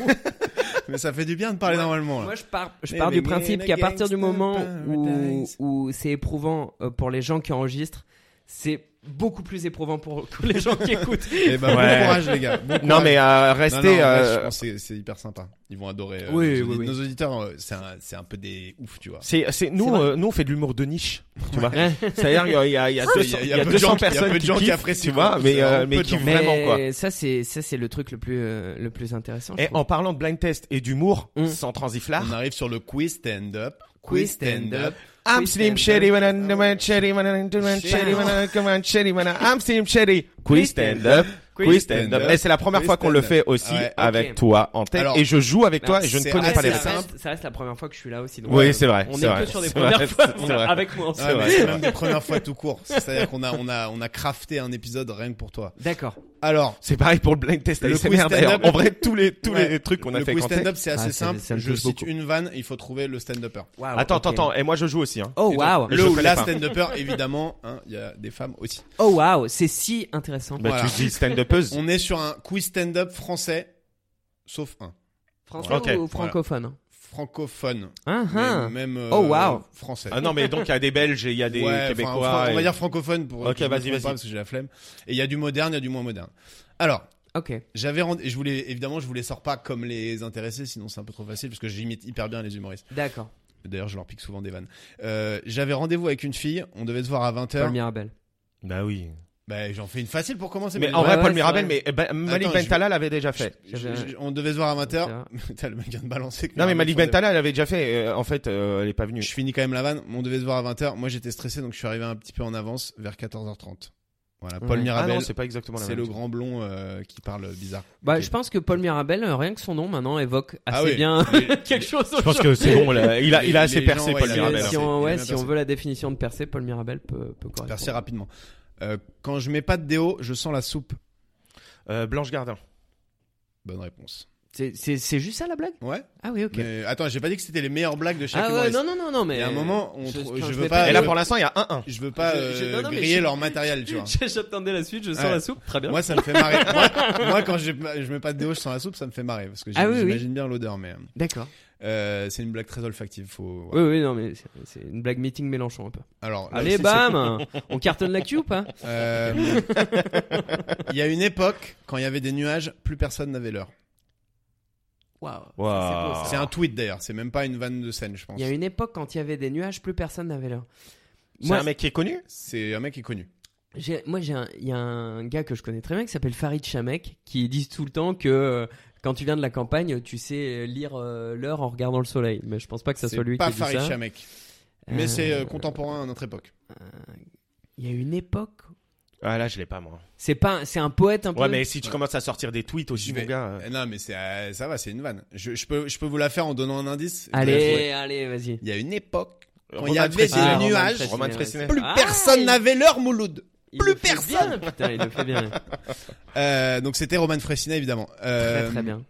Mais ça fait du bien de parler normalement.
Moi,
Là.
je pars, je
Mais
pars du
mais
principe
mais
qu'à partir du
gangsta
moment où,
paradise.
où c'est éprouvant euh, pour les gens qui enregistrent, c'est beaucoup plus éprouvant pour, *laughs* pour les gens qui écoutent.
Et bah,
*laughs* Ouais.
bon courage, les gars. Bon
Non
courage.
mais euh,
Non,
restez.
non, en vrai,
euh,
je pense que c'est- c'est hyper sympa. Ils vont adorer. euh,
Oui,
nos,
oui,
audi-
oui.
nos auditeurs, euh, c'est un, c'est un peu des ouf, tu vois.
C'est, c'est, nous,
C'est vrai.
euh, nous, on fait de l'humour de niche, tu vois.
Hein,
C'est-à-dire, il y a- il y a, il y a
Il
200, il y a
peu de
200
gens qui- il y a
personnes
peu de
qui
gens qui
kiffent,
apprécient,
tu vois,
quoi.
mais,
C'est
euh,
vraiment
mais
peu de
qui
gens.
vraiment, quoi.
Ça, c'est ça, c'est le truc le plus euh, le plus intéressant. je
Et
trouve.
en parlant de blind test et d'humour,
Mm.
sans transiflard,
On arrive sur le quiz stand-up.
Quiz stand-up.
I'm
Quiz
Slim
stand-up.
Shady, when I'm
Oh,
when I'm Shady, when I'm when I'm Shady, when I'm come on Shady, when I'm- I'm Slim Shady. Quiz stand-up, quiz stand-up.
stand-up.
Et c'est la première
Quiz
fois qu'on le fait
stand-up.
aussi
Ouais, ok.
avec toi en tête.
Alors,
Et je joue avec toi et je ne
c'est
connais
assez
pas les
Ah, ça,
règles.
reste, ça reste la première fois que je suis là aussi. donc,
Oui,
euh,
c'est vrai,
On
c'est
est
vrai,
que sur des
c'est
premières
vrai,
fois
c'est vrai.
*laughs* avec moi. en
Ouais,
solo.
mais c'est même des premières fois tout court. C'est-à-dire qu'on a, on a, on a crafté un épisode rien que pour toi.
D'accord.
Alors,
C'est pareil pour le blind test
Le quiz
ASMR d'ailleurs.
stand-up.
En vrai, tous les, tous
Ouais.
les trucs qu'on a
le
fait
quiz
quand t'es-
stand-up, c'est assez
Ah, ça-
simple.
ça me
je
touche
cite
beaucoup.
une vanne, il faut trouver le stand-upper.
Waouh,
Attends,
ok.
attends, attends. Et moi, je joue aussi, hein.
Oh
Et
waouh.
donc, Le ou
connais
la
pas.
stand-upper, évidemment, hein, il y a des femmes
*laughs*
aussi.
Oh waouh, c'est si intéressant.
Bah,
Voilà.
tu dis stand-upeuse.
On est sur un quiz stand-up français, sauf un.
Français
Ok,
ou
voilà.
francophone hein?
Francophone.
Ah,
mais
ah.
Même euh,
Oh, wow.
français.
Ah non, mais donc il y a des Belges et il y a des
Ouais, enfin,
Québécois.
fran- on va
et-
dire francophone pour
Ok,
que je me
vas-y,
trompe
vas-y.
pas, parce que j'ai la flemme. Et il y a du moderne, il y a du moins moderne. Alors,
Ok.
j'avais rendu- je voulais évidemment, je vous les sors pas comme les intéressés, sinon c'est un peu trop facile parce que j'imite hyper bien les humoristes.
D'accord.
D'ailleurs, je leur pique souvent des vannes. Euh, j'avais rendez-vous avec une fille, on devait se voir à
Paul
20h.
Mirabel.
Bah oui.
Bah, j'en fais une facile pour commencer.
Mais
mais-
en
Ouais,
vrai,
ouais,
Paul
c'est
Mirabel,
vrai.
mais eh ben, Malik
Attends, je-
Bentala l'avait déjà fait.
Je-
J'avais-
je- on devait se voir à 20h.
Voilà.
*laughs* Putain, le mec vient de balancer. que
Non, mais Malik Ben
on devait-
Bentala, elle avait déjà fait. euh, en fait, euh, elle est pas venue.
Je finis quand même la vanne. On devait se voir à 20h. Moi, j'étais stressé, donc je suis arrivé un petit peu en avance vers 14h30. Voilà, Paul
Ouais.
Ah
Mirabel.
non, c'est pas exactement la
c'est
même.
le
chose.
grand blond euh, qui parle
*laughs*
bizarre.
Bah,
Ok.
je pense que Paul Mirabel, euh, rien que son nom maintenant évoque assez
Ah oui. *laughs*
bien *laughs*
Les-
quelque chose.
Je pense que c'est bon. là, *laughs* il a, il a
Les-
assez
les
percé
gens,
Paul
ouais,
Mirabel.
si
hein.
on, ouais,
Il a bien
si on
percé.
veut la définition de percer, Paul Mirabel peut, peut correspondre.
Percer rapidement. Euh, quand je mets pas de déo, je sens la soupe.
Euh, Blanche Gardin.
Bonne réponse.
C'est- C'est c'est juste ça la blague
Ouais.
Ah oui, ok.
Mais attends, j'ai pas dit que c'était les meilleures blagues de chaque
ah ouais,
humoriste.
non, non, non, non, mais.
Il y a un
*laughs*
moment, on
Je-
trou-
quand
je
je
veux
mets
pas.
pas-
Et
Euh,
là,
je-
pour l'instant, il y a 1-1.
Je veux pas
Je-
euh,
je- non, non, mais
griller
je-
leur matériel, tu vois.
J'attendais la suite, je sens
Ouais.
la soupe, très bien.
Moi, ça me fait
*laughs*
marrer. moi, moi, quand je, je mets pas de déo, je sens la soupe, ça me fait marrer parce que
Ah oui, oui.
j'imagine bien l'odeur, mais euh,
D'accord.
euh, c'est une blague très olfactive. Faut.
Oui, Ah. oui, non, mais c'est- c'est une blague meeting Mélenchon un peu.
Alors, là
Allez,
aussi,
bam
*laughs*
On cartonne la queue ou pas
Euh, Il y a une époque, quand il y avait des nuages, plus personne n'avait l'heure.
Waouh. ça,
Waouh.
beau, ça.
C'est un tweet d'ailleurs, c'est même pas une vanne de scène, je pense.
Il y a une époque quand il y avait des nuages, plus personne n'avait l'heure.
C'est un mec qui est connu.
C'est un mec qui est connu.
J'ai- Moi, j'ai un- il y a un gars que je connais très bien qui s'appelle Farid Chamek qui dit tout le temps que euh, quand tu viens de la campagne, tu sais lire euh, l'heure en regardant le soleil. Mais je pense pas que ça
C'est
soit lui
pas
qui a dit
Farid
ça.
Chamek, mais
Euh,
c'est euh, contemporain à notre époque.
Il y a une époque.
Ah là, je l'ai pas moi.
C'est pas, c'est un poète un peu.
Ouais, mais si tu commences à sortir des tweets aussi,
Je
mon
vais-
gars. euh,
Eh Non, mais c'est euh, ça va, c'est une vanne. Je, je peux, je peux vous la faire en donnant un indice. Vous allez
Allez,
trouver.
allez, vas-y.
Il y a une époque, quand
Roman
il y avait
Fraissinet.
Ah,
des
Roman
nuages,
Fraissinet,
Roman
ouais,
Fraissinet.
c'est-
plus
Ah,
personne
il-
n'avait l'heure, Mouloud.
il
plus
le fait
personne.
bien, putain, il le
*laughs*
fait bien.
Euh, donc c'était Roman Fressinet évidemment. Euh,
Très très bien.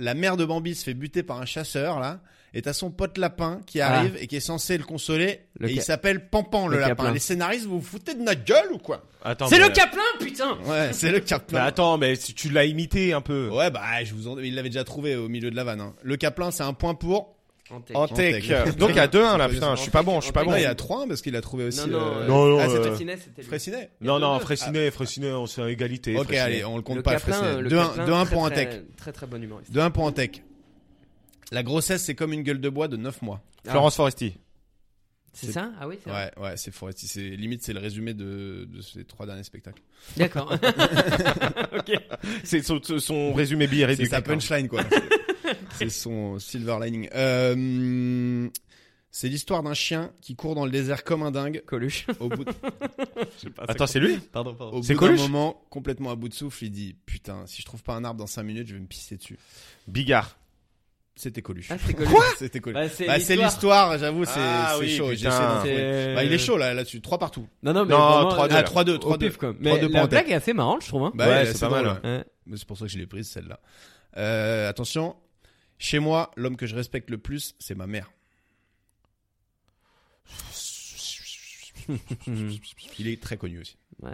la mère de Bambi se fait buter par un chasseur là, et t'as son pote lapin qui arrive et qui est censé le consoler.
Le
et
ca-
il s'appelle Pampan le,
le
lapin.
Caplin.
Les scénaristes, vous vous foutez de notre gueule ou quoi Bah,
Attends,
C'est
mais-
le
euh,
Caplin, putain.
Ouais, c'est le
Mais
Caplin.
attends, mais si tu l'as imité un peu.
Ouais, bah je vous en... il l'avait déjà trouvé au milieu de la vanne. hein. Le Caplin, c'est un point pour.
En tech.
En
tech. *laughs*
tech. euh, Donc à 2-1 là,
En
putain,
tech,
je suis pas bon, je suis pas
en
bon.
Non, il y a 3-1 parce qu'il a trouvé aussi.
Non, non,
euh,
euh,
non, non,
ah,
euh,
c'était
Fraissinet, c'était lui.
Fraissinet.
Non, non,
deux.
Fraissinet, Fraissinet, on s'est à égalité.
Ok,
Fraissinet.
allez, on le compte
Le
pas.
Caplin,
Fraissinet.
le
2-1
Caplin,
2-1
très,
pour un
très-
tech.
Très très bon humoriste.
2-1 pour un tech. La grossesse, c'est comme une gueule de bois de 9 mois.
Ah. Florence Foresti.
C'est ça Ah oui, c'est vrai.
Ouais, ouais, c'est Foresti. C'est limite, c'est le résumé de, de ces trois derniers spectacles.
D'accord. *laughs* ok.
C'est son, son résumé billet
C'est
réduit.
sa punchline,
*laughs*
quoi. c'est son silver lining. Euh, c'est l'histoire d'un chien qui court dans le désert comme un dingue.
Coluche.
Au bout,
Attends, c'est lui
Pardon,
*laughs*
au
pardon.
bout
C'est
d'un
Coluche
moment, complètement à bout de souffle, il dit Putain, si je trouve pas un arbre dans 5 minutes, je vais me pisser dessus.
Bigard.
C'était Coluche.
Ah, c'est Coluche.
C'était Coluche.
Bah, c'est
Bah, c'est
l'histoire.
l'histoire, j'avoue, c'est
Ah
c'est
oui,
chaud.
putain.
J'ai essayé d'en trouver.
C'est-
Bah, il est chaud là, là-dessus. 3 partout.
Non, non, mais
Non,
vraiment,
3-2,
euh,
là.
Ah, 3-2,
au
3-2.
pif, quoi. Mais
3-2 pour
la
un tech.
blague est assez marrante, je trouve. hein.
Bah
Ouais,
ouais,
c'est
c'est
pas mal,
drôle,
ouais.
ouais. Mais C'est pour ça que je l'ai prise, celle-là. Euh, attention. Chez moi, l'homme que je respecte le plus, c'est ma mère. Mmh. Il est très connu aussi.
Ouais.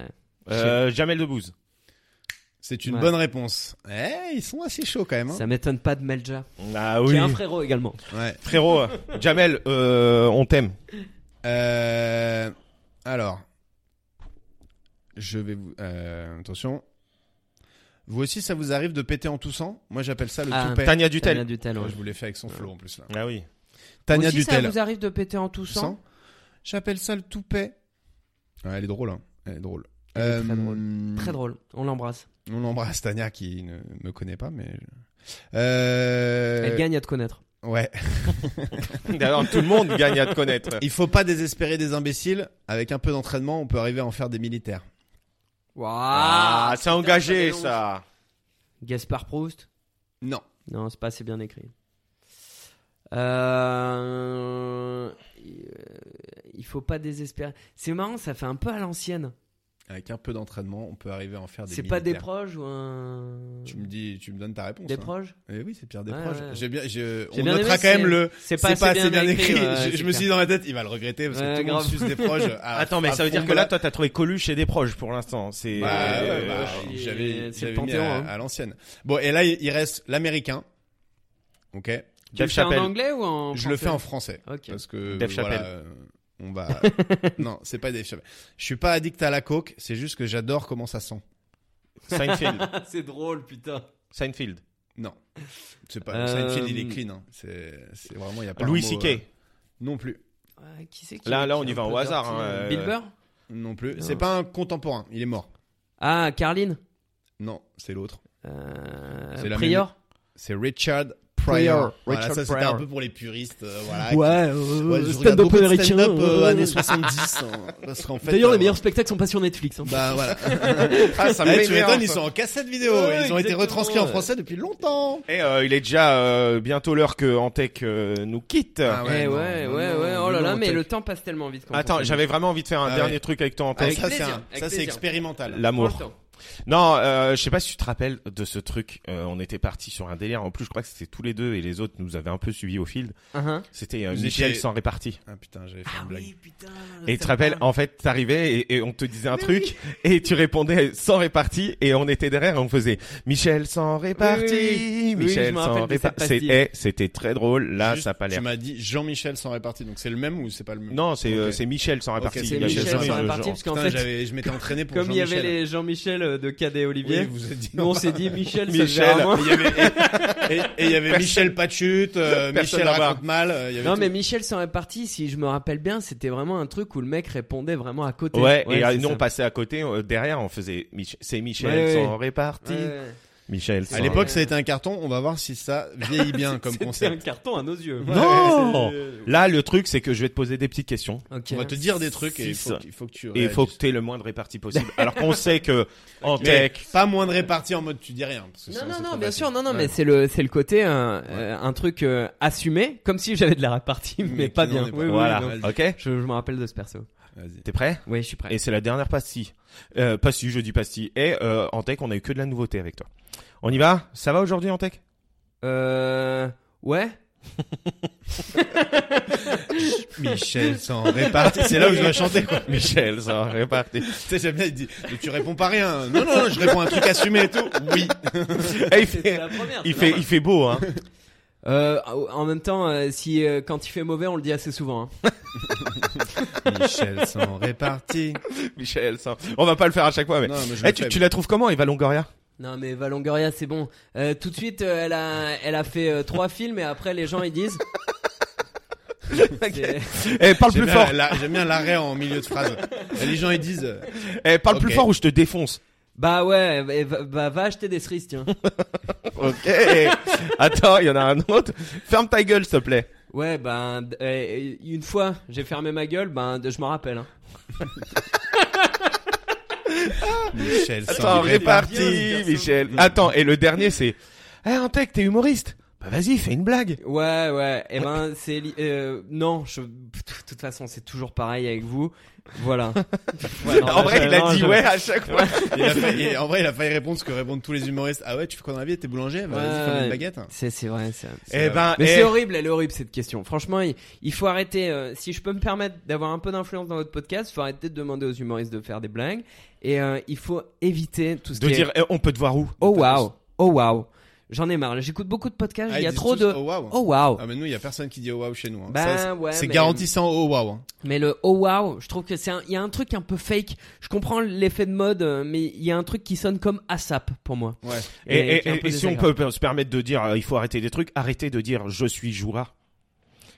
Euh, Jamel Debbouze.
C'est une
Ouais.
bonne réponse. Eh, ils sont assez chauds quand même. hein.
Ça m'étonne pas de Melja.
Ah
Qui est un frérot également.
Ouais.
Frérot, euh, Jamel, euh, on t'aime.
Euh, alors, je vais vous. euh, attention. Vous aussi, ça vous arrive de péter en toussant Moi, j'appelle ça le
Ah,
toupet.
Tania
Tania
Dutel.
Dutel, ouais.
Je vous l'ai fait avec son flow en plus là.
Ah oui.
Tania
Aussi,
Dutel.
ça vous arrive de péter en toussant
Toussant J'appelle ça le toupet. Ouais, elle est drôle, hein. Elle est drôle.
Elle est très
Euh,
Très drôle. On l'embrasse.
On embrasse Tania qui ne me connaît pas, mais. Euh,
Elle gagne à te connaître.
Ouais.
D'ailleurs, tout le monde gagne à te connaître.
Il faut pas désespérer des imbéciles. Avec un peu d'entraînement, on peut arriver à en faire des militaires.
Ah, c'est engagé ça.
Gaspard Proust.
Non.
Non, c'est pas assez bien écrit. Euh, Il faut pas désespérer. C'est marrant, ça fait un peu à l'ancienne.
Avec un peu d'entraînement, on peut arriver à en faire des
C'est
militaires.
pas des proches ou un.
Tu me dis, tu me donnes ta réponse.
Des
hein.
proches
Eh oui, c'est Pierre
Ouais,
Desproges.
ouais.
J'ai bien, je-
J'ai
on
bien
notera
aimé,
quand même
c'est-
le.
C'est pas, assez bien, écrit. ouais,
Je-
c'est
je me suis dit dans
clair.
ma tête, il va le regretter parce que
Ouais,
tout le monde
grave.
suce Desproges.
*laughs*
à-
Attends, mais
à
ça veut dire
fond,
que là,
voilà.
toi, t'as trouvé Coluche et des proches pour l'instant. C'est. euh,
Ouais,
euh,
ouais, bah,
c'est-
j'avais,
c'est le
j'avais mis
Panthéon,
à,
hein.
à l'ancienne. Bon, et là, il il reste l'américain. Ok.
Tu le
Dave
fais en
Chappelle.
anglais ou en.
je le fais en
français
français.
Ok.
Parce que.
Dave
voilà,
Chappelle.
euh, on
*laughs*
va. non, c'est pas Dave Chappelle. Je suis pas addict à la coke, c'est juste que j'adore comment ça sent.
Seinfeld.
Ah, c'est drôle, putain.
Seinfeld.
Non. C'est pas.
Euh,
Seinfeld, il est clean. hein. C'est, c'est vraiment, il y a pas. un
Louis
mot,
C.K.
euh, Non plus.
Ouais, qui c'est qui
Là- là,
qui
on
est
y va
un
au
peu
hasard,
dirty,
hein,
euh,
euh,
Bill Burr
Non plus.
Non.
C'est pas un contemporain. Il est mort.
Ah, Carline
Non, c'est l'autre.
euh,
C'est la
Prior
C'est Richard
Pryor.
Pryor. Voilà,
Richard
ça c'était
Pryor.
un peu pour les puristes. euh, voilà,
euh,
Ouais, je
stand-up
regarde beaucoup de
américain,
stand-up euh,
euh,
années 70. hein, parce
*laughs*
qu'en fait,
D'ailleurs,
euh,
les meilleurs spectacles sont pas sur Netflix. hein.
*laughs* Bah voilà.
Ah, ça
Eh,
m'énerve.
tu m'étonnes, ils sont en cassette vidéo.
Ouais,
ils ont été
exactement,
retranscrits en
ouais.
français depuis longtemps.
Et euh, il est déjà euh, bientôt l'heure que Antec euh, nous quitte.
Ah ouais,
Eh ouais,
non,
ouais,
non,
ouais,
non,
Oh là
non,
là, mais
t'es-
le temps passe tellement vite. quand on
Attends,
fait-
j'avais vraiment envie de faire un
Ah
dernier
ouais.
truc avec toi,
Ah,
Antec.
Avec
ça, c'est
plaisir,
un-
avec
ça, c'est
plaisir.
expérimental.
Prends le
L'amour.
temps.
Non, euh, je sais pas si tu te rappelles de ce truc. Euh, on était parti sur un délire. En plus, je crois que c'était tous les deux et les autres nous avaient un peu suivis au fil.
Uh-huh.
C'était euh,
Vous
Michel
étiez-
sans répartie.
Ah putain, j'avais fait une blague.
putain.
Et tu te rappelles, en fait, t'arrivais et, et on te disait un truc et tu répondais sans répartie et on était derrière et on faisait Michel sans répartie,
oui, oui. Oui, je
Michel
me rappelle
sans
de cette
répartie.
pastille.
C'était très drôle. Là,
Juste,
ça a pas l'air.
Tu m'as dit Jean-Michel sans répartie, donc c'est le même ou c'est pas le même
Non, c'est euh,
Ok.
c'est Michel sans répartie.
c'est
C'est
Il y a
Michel
jamais
sans
de
répartie,
genre.
parce qu'en
Putain,
fait,
j'avais, je m'étais entraîné pour
comme il y avait
Jean-Michel.
les Jean-Michel euh, de Cadet et Olivier,
Oui, vous avez dit
nous on s'est dit Michel, ça
Michel.
devait vraiment-
Et et il y avait Michel Pachut, euh,
Personne
Michel
à voir.
raconte mal. euh, il y avait
Non,
tout.
mais Michel s'en répartie, si je me rappelle bien, c'était vraiment un truc où le mec répondait vraiment à côté.
Ouais, et euh,
c'est
nous
ça.
on passait à côté, euh, derrière on faisait Mich- c'est Michel
Ouais, ouais.
sans répartie.
Ouais, ouais.
Michel sans
À l'époque, ça a été un carton. On va voir si ça vieillit bien comme
*laughs* C'était un
concept.
carton à nos yeux.
Non
Ouais, c'est-
Là, le truc c'est que je vais te poser des petites questions
*laughs* Ok.
On va te dire des trucs et il
Six.
faut, qu'il- il faut que tu.
et il faut que
réagisses.
tu aies le moins de répartie possible. Alors qu'on sait que en
Mais
tech
pas moins de répartis en mode tu dis rien. parce que
Non,
sinon,
non,
c'est
non,
trop
bien
facile.
sûr, non, non,
Ouais.
mais c'est le, c'est le côté euh, euh, un truc euh, assumé, comme si j'avais de la répartie, mais,
Mais
pas
qui n'en
bien.
est pas.
Oui, oui,
voilà,
non.
OK
Je, je me rappelle de ce perso.
Vas-y.
T'es prêt
Oui, je suis prêt.
Et c'est la dernière pastille. Euh, pastille, je dis pastille. Et euh, en tech, on a eu que de la nouveauté avec toi. On y va Ça va aujourd'hui en tech
Euh,
*laughs*
ouais.
Michel sans répartie. C'est là où je dois chanter quoi.
*laughs* Michel, ça va
*laughs*
répartir.
Tu sais, j'aime bien, il dit, mais tu réponds pas rien. Non, non, non, je réponds un truc assumé et tout. Oui.
Eh, il
C'était
fait,
la première.
*laughs*
il, fait, il fait beau, hein
Euh, en même temps, euh, si euh, quand il fait mauvais, on le dit assez souvent. hein.
Michel s'en répartit.
Michel, ça. On va pas le faire à chaque fois, mais.
Non, mais je
Eh,
le
tu,
fais.
tu la trouves comment, Eva Longoria
Non mais Valongoria c'est bon. Euh, tout de suite, euh, elle a, elle a fait euh, trois films et après les gens
*laughs*
ils disent. C'est-
*laughs*
Eh, parle
J'aime
plus
bien
fort.
la- J'aime bien l'arrêt en milieu de phrase. Les gens ils disent euh,
Eh, parle
Ok.
plus fort ou je te
*laughs*
défonce.
Bah ouais, et va, bah, va acheter des cerises tiens.
Ok. *laughs* Attends, il y en a un autre. Ferme ta gueule, s'il te plaît.
Ouais ben euh, une fois j'ai fermé ma gueule, ben de- je m'en rappelle. hein.
Michel
Attends,
s'en
réparti, Michel. Attends, et le dernier, c'est. Eh, Antec, t'es humoriste. Bah, vas-y, fais une blague.
Ouais ouais. Et ben c'est li- euh, non, je de toute façon c'est toujours pareil avec vous. Voilà. Ouais, non,
*laughs* en vrai,
je-
il a
non,
dit
je-
ouais à chaque fois.
Il a failli- il- en vrai, il a failli répondre ce que répondent tous les humoristes. Ah ouais, tu fais quoi dans la vie T'es boulanger Bah, Vas-y, fais
Ouais.
une baguette.
C'est c'est vrai c'est.
Eh ben,
Mais
eh,
c'est horrible, elle est horrible cette question. Franchement, il, il faut arrêter. euh, si je peux me permettre d'avoir un peu d'influence dans votre podcast, il faut arrêter de demander aux humoristes de faire des blagues. Et euh, il faut éviter tout ce
de
qui
dire,
est.
eh, on peut te voir où
Oh waouh! Oh waouh! J'en ai marre. là, J'écoute beaucoup de podcasts.
Ah,
il y
ils
a
disent
trop
tous,
de.
Oh waouh.
Oh waouh!
Ah, mais nous, il y a personne qui dit oh waouh chez nous. hein.
Ben,
Ça, c'est-
ouais,
c'est
mais-
garanti sans oh waouh. hein.
Mais le oh waouh, je trouve que c'est un- il y a un truc un peu fake. Je comprends l'effet de mode, euh, mais il y a un truc qui sonne comme ASAP pour moi.
Ouais.
Et,
Et
et-
qui est un peu
et si on peut se permettre de dire, euh, il faut arrêter des trucs, arrêtez de dire, je suis joueur.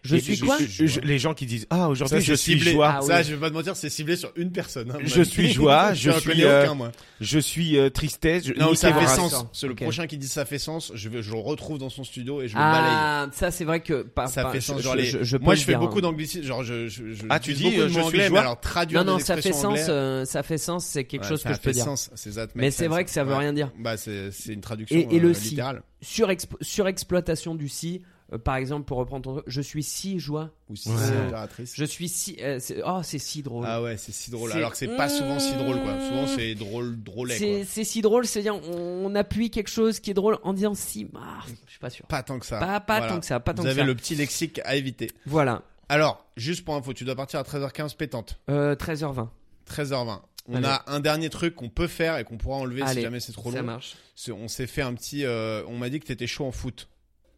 Je
Et-
suis quoi
je- je- Les gens qui disent, ah aujourd'hui
Ça,
je
c'est
suis
ciblé.
joueur,
Ah oui.
Ça, je vais pas te mentir, c'est ciblé sur une personne. hein,
Je
moi.
suis
*laughs*
joie, je
J'en
suis,
connais
euh,
aucun, moi.
je suis euh, tristesse. je-
Non,
Nicolas
ça fait
Nicolas
sens.
Sarkozy.
C'est le
Ok.
prochain qui dit ça fait sens. Je, vais- je le retrouve dans son studio et je le balaye.
Ah, ça c'est vrai que. par-
Ça
par-
fait
je-
sens.
je-
genre les-
je- je peux
Moi,
le
je fais
dire,
beaucoup
hein.
d'anglicisme. Genre, je, je, je
Ah, tu
utilise
dis,
beaucoup de
euh, je
mots
suis
anglais, mais
joie
alors traduire
Non, non,
des
ça fait
expressions
sens.
anglaises,
euh, ça fait sens. C'est quelque
ouais,
chose
ça
que je
fait
peux dire.
sens, c'est that
Mais
makes
c'est
sense.
vrai que ça veut
Ouais.
rien dire.
Bah, c'est c'est une traduction
Et- et le
euh,
si.
littérale.
Surexplo- surexploitation du si. euh, par exemple, pour reprendre ton truc, je suis si joie.
Ou si
Ouais.
c'est impératrice.
Je suis si. euh, c'est- oh, c'est si drôle.
Ah ouais, c'est si drôle.
C'est- Mm.
Alors que c'est pas souvent si drôle, quoi. Souvent, c'est drôle, drôlet,
c'est
quoi.
c'est si drôle, c'est-à-dire on, on appuie quelque chose qui est drôle en disant si. Ah, je suis pas sûr.
Pas tant que ça.
Pas, pas
Ah, Voilà.
tant que ça, pas tant
Vous
que
avez
ça.
le petit lexique à éviter.
Voilà,
Alors, juste pour info, tu dois partir à 13h15 pétante.
Euh, 13h20.
13h20. On
Allez.
a un dernier truc qu'on peut faire et qu'on pourra enlever si
Allez,
jamais c'est trop
ça
long.
marche.
C'est- On s'est fait un petit. euh, on m'a dit que t'étais chaud en foot.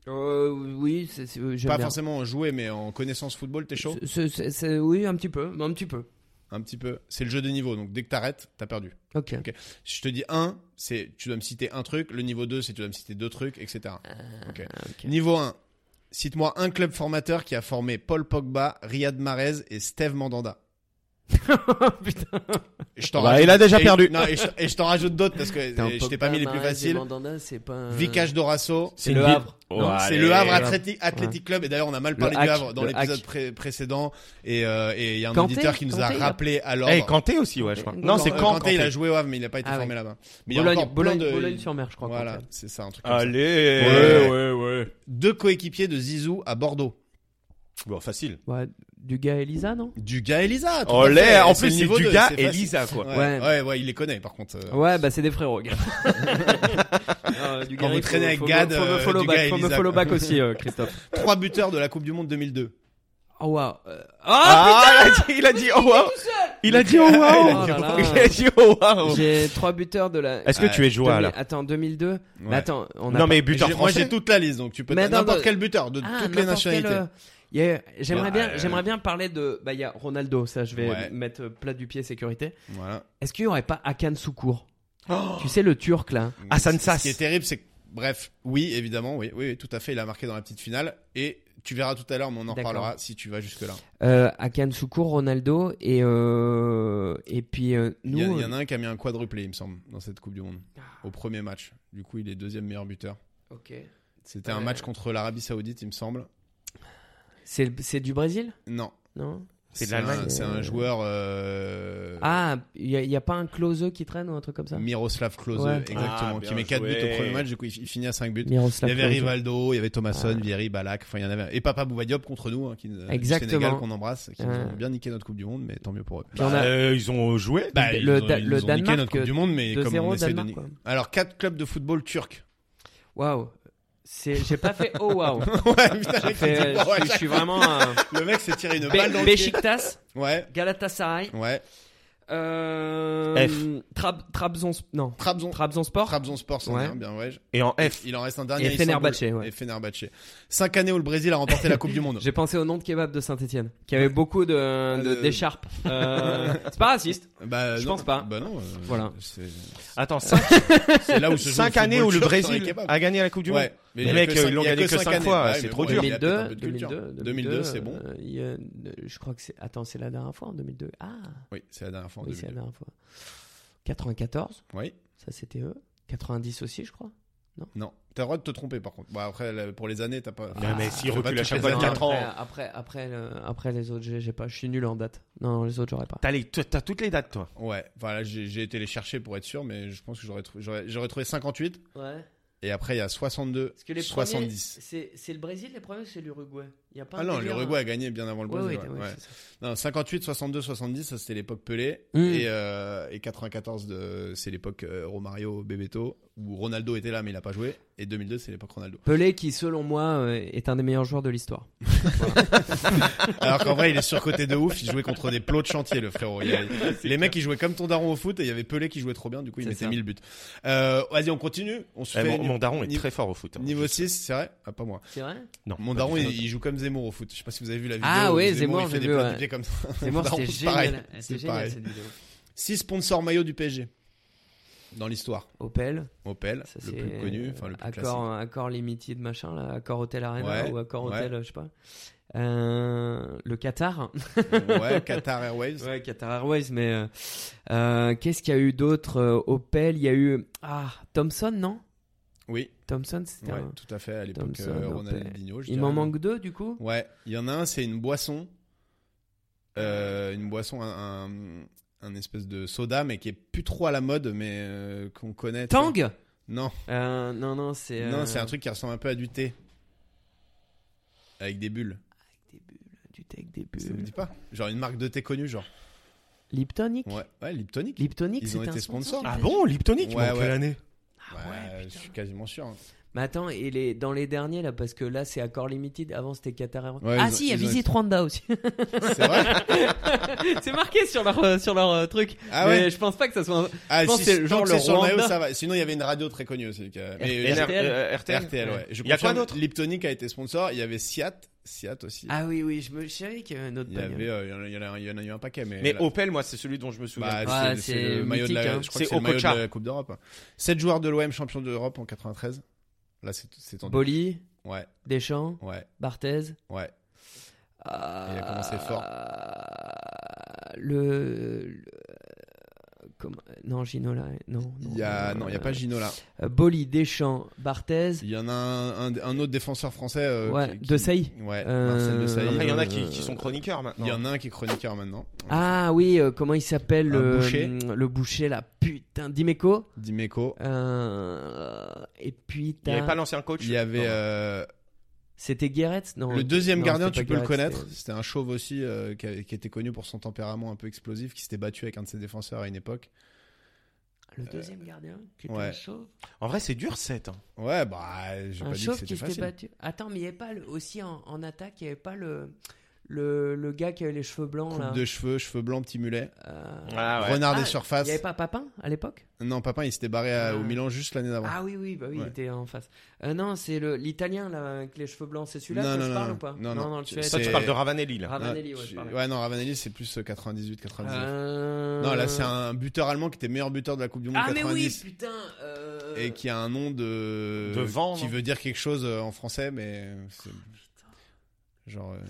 Euh, oui, c'est c'est- euh, j'aime
Pas
bien.
forcément en jouer, mais en connaissance football, t'es chaud
C'est- c'est- c'est- c'est- oui, un petit peu, mais un petit peu.
Un petit peu. C'est le jeu des niveaux, donc dès que t'arrêtes, t'as perdu.
Ok. *laughs*
Si je te dis 1, c'est tu dois me citer un truc. Le niveau 2, c'est tu dois me citer deux trucs, etc. Ok.
Euh, ok.
Niveau 1, cite-moi un club formateur qui a formé Paul Pogba, Riyad Mahrez et Steve Mandanda.
Putain.
Je t'en
Bah,
rajoute-
il a déjà
et-
perdu.
Non, et je, et je t'en rajoute d'autres parce que euh, je t'ai pas mis les plus
Mahrez et
faciles.
Mandanda, c'est pas. un-
Vicage Dorasso.
C'est le Havre.
Oh,
non
allez.
C'est le Havre
Allez.
Athletic, Athletic Club et d'ailleurs on a mal parlé
hack,
du Havre dans
le
l'épisode
hack.
pré- précédent et euh, et il y a un
Kanté,
auditeur qui nous a
Kanté, il a-
rappelé alors.
Eh, Kanté aussi, ouais, je crois.
Euh,
Non,
non,
c'est
euh,
quand
il a joué au Havre mais il a pas été
Ah
formé
ouais.
là-bas. Mais il y a
Bologne,
encore plein
Bologne,
de
sur mer, je crois.
Voilà,
Kanté.
c'est ça un truc. comme ça.
Allez.
Ouais,
ouais.
Deux coéquipiers de Zizou à Bordeaux.
Bon, facile.
Ouais, du gars Elisa, non
Du gars Elisa. tout à fait.
Olé, en
C'est
plus
le
c'est
niveau
du
deux,
gars
c'est
et
facile.
Lisa, quoi.
Ouais.
Ouais.
Ouais. ouais, il les connaît par contre. euh.
Ouais, bah c'est des frérots, *laughs* gars. Euh, du
Quand
gars,
vous
il faut-
traînez avec
faut
Gad,
me- Faut
euh,
me follow
du
back,
gars
faut me
Elisa.
follow back aussi, euh, Christophe.
Trois buteurs de la Coupe du Monde 2002.
*laughs* Oh waouh. Euh,
Ah, il a dit, il a dit oh wow. Il a dit oh
Oh
wow.
là là.
Il a dit oh wow.
J'ai trois buteurs de la.
Est-ce que tu es joueur
Demi-
là
Attends, 2002. Ah, Mais
Ouais.
attends, on a.
Non mais
Et
buteur
j'ai- Moi j'ai
français.
toute la liste donc tu peux t'as
Mais non,
n'importe
de-
quel buteur de
Ah,
toutes les
n'importe quel,
nationalités.
euh, il y a- J'aimerais bien,
Ouais.
j'aimerais bien parler de. Bah, il y a Ronaldo, ça, je vais
Ouais.
mettre euh, plat du pied sécurité.
Voilà.
Est-ce qu'il y aurait pas Akan Soukour
Oh
Tu sais le Turc là.
Hassan
Ce
Sass.
qui est terrible, c'est que, bref, oui, évidemment, oui, oui, oui, tout à fait, il a marqué dans la petite finale. Et tu verras tout à l'heure, mais on en
D'accord.
reparlera si tu vas jusque-là.
Euh, Akan Soukour, Ronaldo et euh, et puis euh, Ah.
Il
nous.
y, a- il y en a un qui a mis un quadruplé, il me semble, dans cette Coupe du Monde, au premier match. Du coup, il est deuxième meilleur buteur.
Ok.
C'était un
Ouais.
match contre l'Arabie Saoudite, il me semble.
C'est c'est du Brésil,
Non.
non
Euh.
C'est de
un-
l'Allemagne.
C'est un joueur. euh,
Ah, il y, a- il y a pas un Klose qui traîne ou un truc comme ça
Miroslav Klose,
Ouais.
exactement,
Ah,
qui
bien
met 4 buts
joué.
au premier match, du coup il, il finit à 5 buts. Il
Miroslav
y avait
Klose.
Rivaldo, il y avait Thomasson,
Ah.
Vieri, Balak, enfin il y en avait. Et Papa Boubadiop contre nous, hein, qui, nous- du
Exactement.
Sénégal qu'on embrasse, qui nous
Ah.
ont bien niqué notre Coupe du Monde, mais tant mieux pour eux.
Puis on a-
Euh, ils ont joué.
Bah, ils
le
ont-
Da-
ils
le
ont niqué
Danemark,
notre Coupe du Monde, mais comme
2-0
on essaie de
Danemark,
niquer.
quoi.
Alors, quatre clubs de football turcs.
Waouh. C'est j'ai pas fait oh waouh.
*laughs* ouais, putain,
J'ai
mec,
fait-
il dit, ouais,
je, je suis vraiment un
le mec s'est tiré une balle dans
Be-
le pied.
Beşiktaş,
Ouais,
Galatasaray,
ouais.
Euh,
F.
Trab- Trabzon, non.
Trabzon.
Trabzonspor.
Trabzon Sport, c'est
Ouais.
bien, bien, ouais.
Et en F.
Il en reste un dernier.
Et
Istanbul.
Fenerbahçe, ouais.
Et Fenerbahçe. Cinq années où le Brésil a remporté la Coupe du
*laughs*
Monde.
J'ai pensé au nom de kebab de Saint-Etienne, qui avait beaucoup de de-
Euh, *laughs*
d'écharpes. Euh, c'est pas raciste.
Bah,
Je
non.
pense pas.
Bah non. euh,
Voilà.
c'est-
Attends, 5
C'est là où se joue
cinq
le
années où
football
le
turc dans les
Brésil
kebabs.
a gagné la Coupe du Monde.
Ouais. Mais
Les
il y a
mecs, euh,
que cinq-
ils l'ont
il y a
gagné
que
que cinq
années.
fois,
Ouais,
c'est
mais
trop
bon,
dur.
il a peut-être un
2002,
peu de culture.
2002,
2002, c'est bon.
euh, il y a- je crois que c'est. Attends, c'est la dernière fois en 2002. Ah,
Oui, c'est la dernière fois. en
oui, c'est la
2002.
dernière fois. 94,
Oui.
ça c'était eux. 90 aussi, je crois.
Non. T'as le droit de te tromper par contre. Bon, après, là, pour les années, t'as pas.
Non, mais s'il
tu vas pas
recule à
toucher
chaque
les
fois de
Non,
années.
4
après,
ans.
Après, après, le- après les autres, j'ai j'ai pas. Je suis nul en date. Non, les autres, j'aurais pas.
T'as les- t'as toutes les dates, toi.
Ouais, voilà, j'ai j'ai été les chercher pour être sûr, mais je pense que j'aurais trou- j'aurais j'aurais trouvé 58.
Ouais.
Et après, il y a 62,
Parce que les
70.
premiers, c'est- c'est le Brésil, les premiers, c'est l'Uruguay. Il y a pas. hein.
Ah non, l'Uruguay a gagné bien avant le
Oui,
Brésil.
oui,
ouais,
ouais,
ouais.
c'est ça.
Non, 58, 62, 70, ça c'était l'époque Pelé.
Mm.
Et, euh, et 94, de- c'est l'époque euh, Romario, Bebeto, où Ronaldo était là mais il a pas joué. Et 2002, c'est l'époque
*laughs*
Ronaldo.
Pelé, qui selon moi euh, est un des meilleurs joueurs de l'histoire.
Alors qu'en vrai, il est surcoté de ouf. Il jouait contre des plots de chantier, le frérot. Il y
*laughs*
avait- les mecs, ils jouaient comme ton daron au foot et il y avait Pelé qui jouait trop bien. Du coup, il
C'est
mettait
ça.
1000 buts. Euh, Vas-y, on continue. On se
Eh,
fait
Mon mon daron est
niveau-
très fort au foot. hein.
niveau 6, c'est vrai Ah, pas moi. *laughs*
C'est vrai.
Non,
Mon
pas
daron,
du tout.
il, il joue comme Zemmour au foot. Je sais pas si vous avez vu la vidéo.
Ah
où
ouais, Zemmour,
il fait
j'ai
des
vu,
plats
ouais.
de pied comme ça.
C'est
Mon
moi,
daron,
c'était
c'est pareil.
génial. C'est
C'est
génial
pareil.
cette vidéo.
6 sponsors maillots du PSG dans l'histoire.
Opel.
Opel,
Ça,
le
c'est
plus connu, enfin le plus classique.
accord, accord Limited, machin, là, accord Hotel Arena
Ouais,
ou accord
ouais.
Hotel, je sais pas. Euh,
*laughs*
le Qatar.
ouais, Qatar
*laughs*
Airways.
Ouais, Qatar Airways, mais euh, euh, qu'est-ce qu'il y a eu d'autre euh, Opel, il y a eu ah Thomson, non
Oui,
Thomson, c'était.
ouais,
un-
tout à fait. À l'époque,
Thomson,
euh,
Opel.
Ronaldinho. je
Il m'en
dirais.
manque deux du coup.
Ouais, il y en a un, c'est une boisson. Euh, une boisson, un, un- un espèce de soda, mais qui est plus trop à la mode, mais euh, qu'on connaît. tu vois.
Tang
Non,
Euh, Non, non, c'est. euh,
non c'est un truc qui ressemble un peu à du thé. Avec des bulles.
avec des bulles, du thé avec des
Ça vous
bulles.
dit pas Genre une marque de thé connue, genre.
Liptonic.
Ouais, ouais Liptonic.
Liptonic,
Ils ont
c'était
été
un sponsor,
sponsors.
du
Ah
PSG.
bon, Liptonic,
Ouais,
mais en
ouais.
quelle année
Ah ouais,
je suis quasiment sûr. hein.
Mais attends, et les, dans les derniers là, parce que là c'est Accor Limited, avant c'était Qatar Airways.
Ouais,
ah
ils ont-
si, il y a
ils ont-
Visite Rwanda aussi. *laughs*
C'est vrai
c'est marqué sur leur, euh, sur leur euh, truc.
Ah
mais
ouais
je pense pas que ça soit. un-
Ah,
je pense
si
que c'est
tant
genre
que
le
c'est sur maillot,
Rwanda.
ça va. Sinon, il y avait une radio très connue aussi. qui a- Mais
RTL.
euh,
RTL, ouais. Je
Il y a quoi
confirme,
d'autre
Liptonic a été sponsor. Il y avait Siat. Siat aussi.
Ah oui, oui, je me savais qu'il y avait un autre
Il y,
bagnole.
avait, euh, il, y en a, il y en a- il y en a eu un paquet, mais.
Mais
là-
Opel, moi, c'est celui dont je me souviens.
Bah,
Ouais,
c'est-
c'est
c'est le maillot de
mythique,
la,
hein.
je crois que
C'est
c'est le maillot de
Okocha.
la Coupe d'Europe. 7 joueurs de l'OM champion d'Europe en 93. Là, c'est c'est tendu.
Boli,
Ouais,
Deschamps,
ouais,
Barthez.
ouais.
Ah,
Il a commencé fort.
euh, Le. le- comment- Non, Ginola. Non, non.
Il y a, non, il y a pas Gino là.
Euh, Boli, Deschamps, Barthez.
Il y en a un, un, un autre défenseur français. euh,
ouais,
qui- qui-
De Sailly.
Ouais,
Euh,
Marcel de Sailly.
Après, il y en a qui,
euh,
qui sont chroniqueurs maintenant.
Il y en a un qui est chroniqueur maintenant.
Ah oui, euh, comment il s'appelle
Un
le
boucher.
le boucher là, putain, Dimeco.
Dimeco.
Euh, et puis
Il n'y avait
t'as-
pas l'ancien coach.
Il y avait
Non.
euh,
c'était Guéretz, non
le deuxième
non,
gardien,
c'était
tu
pas
peux le
Guéretz,
connaître.
c'était-
C'était un chauve aussi euh, qui, a- qui était connu pour son tempérament un peu explosif, qui s'était battu avec un de ses défenseurs à une époque.
Le deuxième gardien, qui était
ouais.
un chauve.
En vrai, c'est dur, hein. 7.
Ouais, bah, j'ai
Un
pas dit que
chauve
c'était
qui s'était
facile.
battu. Attends, mais il n'y avait pas le- aussi en, en attaque, il n'y avait pas le, le, le gars qui avait les cheveux blancs
Coupe
là.
de cheveux, cheveux blancs, petit mulet.
Euh,
Ah
Renard
Ah,
des
Il
surfaces.
n'y avait pas Papin à l'époque
Non, Papin, il s'était barré à-
Ah.
au Milan juste l'année d'avant.
Ah oui, oui, bah oui, il
Ouais.
était en face. Euh, non, c'est le- l'italien là, avec les cheveux blancs, c'est celui-là
Non,
que
non,
je
non,
parle
non.
ou pas
Non, non.
le
C'est-
Ça,
Suède.
tu parles de Ravanelli, là.
Ah,
Ravanelli, ouais,
tu-
je parlais.
ouais, non, Ravanelli, c'est plus 98-99.
Euh,
Non, là, c'est un buteur allemand qui était meilleur buteur de la Coupe du Monde
Ah, mais oui,
90.
putain euh,
Et qui a un nom de.
De vent,
Qui
non
veut dire quelque chose euh, en français, mais.
Ah,
c'est- Genre. euh,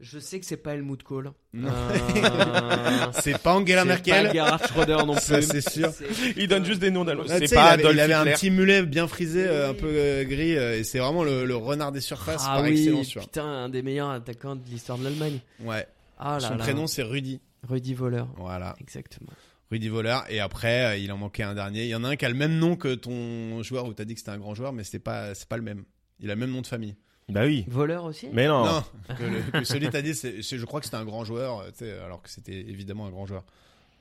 Je sais que c'est pas Helmut Kohl.
Non. *laughs*
Euh,
C'est pas Angela
c'est
Merkel.
Pas Gerhard Schroeder non plus.
Ça, c'est sûr.
Il donne juste des noms d'allemand.
Ah, tu
C'est
sais,
pas
il avait, il
Adolf
avait un
Hitler.
petit mulet bien frisé, euh, un
Oui.
peu euh, gris, euh, et c'est vraiment le, le renard des surfaces
Ah
par
oui,
excellence. tu vois.
putain, un des meilleurs attaquants de l'histoire de l'Allemagne.
Ouais.
Ah là
Son
là.
prénom, c'est Rudy.
Rudy Voleur.
Voilà.
Exactement.
Rudy Voleur. Et après, euh, il en manquait un dernier. Il y en a un qui a le même nom que ton joueur où t'as dit que c'était un grand joueur, mais c'est pas, c'est pas le même. Il a le même nom de famille.
Bah oui.
Voleur aussi
Mais non.
Non, que,
*laughs*
le- que celui que t'as dit, c'est, c'est- je crois que c'était un grand joueur, euh, tu sais, alors que c'était évidemment un grand joueur.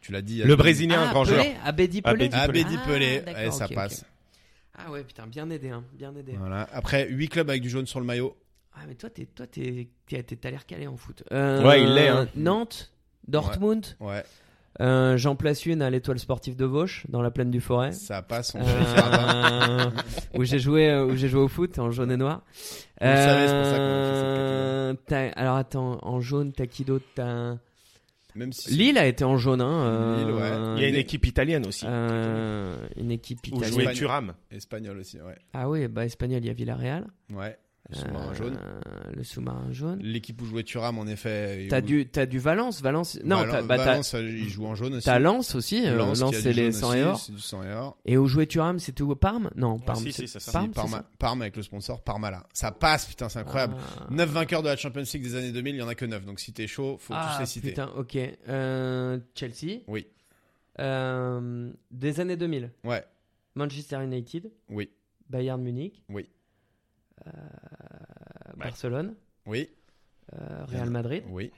Tu l'as dit. euh, il y a
Le
deux-
Brésilien, grand joueur.
Ah, Pelé Abedi Pelé
Abedi
Abedi
Ah,
Pelé.
d'accord,
Eh, ça
ok, ok.
passe.
Ah ouais, putain, bien aidé, hein. Bien aidé.
Voilà. Après, 8 clubs avec du jaune sur le maillot.
Ah, mais toi, t'es, toi, t'es, t'es- t'as l'air calé en foot. Euh,
Ouais, il l'est, hein.
Nantes, Dortmund,
Ouais.
Euh, J'en place une à l'étoile sportive de Vosges, dans la plaine du Forêt.
Ça passe, on
Euh,
fait le jardin.
où j'ai joué euh, où j'ai joué au foot en jaune et noir.
Vous le savez, c'est pour ça qu'on fait cette
Euh, t'as- alors attends, en jaune, t'as qui d'autre T'as-
Même si
Lille a été en jaune hein.
Lille, ouais.
Il y a une
des-
équipe italienne aussi.
euh, une équipe
où
italienne.
jouait
Espagne.
Thuram.
espagnol aussi, ouais.
Ah oui, bah espagnol, il y a Villarreal.
Ouais. Le sous-marin
Euh,
jaune.
Le sous-marin jaune.
L'équipe où jouait Thuram, en effet. et
T'as
où-
du t'as du Valence, Valence. Non,
Val-
t'as bah, t'as-
Valence, il joue en jaune aussi.
t'as Lens aussi. euh, Lens,
Lens, qui a
c'est
du
les
jaune
100
aussi,
et or.
C'est du 100 et or.
Et où jouait Thuram, c'était où Parme Non, Parme.
si, si, c'est ça.
Parme,
Ah, Si,
c'est
Parma,
ça
Parma avec le sponsor Parma là. Ça passe, putain, c'est incroyable.
Ah.
9 vainqueurs de la Champions League des années 2000, il y en a que 9. Donc si t'es chaud, faut
ah,
tous les citer.
Putain, ok. Euh, Chelsea.
Oui.
Euh, des années 2000.
Ouais,
Manchester United,
oui,
Bayern Munich,
oui,
euh, Barcelone,
oui,
euh, Real Madrid.
oui.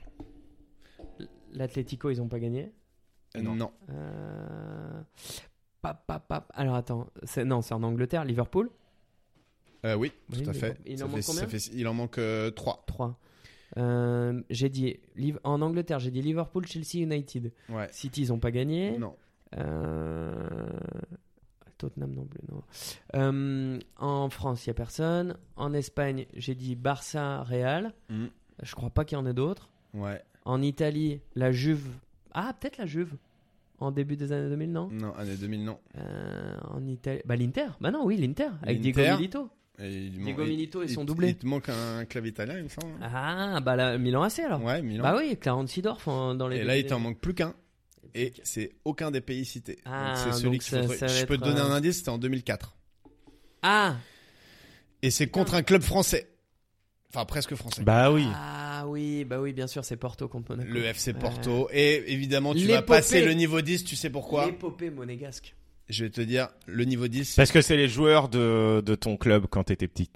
L'Atlético, ils ont pas gagné.
Euh, non.
Euh, pap, pap, pap. Alors attends, c'est- non, c'est en Angleterre, Liverpool,
Euh, oui,
Oui,
tout à
mais
fait.
bon, il
Ça
en
fait-
manque
ça
combien
fait- Il en manque 3.
3. Euh, j'ai dit Liv- en Angleterre, j'ai dit Liverpool, Chelsea, United.
Ouais.
City, ils ont pas gagné.
Non.
Euh, Tottenham non plus, non. Euh, en France, il n'y a personne. En Espagne, j'ai dit Barça, Real.
Mm.
Je crois pas qu'il y en ait d'autres.
Ouais.
En Italie, la Juve. Ah, peut-être la Juve. En début des années 2000, non
Non, année 2000, non.
Euh, En Italie. Bah, l'Inter. Bah, non, oui, l'Inter. Avec Diego
L'Inter.
Milito.
Et il
Diego
man- il-
Milito et son
il-
doublé.
Il te manque un clavier italien, il me semble. hein.
Ah, bah, la Milan AC alors.
Ouais, Milan.
Bah oui, Clarence Sidorf en- dans les.
Et
deux
là, il
années.
t'en manque plus qu'un. Et c'est aucun des pays cités.
Ah,
Donc, c'est celui
donc
qui
ça- ça va
Je peux
être,
te donner
euh,
un indice, c'était en 2004.
Ah
Et c'est contre un club français. Enfin, presque français.
Bah oui.
Ah oui, bah oui, bien sûr, c'est Porto contre Monaco.
le FC
Ouais.
Porto. Et évidemment, tu vas
L'épopée.
passer le niveau 10, tu sais pourquoi
L'épopée monégasque.
Je vais te dire, le niveau 10.
Parce que c'est les joueurs de, de ton club quand t'étais petit.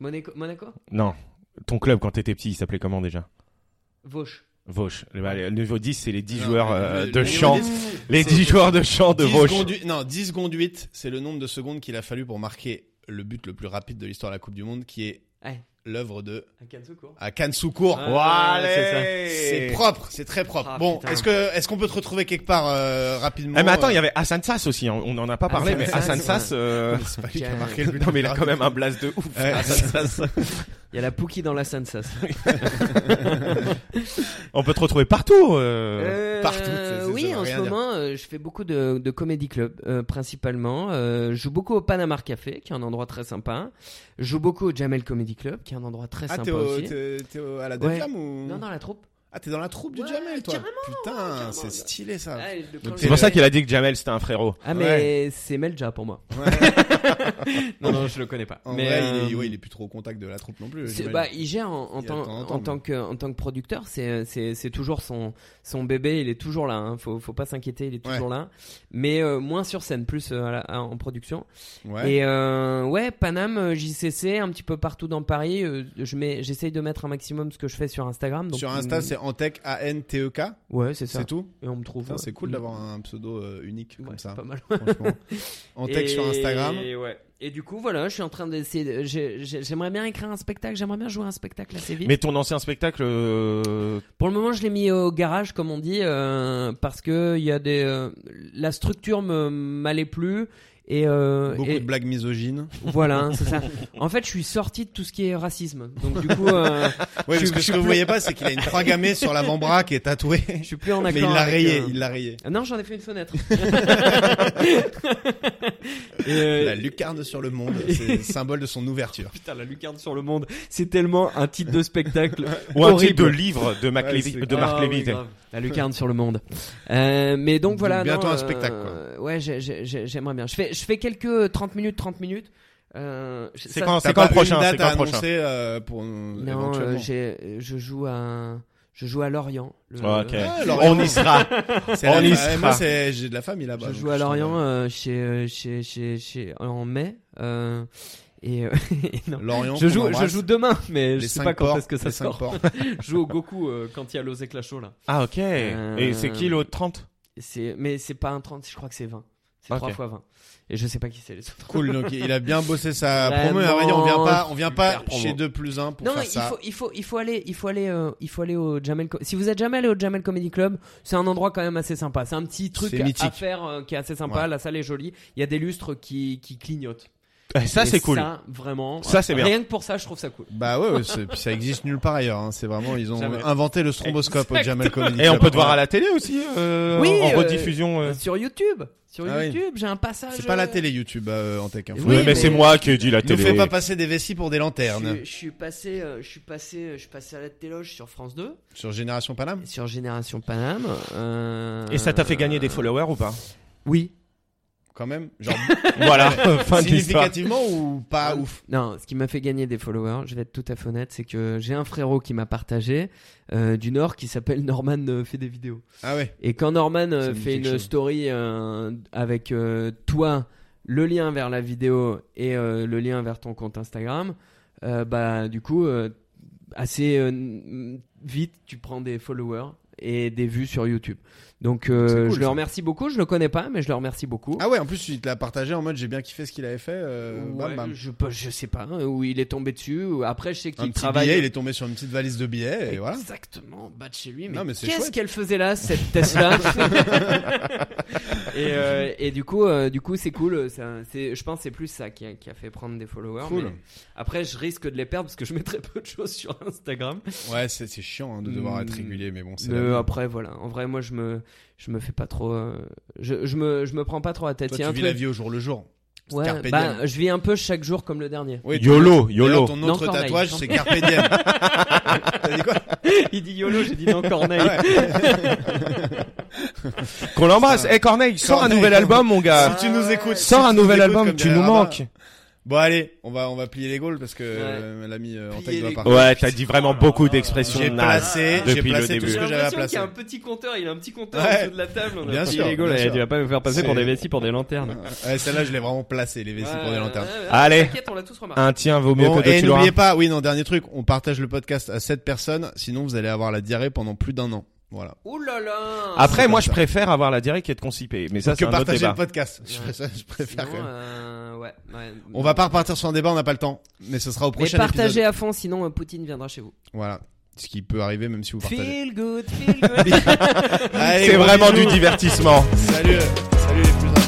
Monaco, Monaco
Non, ton club quand t'étais petit, il s'appelait comment déjà
Vauche.
Vosges. Le, bah, le niveau 10, c'est les 10
Non,
joueurs
le-
euh,
le
de
niveau
champ.
10,
Les
c'est-
10 joueurs de champ de
10
Vosges.
conduites- non, 10 conduites, c'est le nombre de secondes qu'il a fallu pour marquer le but le plus rapide de l'histoire de la Coupe du Monde, qui est
Ouais.
l'œuvre de
À Kansuko.
Akan Soukour.
Ah,
C'est
Allez
propre, c'est très propre.
Ah,
bon,
putain.
est-ce que est-ce qu'on peut te retrouver quelque part euh, rapidement
Eh, mais attends, il y
euh,
avait Hassan Sass aussi, hein. on n'en a pas parlé, mais Hassan
Hassan Sass,
Sass... euh,
c'est pas lui qui a
Tiens.
marqué le but.
*laughs* Non mais il a quand même un blast de ouf.
Ouais.
Ah,
Hassan Sass.
Il y a la Pouki dans la
*laughs*
Sansas.
On peut te retrouver partout. euh.
partout, c'est- c'est- ça
oui,
veut
en ce
rien dire.
moment, euh, je fais beaucoup de, de comedy club, euh, principalement. Euh, je joue beaucoup au Panama Café, qui est un endroit très sympa. Je joue beaucoup au Jamel Comedy Club, qui est un endroit très
Ah,
sympa
t'es au-
aussi.
t'es t'es au- à la
Ouais.
Deadlam ou
Non, non, la troupe.
Ah, t'es dans la troupe du
Ouais,
Jamel, toi.
carrément, ouais,
Putain,
carrément.
c'est stylé ça.
Ah, le- quand
C'est
je-
pour ça qu'il a dit que Jamel c'était un frérot.
Ah, mais
Ouais.
c'est Melja pour moi.
Ouais.
*laughs* Non, non, je le connais pas.
En
mais
vrai,
euh,
il, est, ouais, il est plus trop au contact de la troupe non plus.
C'est-
j'imagine.
bah, il gère en, en
Il y a
tant,
de temps en
en,
temps, mais-
tant que, en tant que producteur, c'est, c'est, c'est toujours son, son bébé, il est toujours là, hein. faut, faut pas s'inquiéter, il est toujours là. Mais euh, moins sur scène, plus euh, à la- à- en production.
Ouais.
bah, Et euh, ouais, Paname, euh, JCC, un petit peu partout dans Paris, euh, je mets, j'essaye de mettre un maximum ce que je fais sur Instagram. Donc,
Sur Insta,
euh,
c'est Antec A-N-T-E-K.
Ouais, c'est ça.
E C'est tout
Et on me trouve.
Putain,
ouais. Mm.
C'est cool d'avoir un pseudo euh, unique
Ouais,
comme
c'est
ça.
pas mal. *laughs*
Franchement. Antec sur
Et-
Instagram.
ouais. Et du coup, voilà, je suis en train d'essayer. de- j'ai- j'ai- J'aimerais bien écrire un spectacle, j'aimerais bien jouer un spectacle assez vite.
Mais ton ancien spectacle, euh,
Pour le moment, je l'ai mis au garage, comme on dit, euh, parce que il y a des, euh, la structure me m'allait plus. Et, euh,
Beaucoup
et-
de blagues misogynes.
voilà, hein, *laughs* c'est ça. En fait, je suis sorti de tout ce qui est racisme. Donc du coup, euh,
Ouais, parce
Je-
que
je
ce que vous voyez pas, c'est qu'il a une croix gammée sur l'avant-bras qui est tatouée.
je suis plus en accord.
Mais il l'a
avec,
rayé,
euh,
il l'a rayé.
Ah Non, j'en ai fait une fenêtre. euh,
La lucarne sur le
*laughs*
monde, c'est le symbole de son ouverture.
*laughs* Putain, la lucarne sur le monde, c'est tellement un titre de spectacle.
ou un type
Horrible.
de livre de, Mac
Ouais,
Levy-
c'est
de Marc
Ah,
Levy.
oui, grave. La lucarne sur le monde. Euh, mais donc
Donc
voilà.
bientôt
non,
un
euh,
spectacle,
Ouais, j'ai- j'ai- j'ai- j'aimerais bien. Je fais, je fais quelques 30 minutes, 30 minutes. Euh, je-
C'est
ça-
quand,
T'as
c'est quand le
pas
prochain
une
C'est
date
quand
à
le prochain
annoncer euh, pour nous,
Non, euh,
éventuellement.
j'ai- je joue à, je joue à Lorient. Le-
Ok.
euh,
Ah, Lorient.
On y sera.
C'est
on
la-
y
ah,
sera.
Moi, c'est- j'ai de la famille là-bas.
je
donc
joue à
suis-
Lorient euh, chez, euh, chez, chez, chez, en mai. euh, et euh, et non.
Lorient.
Je
qu'on
joue, je
embrasse.
joue demain, mais je
Les
sais
cinq
pas quand
ports,
est-ce que ça
les cinq
sort.
ports.
*laughs* Je joue au Goku euh, quand il y a l'Osec Lachaud là.
Ah ok.
Euh,
Et c'est qui l'autre 30
C'est, mais c'est pas un 30, je crois que c'est 20. C'est
Ah,
Ok.
3 fois 20. Et je sais pas qui c'est les autres.
Cool, donc il a bien bossé sa
Vraiment
promo. À vrai dire, on vient pas, on vient pas
super promo.
chez 2 plus 1 pour
Non,
faire
mais il
ça.
faut, il faut, il faut aller, il faut aller, euh, il faut aller au Jamel. Co- Si vous êtes jamais allé au Jamel Comedy Club, c'est un endroit quand même assez sympa. C'est un petit truc
C'est
à
mythique.
faire euh, qui est assez sympa.
Ouais.
La salle est jolie. Il y a des lustres qui, qui clignotent.
Eh, Ça
Et
c'est cool.
Ça vraiment.
Ça, c'est bien.
Rien que pour ça, je trouve ça cool.
Bah ouais, ouais, c'est- puis ça existe nulle part ailleurs. hein. C'est vraiment, ils ont
Jamais.
inventé le stromboscope au Jamel Comedy
Et on
Club.
peut te voir à la télé aussi euh,
Oui,
en
euh,
rediffusion. euh.
Sur YouTube, sur
Ah oui.
YouTube, j'ai un passage.
C'est pas la
euh,
télé YouTube euh, en tech. Hein.
Oui,
Ouais, mais,
mais-
c'est moi qui ai dit la
Ne
télé.
fais pas passer des vessies pour des
euh, Je
lanternes.
suis- je suis passé, euh, je suis passé, euh, je suis passé à la téloge sur France 2,
Sur Génération Paname
sur Génération Paname. euh,
Et ça t'a fait gagner des followers ou
*laughs*
pas
Oui.
Quand même Genre
Voilà, *laughs* fin de l'histoire.
significativement ou pas ouf
Non, ce qui m'a fait gagner des followers, je vais être tout à fait honnête, c'est que j'ai un frérot qui m'a partagé euh, du Nord qui s'appelle *laughs* Norman euh, fait des vidéos.
Ah ouais
Et quand Norman euh,
Ça me dit
fait
quelque
une
chose.
story euh, avec euh, toi, le lien vers la vidéo et euh, le lien vers ton compte Instagram, euh, bah du coup, euh, assez euh, vite, tu prends des followers et des vues sur YouTube. Donc euh,
C'est cool,
je le
ça.
remercie beaucoup, je le connais pas, mais je le remercie beaucoup.
Ah ouais, en plus, il te l'a partagé en mode j'ai bien kiffé ce qu'il avait fait. euh, bam,
Ouais,
bam.
Je, peux- je sais pas hein, où il est tombé dessus. ou Après, je sais
Un
qu'il
petit
travaille.
billet, il est tombé sur une petite valise de billets et voilà.
Exactement, bas de chez lui. Mais,
Non, mais c'est
qu'est-ce
chouette.
qu'elle faisait là, cette
*laughs*
Tesla et, euh, et du coup, euh, du coup, c'est cool. ça- c'est, je pense, que c'est plus ça qui a, qui a fait prendre des followers.
Cool.
mais après, je risque de les perdre parce que je mets très *laughs* peu de choses sur Instagram.
Ouais, c'est c'est chiant hein, de devoir
Hmm.
être régulier, mais bon, c'est.
Mais
la vie.
après, voilà. En vrai, moi, je me, je me fais pas trop. euh, je, je me, je me prends pas trop à tête.
Toi,
Il y a
tu
un
vis
truc-
la vie au jour le jour.
Ouais,
Carpe diem.
bah, je vis un peu chaque jour comme le dernier.
*laughs* Oui,
YOLO,
D'ailleurs,
YOLO.
ton
Non,
autre
Corneille.
tatouage, c'est Carpe Diem.
*laughs*
T'as dit quoi
Il dit YOLO, j'ai dit non Corneille.
Qu'on l'embrasse. Eh Corneille, sors un
Corneille.
nouvel album, mon gars.
Si tu nous écoutes,
Sors
si
un
tu nous
nouvel
écoutes
album,
comme
tu
Gérard
nous
Darmanin.
manques.
Bon, allez, on va, on va plier les Gaules parce que euh, l'ami euh,
Plier
Antec doit
les
partir.
Ouais, t'as dit vraiment beaucoup d'expressions
J'ai
nazes
placé, j'ai
depuis le
placé tout
début.
ce que
J'ai
j'avais à
l'impression qu'il
placer.
y a un petit compteur, il a un petit compteur
Ouais.
en dessous de la table. On a
Bien
pris
sûr,
les Gaules,
bien
eh,
sûr.
tu vas pas me faire passer
C'est-
pour des vessies, pour des lanternes.
Ouais, Celle-là, je l'ai vraiment placée, les vessies pour des lanternes.
Allez.
T'inquiète, on l'a tous remarqué.
Un tien vaut mieux
Bon,
que deux,
et
tu l'auras.
n'oubliez pas, oui, non, dernier truc, on partage le podcast à 7 personnes, sinon vous allez avoir la diarrhée pendant plus d'un an. Voilà.
Ouh là là
Après,
C'est
moi,
comme
je
ça.
préfère avoir la diarrhée qu'être constipé. Mais ça,
que
c'est un autre
partager le
débat.
podcast. Je préfère, je préfère
Sinon,
quand même.
euh, ouais, ouais.
On va pas repartir sur un débat, on n'a pas le temps. Mais ce sera au
Mais
prochain
partagez
épisode.
à fond, sinon euh, Poutine viendra chez vous.
Voilà. Ce qui peut arriver même si vous partagez.
Feel good, feel good.
Allez,
C'est
gros
vraiment du
bisous.
divertissement.
Salut, euh, salut les plus